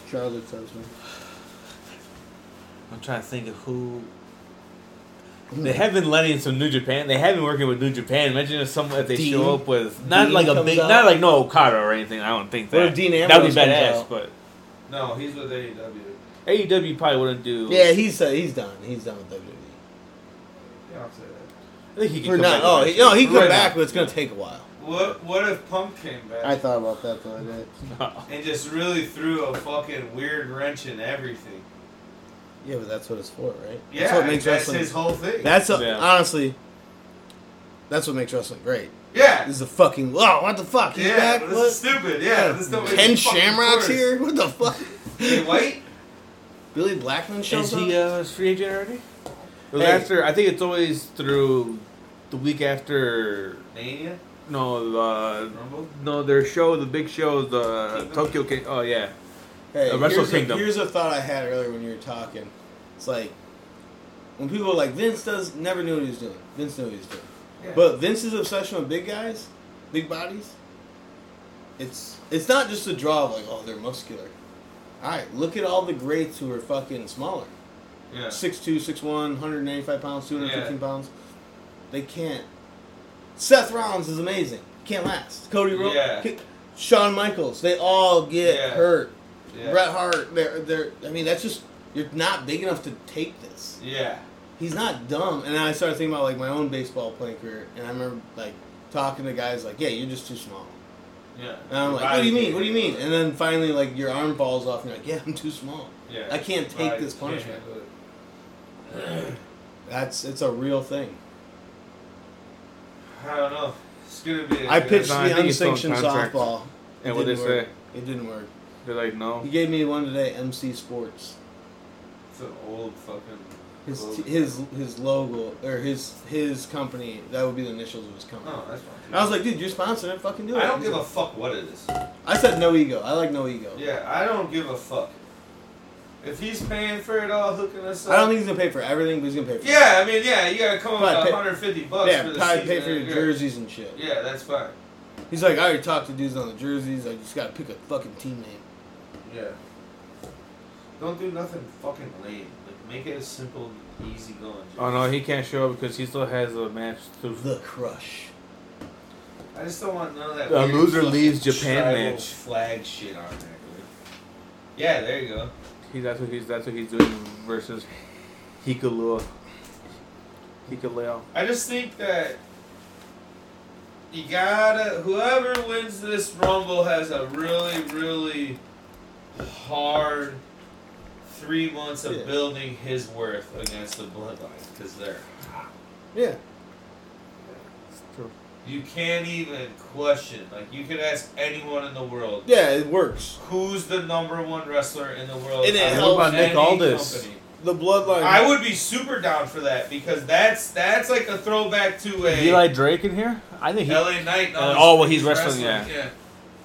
S2: Charlotte's husband.
S1: I'm trying to think of who. They have been letting some New Japan. They have been working with New Japan. Imagine if some if they
S2: Dean?
S1: show up with not
S2: Dean
S1: like a
S2: comes
S1: big,
S2: out?
S1: not like no Okada or anything. I don't think
S2: What
S1: that.
S2: if Dean
S1: that would
S2: Ambrose
S1: be
S2: comes
S1: badass.
S2: out?
S1: But
S3: No, he's with E AEW.
S1: AEW E probably wouldn't do.
S2: Yeah, he's uh, he's done. He's done with E. WWE.
S3: Yeah, I'll say that.
S1: I think he could
S2: Or
S1: come
S2: not.
S1: back
S2: Oh,
S1: eventually.
S2: he, no, he
S1: Right
S2: come
S1: now.
S2: back, but it's gonna take a while.
S3: What What if Punk came back
S2: thought about that the other day.
S3: and just really threw a fucking weird wrench in everything?
S2: Yeah, but that's what it's for, right?
S3: Yeah,
S2: that's what makes
S3: that's
S2: wrestling.
S3: his whole thing.
S2: That's a,
S1: Yeah.
S2: honestly. That's what makes wrestling great.
S3: yeah,
S2: This is a fucking. Oh, what the fuck? He's
S3: yeah.
S2: back.
S3: this
S2: What?
S3: is stupid. Yeah, this don't make
S2: Ken
S3: any fucking
S2: Shamrock's
S3: course.
S2: here. What the fuck?
S3: Hey, wait.
S2: Billy Blackman shows
S1: Is he
S2: up.
S1: uh, free agent already? It was
S2: Hey.
S1: after. I think it's always through the week after.
S3: Mania,
S1: No, uh,
S3: Rumble.
S1: no, their show, the big show, the Tokyo King. Oh yeah,
S2: Hey,
S1: Uh, Wrestle
S2: here's,
S1: Kingdom.
S2: A, here's a thought I had earlier when you were talking. It's like when people are like Vince does never knew what he was doing. Vince knew what he was doing.
S3: Yeah.
S2: But Vince's obsession with big guys, big bodies, it's it's not just a draw of like, oh, they're muscular. Alright, look at all the greats who are fucking smaller.
S3: yeah,
S2: 6'2", 6'1", 195 pounds, 215
S3: Yeah.
S2: pounds. They can't. Seth Rollins is amazing. Can't last. Cody Rhodes.
S3: Yeah.
S2: Shawn Michaels. They all get
S3: Yeah.
S2: hurt.
S3: yeah,
S2: Bret Hart. They're, they're, I mean, that's just, you're not big enough to take this.
S3: yeah.
S2: He's not dumb. And then I started thinking about, like, my own baseball playing career. And I remember, like, talking to guys like, yeah, you're just too small.
S3: yeah.
S2: And I'm like, what do you mean? What do you mean? And then finally, like, your arm falls off and you're like, yeah, I'm too small.
S3: Yeah.
S2: I can't take
S3: Body
S2: this
S3: can't
S2: punishment.
S3: handle it.
S2: That's, it's a real thing.
S3: I don't know. It's gonna be. a
S2: I
S3: good-
S2: pitched
S1: I
S2: the
S1: think it's on
S2: unsanctioned
S1: contract.
S2: softball. It
S1: And what they
S2: didn't work.
S1: say?
S2: It didn't work.
S1: They're like, no.
S2: He gave me one today, MC Sports.
S3: It's an old fucking.
S2: His
S3: logo.
S2: t- his his logo or his his company that would be the initials of his company.
S3: No, that's fine.
S2: And I was like, dude, you're sponsored. it, Fucking do it.
S3: I don't
S2: He's
S3: give a
S2: like-
S3: fuck what it is.
S2: I said no ego. I like no ego.
S3: Yeah, I don't give a fuck. If he's paying for it all, hooking us up.
S2: I don't think he's gonna pay for everything, but he's gonna pay for.
S3: Yeah, I mean, yeah, you gotta come up
S2: Probably
S3: with
S2: pay-
S3: 150
S2: It.
S3: bucks
S2: Yeah,
S3: for the
S2: probably
S3: season.
S2: pay for your
S3: Yeah.
S2: jerseys and shit.
S3: Yeah, that's fine.
S2: He's like, I already talked to dudes on the jerseys. I just gotta pick a fucking team name.
S3: Yeah. Don't do nothing fucking lame. Like, make it as simple and easy going.
S1: Oh no, he can't show up because he still has a match. To... <laughs>
S2: The Crush.
S3: I just don't want none of that.
S1: The
S3: weird
S1: loser
S3: fucking
S1: leaves Japan
S3: tribal
S1: match.
S3: Flag shit on there. dude. Yeah, there you go.
S1: He, that's what he's. That's what he's doing versus Hikalua. Hikaleo.
S3: I just think that you gotta whoever wins this rumble has a really, really hard three months of
S2: Yeah.
S3: building his worth against the bloodline because they're
S2: Yeah.
S3: you can't even question. Like you could ask anyone in the world
S2: Yeah, it works.
S3: who's the number one wrestler in the world.
S2: And it
S3: out of
S2: helps- What about
S1: Nick
S3: any
S1: Aldis?
S3: company.
S2: The bloodline.
S3: I would be super down for that because that's that's like a throwback to a
S1: Eli Drake in here? I think he.
S3: LA Knight. and
S1: Uh,
S3: all this
S1: oh, well, he's
S3: wrestling,
S1: wrestling,
S3: yeah.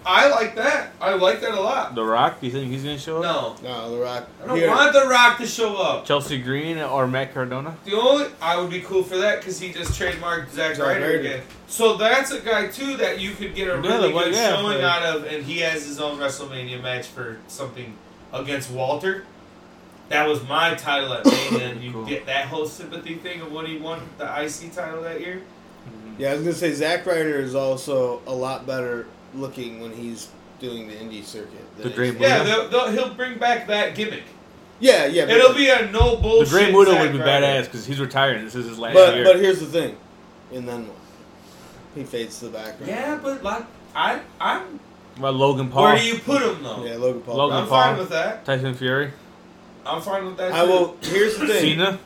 S3: I like that. I like that a lot.
S1: The Rock. Do you think he's gonna show up?
S3: No,
S2: No, The Rock.
S3: I don't
S2: Here.
S3: want The Rock to show up.
S1: Chelsea Green or Matt Cardona?
S3: The only I would be cool for that because he just trademarked Zack
S2: Zack
S3: Ryder
S2: Ryder.
S3: again. So that's a guy too that you could get a
S1: Yeah,
S3: really
S1: well,
S3: good
S1: yeah,
S3: showing
S1: like-
S3: out of, and he has his own WrestleMania match for something against Walter. That was my title at Mania, and you
S1: Cool.
S3: get that whole sympathy thing of when he won the IC title that year.
S2: Yeah, I was gonna say Zack Ryder is also a lot better looking when he's doing the indie circuit. than
S1: The
S2: he-
S1: Great Muda.
S3: Yeah, they'll, they'll, he'll bring back that gimmick.
S2: Yeah, yeah. but-
S3: It'll be a no
S1: The
S3: bullshit.
S1: Great Muda
S3: Zack
S1: would be
S3: Ryder.
S1: badass because he's retired. This is his last
S2: But
S1: year.
S2: but here's the thing, and then what? He fades to the background.
S3: Yeah, but like I, I'm.
S1: About Logan Paul,
S3: Where do you put him though?
S2: Yeah, Logan Paul.
S1: Logan
S3: I'm
S1: Paul.
S3: fine with that.
S1: Tyson Fury,
S3: I'm fine with that.
S2: I
S3: too.
S2: will. Here's the thing.
S1: Cena.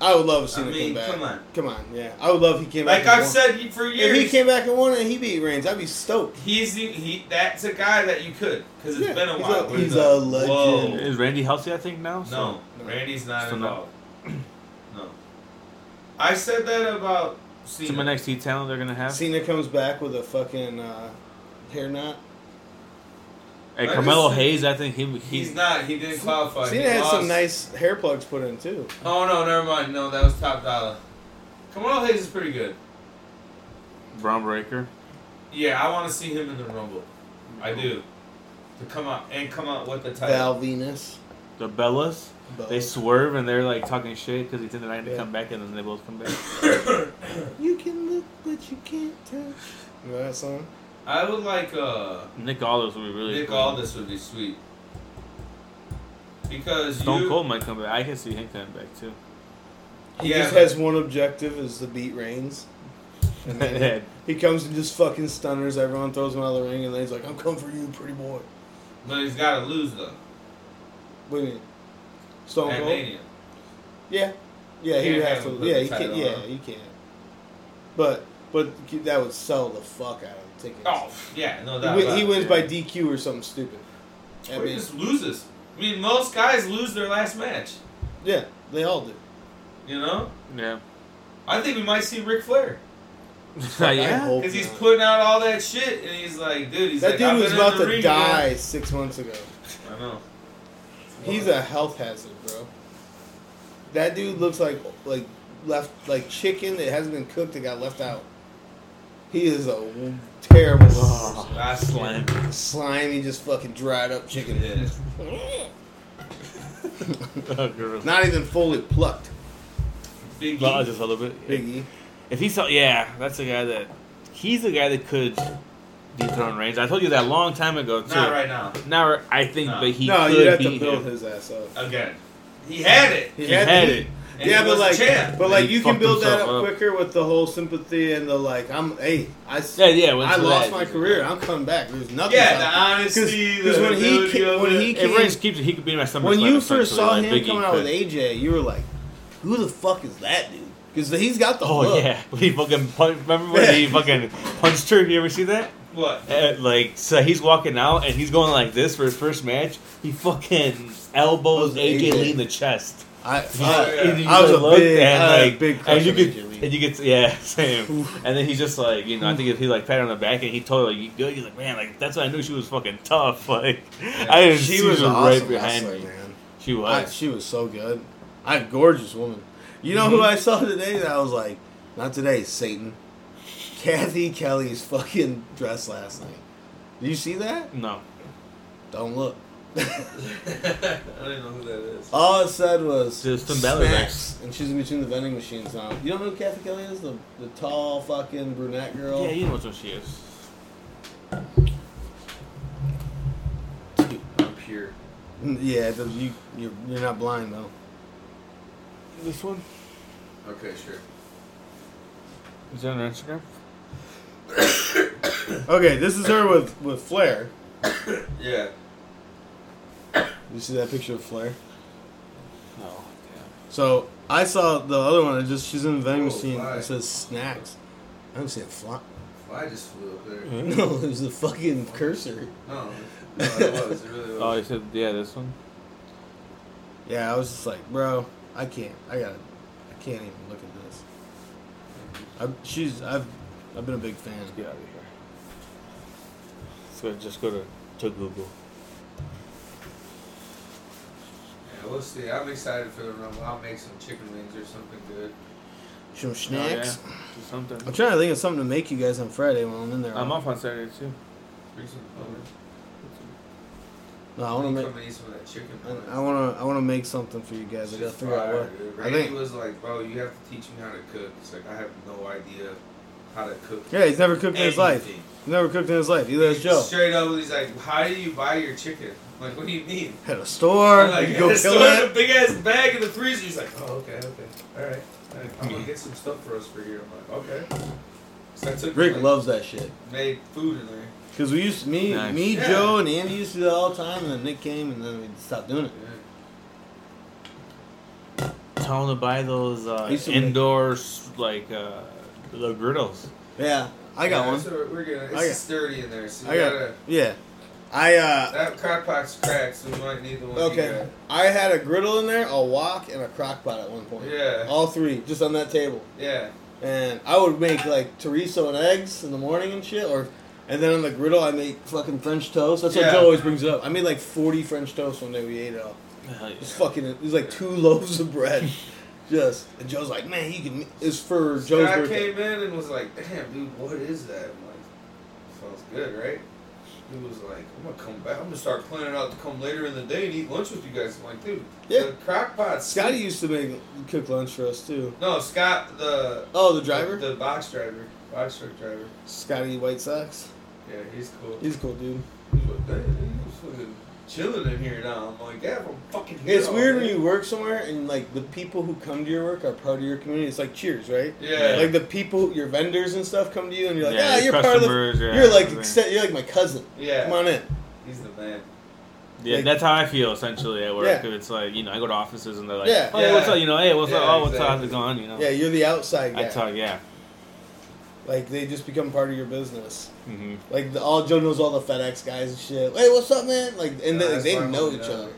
S2: I would love if
S3: I
S2: Cena
S3: mean,
S2: came back.
S3: come on.
S2: Come on, yeah. I would love if he came
S3: Like
S2: back. and
S3: I've
S2: won.
S3: said for
S2: if he
S3: years,
S2: came back and won and he beat Reigns, I'd be stoked.
S3: he's the, he. That's a guy that you could because it's
S2: Yeah,
S3: been a
S2: he's
S3: while.
S2: a-
S3: We're
S2: he's
S3: like,
S2: a legend.
S3: Whoa.
S1: Is Randy healthy? I think now. So-
S3: No,
S2: No.
S3: Randy's
S1: So
S3: not
S1: no.
S3: involved. No. I said that about
S1: Some
S3: Cena.
S1: NXT talent they're gonna have.
S2: Cena comes back with a fucking uh, hair knot.
S1: Hey,
S3: I
S1: Carmelo
S3: just-
S1: Hayes, I think he
S3: He's
S1: he's
S3: not. He didn't qualify.
S2: Cena
S3: he
S2: had some
S3: lost.
S2: nice hair plugs put in too.
S3: Oh no, never mind. No, that was top dollar. Kamala Hayes is pretty good.
S1: Braun Breaker.
S3: Yeah, I want to see him in the Rumble. I do. To come out and come out with the title.
S2: Val Venus.
S1: The Bellas,
S2: Bo-
S1: they swerve and they're like talking shit because he think they're not gonna
S2: Yeah.
S1: come back, and then they both come back.
S2: you can look, but you can't touch. You know that song?
S3: <coughs> I would like uh,
S1: Nick Aldis would be really
S3: Nick
S1: cool.
S3: Aldis would be sweet because
S1: Stone
S3: you
S1: Cold might come back. I can see him coming back too. <laughs>
S2: He
S3: Yeah,
S2: just
S3: but-
S2: has one objective: is to beat Reigns. And then
S1: <laughs>
S2: he comes and just fucking stunners everyone, throws him out of the ring, and then he's like, "I'm coming for you, pretty boy."
S3: but he's got to lose though.
S2: What do you mean? Stone
S3: At
S2: Cold.
S3: Mania.
S2: Yeah, yeah, he
S3: Can't
S2: would
S3: have
S2: have
S3: him
S2: to.
S3: put
S2: Yeah,
S3: the
S2: he can't.
S3: title
S2: Yeah,
S3: on.
S2: he can't. But but that would sell the fuck out of the tickets.
S3: Oh yeah, no
S2: he,
S3: doubt.
S2: win-
S3: about
S2: he
S3: it.
S2: wins by DQ or something stupid. I
S3: Or he
S2: mean,
S3: just loses. I mean, most guys lose their last match.
S2: yeah, they all do.
S3: You know,
S1: Yeah.
S3: I think we might see Ric Flair
S2: I
S1: yeah.
S2: hope
S3: because he's
S2: not.
S3: putting out all that shit, and he's like, dude, he's
S2: that
S3: like,
S2: dude
S3: I've
S2: was
S3: been in
S2: about
S3: the
S2: to
S3: ring,
S2: die six months ago.
S3: guys. I know.
S2: He's a health hazard, bro. That dude looks like like left like chicken that hasn't been cooked that got left out. He is a terrible,
S3: I slam.
S2: slimy, just fucking dried up chicken.
S3: Yeah.
S1: <laughs>
S2: <laughs>
S3: <laughs>
S1: Oh, girl.
S2: Not even fully plucked,
S3: Big
S1: Well,
S3: E.
S1: just a little bit.
S2: Biggie.
S1: If he saw, yeah, that's the guy that he's the guy that could dethrone Reigns. I told you that a long time ago too.
S3: Not right now.
S1: Now I think,
S3: No.
S1: but he
S2: no,
S1: could
S2: you'd have to
S1: beat him.
S2: build his ass up.
S3: Again, he had it.
S1: He had it.
S3: And
S2: yeah,
S3: he
S2: but
S3: was
S2: like,
S3: a champ.
S2: but like,
S1: He
S2: you can
S1: fucked
S2: build that
S1: himself
S2: up,
S1: up.
S2: quicker with the whole sympathy and the like. I'm, hey, I, s-
S1: Yeah, yeah. went
S2: I
S1: to
S2: lost
S1: that.
S2: my career. I'm coming back. There's nothing.
S3: yeah, the
S2: about-
S3: honesty.
S2: 'cause
S3: the
S2: when he
S3: ability
S2: ca-
S3: of
S2: when
S3: it.
S2: he
S1: If Reigns keeps it, he could beat him at SummerSlam.
S2: when you first
S1: essentially,
S2: saw
S1: like
S2: him
S1: Big E
S2: coming out
S1: could.
S2: with AJ, you were like, who the fuck is that dude? Because he's got the
S1: Oh
S2: look.
S1: yeah, <laughs> he fucking punch, remember when
S2: <laughs>
S1: he fucking punched her? You ever see that?
S3: what?
S1: Uh, like so, he's walking out and he's going like this for his first match. He fucking elbows
S2: Was
S1: AJ,
S2: AJ.
S1: Lee in the chest.
S2: I,
S3: Oh,
S2: I,
S3: yeah.
S1: Uh, And you
S2: I was
S1: just
S2: a
S1: looked and,
S2: big, I had a
S1: like,
S2: big crush
S1: and you
S2: on
S1: could,
S2: AJ Lee.
S1: and you could, yeah, <laughs> same. and then he's just like, you know, I think if he like pat her on the back and he told her like, you good, he's like, man, like that's when I knew she was fucking tough. <laughs> Like, I didn't
S2: she
S1: see
S2: was
S1: her
S2: awesome
S1: right behind me.
S2: man.
S1: She
S2: I,
S1: was.
S2: she was so good. I gorgeous woman. You know who
S1: Mm-hmm.
S2: I saw today that I was like, not today, Satan. Kathy Kelly's fucking dress last night. Did you see that?
S1: no,
S2: Don't look. <laughs>
S3: <laughs> I don't know who that is.
S2: All it said was
S1: It was Finn Balor
S2: snacks, and she's in between the vending machines now. You don't know who Kathy Kelly is? The, the tall fucking brunette girl.
S1: yeah, you know what she is.
S3: I'm pure.
S2: Mm, Yeah, the, you you're, you're not blind though.
S1: This one
S3: Okay, sure.
S1: is that on her Instagram?
S2: Okay, this is her with with Flair.
S3: Yeah.
S2: You see that picture of Flair?
S1: No.
S2: So I saw the other one. It just she's in the vending
S3: Oh,
S2: machine.
S3: why?
S2: It says snacks. I don't see a fly.
S3: Well, I just flew up
S2: <laughs>
S3: there.
S2: No, it was the fucking cursor.
S3: No, no, it was.
S2: <laughs>
S3: It really
S1: Oh,
S3: was.
S1: you said yeah, this one.
S2: Yeah, I was just like, bro, I can't. I gotta. I can't even look at this. I, she's. I've. I've been a big fan.
S1: Get out of here. So just go to, to Google.
S3: Yeah, we'll see. I'm excited for the rumble. I'll make some chicken wings or something good.
S2: Some snacks.
S1: Oh, yeah. Do something.
S2: I'm trying to think of something to make you guys on Friday when I'm in there.
S1: I'm off on Saturday too.
S3: Bring some over.
S2: No, I want to make.
S3: Come and eat some of that chicken.
S2: I- I want to. I want to make something for you guys. I gotta figure out what.
S3: Dude.
S2: I
S3: Randy
S2: think-
S3: was like, bro, you have to teach me how to cook. It's like I have no idea how to cook.
S2: Yeah, he's never cooked in his life.
S3: anything.
S2: He's never cooked in his life. Either
S1: <laughs>
S2: has Joe.
S3: Straight up, he's like, "How do you buy your chicken? Like, what do you mean?"
S2: At a store,
S3: I'm like,
S1: <laughs>
S2: you go
S3: "It's
S2: kill
S3: still in
S2: it.
S3: a big ass bag in the freezer. He's like, "Oh, okay, okay, all right, all right. I'm
S2: Mm-hmm.
S3: gonna get some stuff for us for you." I'm like, "Okay." So I took
S2: Rick
S3: like,
S2: loves that shit.
S3: made food in there.
S2: Cause we used to, me,
S1: Nice.
S2: me,
S3: Yeah.
S2: Joe, and Andy used to do that all the time, and then Nick came, and then we stopped doing it.
S1: Tell him to buy those uh,
S2: used to make-
S1: indoors like uh, the griddles.
S2: Yeah, I got
S3: yeah,
S2: one.
S3: So we're gonna. It's
S2: I got-
S3: sturdy in there, so you
S2: I got-
S3: gotta.
S2: Yeah, I uh,
S3: That crock pot's cracked, so we might need the one.
S2: okay, I had a griddle in there, a wok, and a crock pot at one point.
S3: You got. Yeah.
S2: all three just on that table,
S3: Yeah.
S2: and I would make like chorizo and eggs in the morning and shit, or. And then on the griddle, I make fucking French toast. That's what
S3: Yeah.
S2: Joe always brings up. I made like 40 French toast one day. We ate it all.
S1: Hell yeah.
S2: It was fucking. It was like two <laughs> loaves of bread. Just and Joe's like, man, you can. It's for
S3: This
S2: Joe's
S3: guy
S2: birthday.
S3: came in and was like, "Damn, dude, what is that?" I'm like, "Sounds good, right?" He was like, "I'm gonna come back. I'm gonna start planning out to come later in the day and eat lunch with you guys." I'm like, "Dude,
S2: Yeah.
S3: the crock pot."
S2: Scotty used to make cook lunch for us too.
S3: No, Scott, the
S2: Oh, the driver,
S3: the, box driver, box truck driver.
S2: Scotty White Sox.
S3: Yeah, he's cool.
S2: He's a cool, dude.
S3: He's like, "Damn, he's fucking chilling in here now. I'm like, "Yeah, I'm fucking." Here
S2: It's
S3: all
S2: weird
S3: day."
S2: when you work somewhere and like the people who come to your work are part of your community. It's like Cheers, right?
S3: Yeah.
S2: Like the people, your vendors and stuff come to you, and you're like,
S1: Yeah,
S2: ah,
S1: your
S2: you're part of the.
S1: customers, yeah,
S2: You're like,
S1: everything.
S2: exce- you're like my cousin.
S3: yeah.
S2: Come on in.
S3: He's the man.
S1: Yeah,
S2: Like-
S1: that's how I feel essentially at work.
S2: Yeah.
S1: If it's like you know, I go to offices and they're like,
S2: Yeah.
S1: "Oh, hey, what's
S3: Yeah.
S1: up?" You know, "Hey, what's up?"
S3: Yeah,
S1: "Oh, what's up? How's
S3: exactly.
S1: it going?" You know,
S2: Yeah, you're the outside
S1: I
S2: guy.
S1: talk, yeah.
S2: Like they just become part of your business.
S1: hmm
S2: Like the, all Joe knows all the FedEx guys and shit. Hey, what's up, man? Like and
S3: Yeah,
S2: they,
S3: that's
S2: they
S3: why I
S2: know
S3: wanted
S2: each
S3: to know.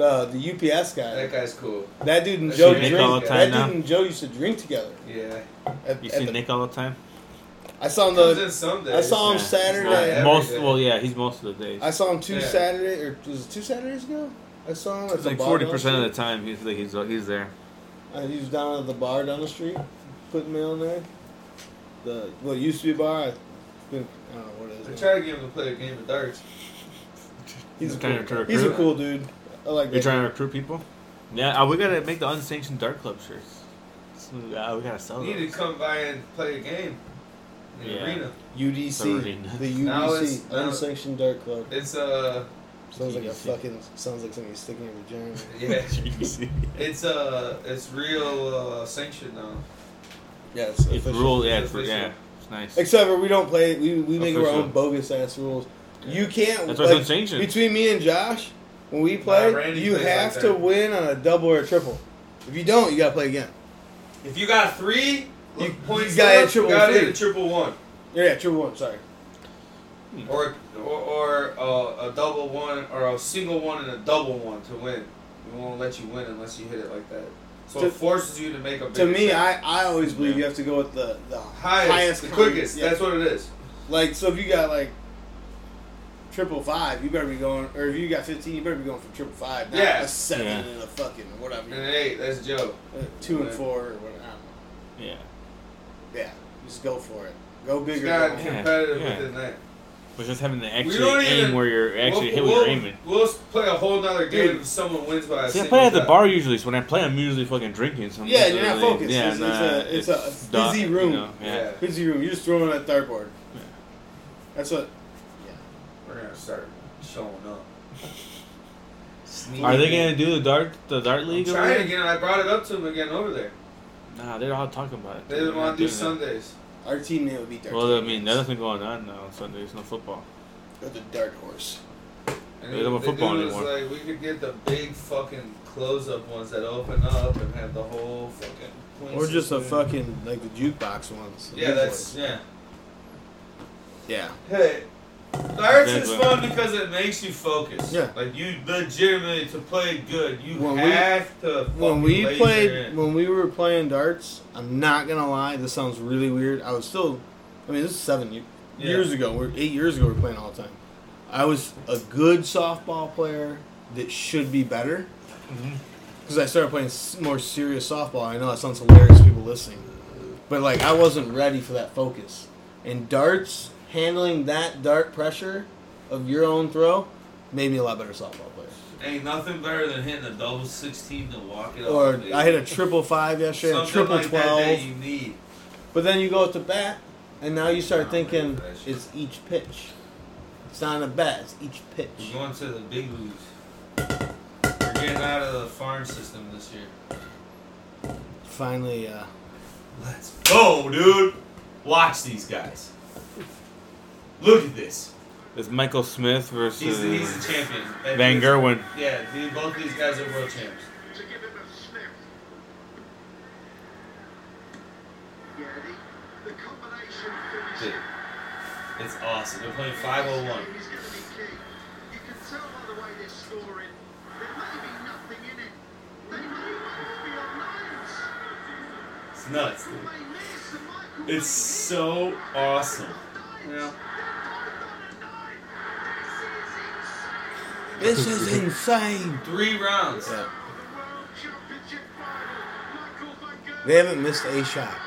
S2: other. The the UPS guy.
S3: That guy's cool.
S2: That dude and
S3: I
S2: Joe
S3: see Nick
S2: drink.
S3: all the
S2: that
S1: time
S2: dude
S1: now.
S2: and Joe used to drink together.
S3: Yeah.
S2: At,
S1: You
S2: at
S1: see
S2: the-
S1: Nick all the time.
S2: I saw him
S3: Comes
S2: the.
S3: in some
S2: I saw him
S1: Yeah.
S2: Saturday.
S3: Every
S1: most
S3: day.
S1: well, yeah, he's most of the days.
S2: I saw him two
S3: Yeah.
S2: Saturday or was it two Saturdays ago? I saw him at
S1: It's
S2: the
S1: like
S2: bar.
S1: forty percent of the time he's like, he's uh, he's there.
S2: the. he was down at the bar down the street, putting mail in there. The what used to be a bar. I think I don't know what
S3: I
S2: it is. now.
S3: try to get him to play a game of darts.
S2: He's a
S1: Trying to
S2: cool.
S1: recruit.
S2: He's a cool dude. I like
S1: You're
S2: that.
S1: trying to recruit people. Yeah, uh, we gotta make the unsanctioned dart club shirts. So, uh, we gotta sell
S3: You need
S1: those.
S3: to come by and play a game in the
S1: Yeah.
S3: arena.
S2: UDC,
S1: Sorry.
S2: the
S3: Now it's-
S2: UDC,
S3: now-
S2: unsanctioned dark club.
S3: It's uh <laughs>
S2: Sounds like a
S1: UDC.
S2: fucking sounds like something you stick in your
S1: <laughs>
S2: vagina.
S3: <laughs> yeah.
S1: Jeez.
S3: It's uh it's real uh sanctioned now.
S2: Yeah, it's
S1: it's
S2: official.
S1: rule, yeah,
S3: It's
S1: it's, for-
S3: official.
S1: yeah, it's nice.
S2: Except for we don't play. We we make our
S1: Official.
S2: own bogus ass rules. You can't.
S1: That's why it's
S2: like,
S1: unsanctioned.
S2: between me and Josh, when we
S3: Nah,
S2: play,
S3: Randy
S2: you
S3: plays
S2: have
S3: like
S2: to
S3: that.
S2: win on a double or a triple. If you don't, you gotta play again.
S3: If you got three
S2: You-
S3: l- points
S2: you gotta hit
S3: left, you
S2: triple
S3: gotta hit
S2: three.
S3: a triple one.
S2: Yeah, yeah, triple one. Sorry.
S3: Or or, or uh, a double one or a single one and a double one to win. We won't let you win unless you hit it like that. So
S2: To-
S3: it forces you to make a
S2: To
S3: bigger
S2: me,
S3: shot.
S2: I, I always believe you have to go with the the
S3: highest,
S2: highest,
S3: the
S2: common-
S3: quickest.
S2: yeah.
S3: That's what it is.
S2: like so. If you got like triple five, you better be going. Or if you got fifteen, you better be going for triple five. Not
S3: Yeah.
S2: a seven
S1: Yeah.
S2: and a fucking whatever.
S3: And hey, that's Joe.
S2: Uh, two and four or whatever. I don't know.
S1: yeah,
S2: Yeah, just go for it. Go
S3: It's
S2: bigger.
S3: got
S2: go home.
S3: competitive
S1: Yeah.
S3: within that.
S1: but just having to
S3: don't
S1: actually
S3: even-
S1: aim where you're actually hit where
S3: we'll,
S1: you're aiming.
S3: We'll s- play a whole nother game
S2: Dude.
S3: if someone wins by a
S1: See, I
S3: single
S1: play at the
S3: shot.
S1: bar usually, so when I play, I'm usually fucking drinking. So I'm
S2: Yeah,
S1: not
S2: you're not
S1: really-
S2: focused.
S1: Yeah,
S2: It's- it's a-
S1: nah,
S2: it's a
S1: dark,
S2: busy
S1: you
S2: room.
S1: know,
S3: Yeah.
S1: yeah.
S2: Busy room. You're just throwing that dartboard.
S1: Yeah.
S2: That's what.
S3: We're gonna start showing up. Sneaking
S1: Are they gonna
S3: in.
S1: do the dart the dart league?
S3: I'm
S1: over
S3: trying
S1: there?
S3: again. I brought it up to them again over there.
S1: Nah, they're all talking about it.
S3: They
S1: They're
S3: didn't
S1: not
S3: want to do
S1: doing it.
S3: Sundays.
S2: Our team name would be Dart.
S1: Well, I mean, there's nothing going on now on Sundays. No football.
S2: Or the Dart Horse.
S3: And
S1: They don't want
S3: what
S1: football
S3: do is,
S1: anymore.
S3: Like, we could get the big fucking close-up ones that open up and have the whole fucking. point
S2: Or just a
S3: system.
S2: fucking like the jukebox ones. the
S3: Yeah,
S2: big
S3: that's
S2: ones. yeah.
S3: yeah. Hey. Darts is
S1: Exactly.
S3: fun because it makes you focus.
S2: Yeah.
S3: Like you legitimately to play good, you
S2: When we-
S3: have to.
S2: When
S3: fucking
S2: we
S3: laser
S2: played,
S3: in.
S2: when we were playing darts, I'm not gonna lie. This sounds really weird. I was still, I mean, this is seven ye-
S3: Yeah.
S2: years ago. We're eight years ago. We are playing all the time. I was a good softball player that should be better.
S3: Mm-hmm.
S2: Because I started playing s- more serious softball. I know that sounds hilarious, to people listening, but like I wasn't ready for that focus. And darts, handling that dart pressure of your own throw, made me a lot better softball player.
S3: Ain't nothing better than hitting a double sixteen to walk it
S2: Or
S3: off.
S2: I hit a triple five yesterday, a
S3: Something
S2: triple
S3: like that
S2: twelve.
S3: that you need.
S2: But then you go up to bat, and now you start
S3: Oh,
S2: thinking
S3: man, that shit.
S2: it's each pitch. It's not a bat. It's each pitch.
S3: We're going to the big leagues. We're getting out of the farm system this year.
S2: Finally, uh,
S3: Let's go, dude. Watch these guys. Look at this.
S1: It's Michael Smith versus
S3: He's the, he's the champion. And
S1: Van
S3: he's-
S1: Gerwen.
S3: Yeah, the, both these guys are world champs.
S6: to give him a sniff. Yeah, the, the combination finish.
S3: Dude, it's awesome. They're playing 501.
S6: He's going to be key. You can tell by the way they're scoring. There may be nothing in it. They may both be on nines.
S3: It's nuts.
S6: They
S3: Dude.
S6: may miss and Michael
S3: It's so awesome. Yeah.
S2: this is insane.
S3: Three rounds.
S2: Yeah. They haven't missed a shot.
S3: <laughs>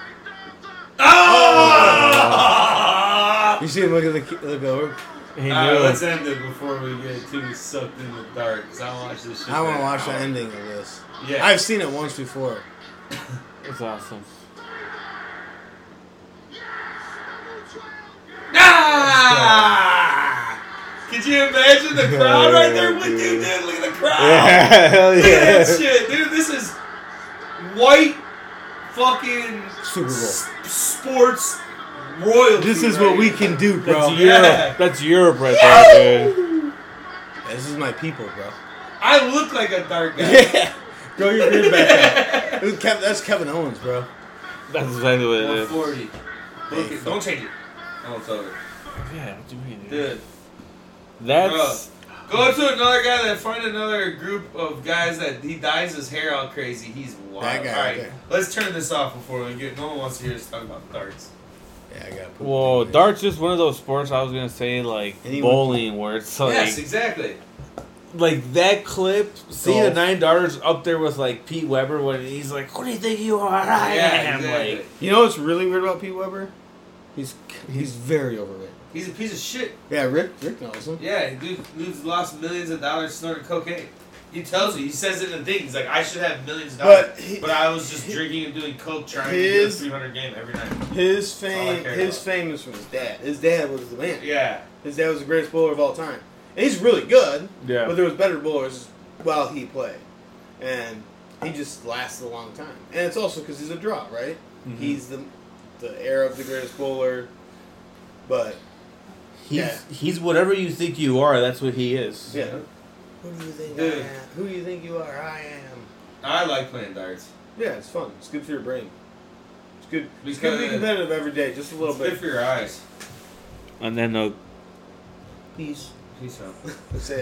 S3: Ah!
S2: You see him look at the ki- look over.
S1: He knew
S3: Alright, let's
S1: it.
S3: end it before we get too sucked in the dark. Cause I want to watch this shit.
S2: I want to
S3: back.
S2: watch the ending of this.
S3: Yeah.
S2: I've seen it once before.
S1: It's awesome.
S3: Ah! Could you imagine the crowd right there?
S2: Oh,
S3: What dude did? Look at the crowd.
S2: hell
S3: Look
S1: <laughs>
S2: <laughs>
S3: at that shit, dude. This is white fucking
S2: Super Bowl.
S3: s- sports royalty.
S2: This is
S3: right
S2: what we
S3: here.
S2: can do,
S1: That's
S2: bro.
S1: Europe. That's Europe right there, dude.
S2: This is my people, bro.
S3: I look like a dark guy. <laughs>
S2: Yeah. Grow your beard back out. Dude, Kev- That's Kevin Owens, bro.
S1: That's exactly what it is.
S3: 140. Look
S2: Hey,
S3: it. Don't change it. No, it's over.
S1: Yeah, what do you mean, dude?
S3: Dude,
S1: That's
S3: go to another guy that find another group of guys that he dyes his hair all crazy. He's wild.
S2: That guy
S3: all right,
S2: right there.
S3: let's turn this off before we get. No one wants to hear us talk about darts.
S2: Yeah, I got.
S1: well, darts is one of those sports I was gonna say like
S2: Anyone-
S1: bowling, where it's like
S3: yes, exactly.
S1: like that clip. Seeing the
S2: Golf.
S1: nine darters up there with like Pete Weber when he's like, "What do you think you are? I
S3: yeah,
S1: am."
S3: exactly.
S1: Like,
S2: You know what's really weird about Pete Weber? He's he's very overrated.
S3: He's a piece of shit.
S2: Yeah, Rick Rick knows him.
S3: Yeah, dude, dude's lost millions of dollars snorting cocaine. He tells you, he says it in the thing. He's like, I should have millions of dollars,
S2: But
S3: but,
S2: he-
S3: I was just drinking and doing coke, trying
S2: His-
S3: to do a 300 game every night.
S2: His
S3: All Oh, I
S2: fame
S3: care
S2: his
S3: about.
S2: fame is from his dad. His dad was the man.
S3: Yeah,
S2: His dad was the greatest bowler of all time. And he's really good.
S1: Yeah.
S2: But there was better bowlers while he played, and he just lasted a long time. And it's also because he's a draw, right?
S1: Mhm.
S2: He's the the heir of the greatest bowler, but
S1: he's he's whatever you think you are. That's what he is.
S2: yeah. Who do you think
S3: Dude.
S2: I am? Who do you think you are? I am.
S3: I like playing darts.
S2: Yeah, it's fun. It's good for your brain. It's good. It's good to be
S3: Because-
S2: competitive every day, just a little
S3: It's good
S2: bit.
S3: for your eyes.
S1: And then the
S2: Peace.
S3: Peace out.
S2: That's it.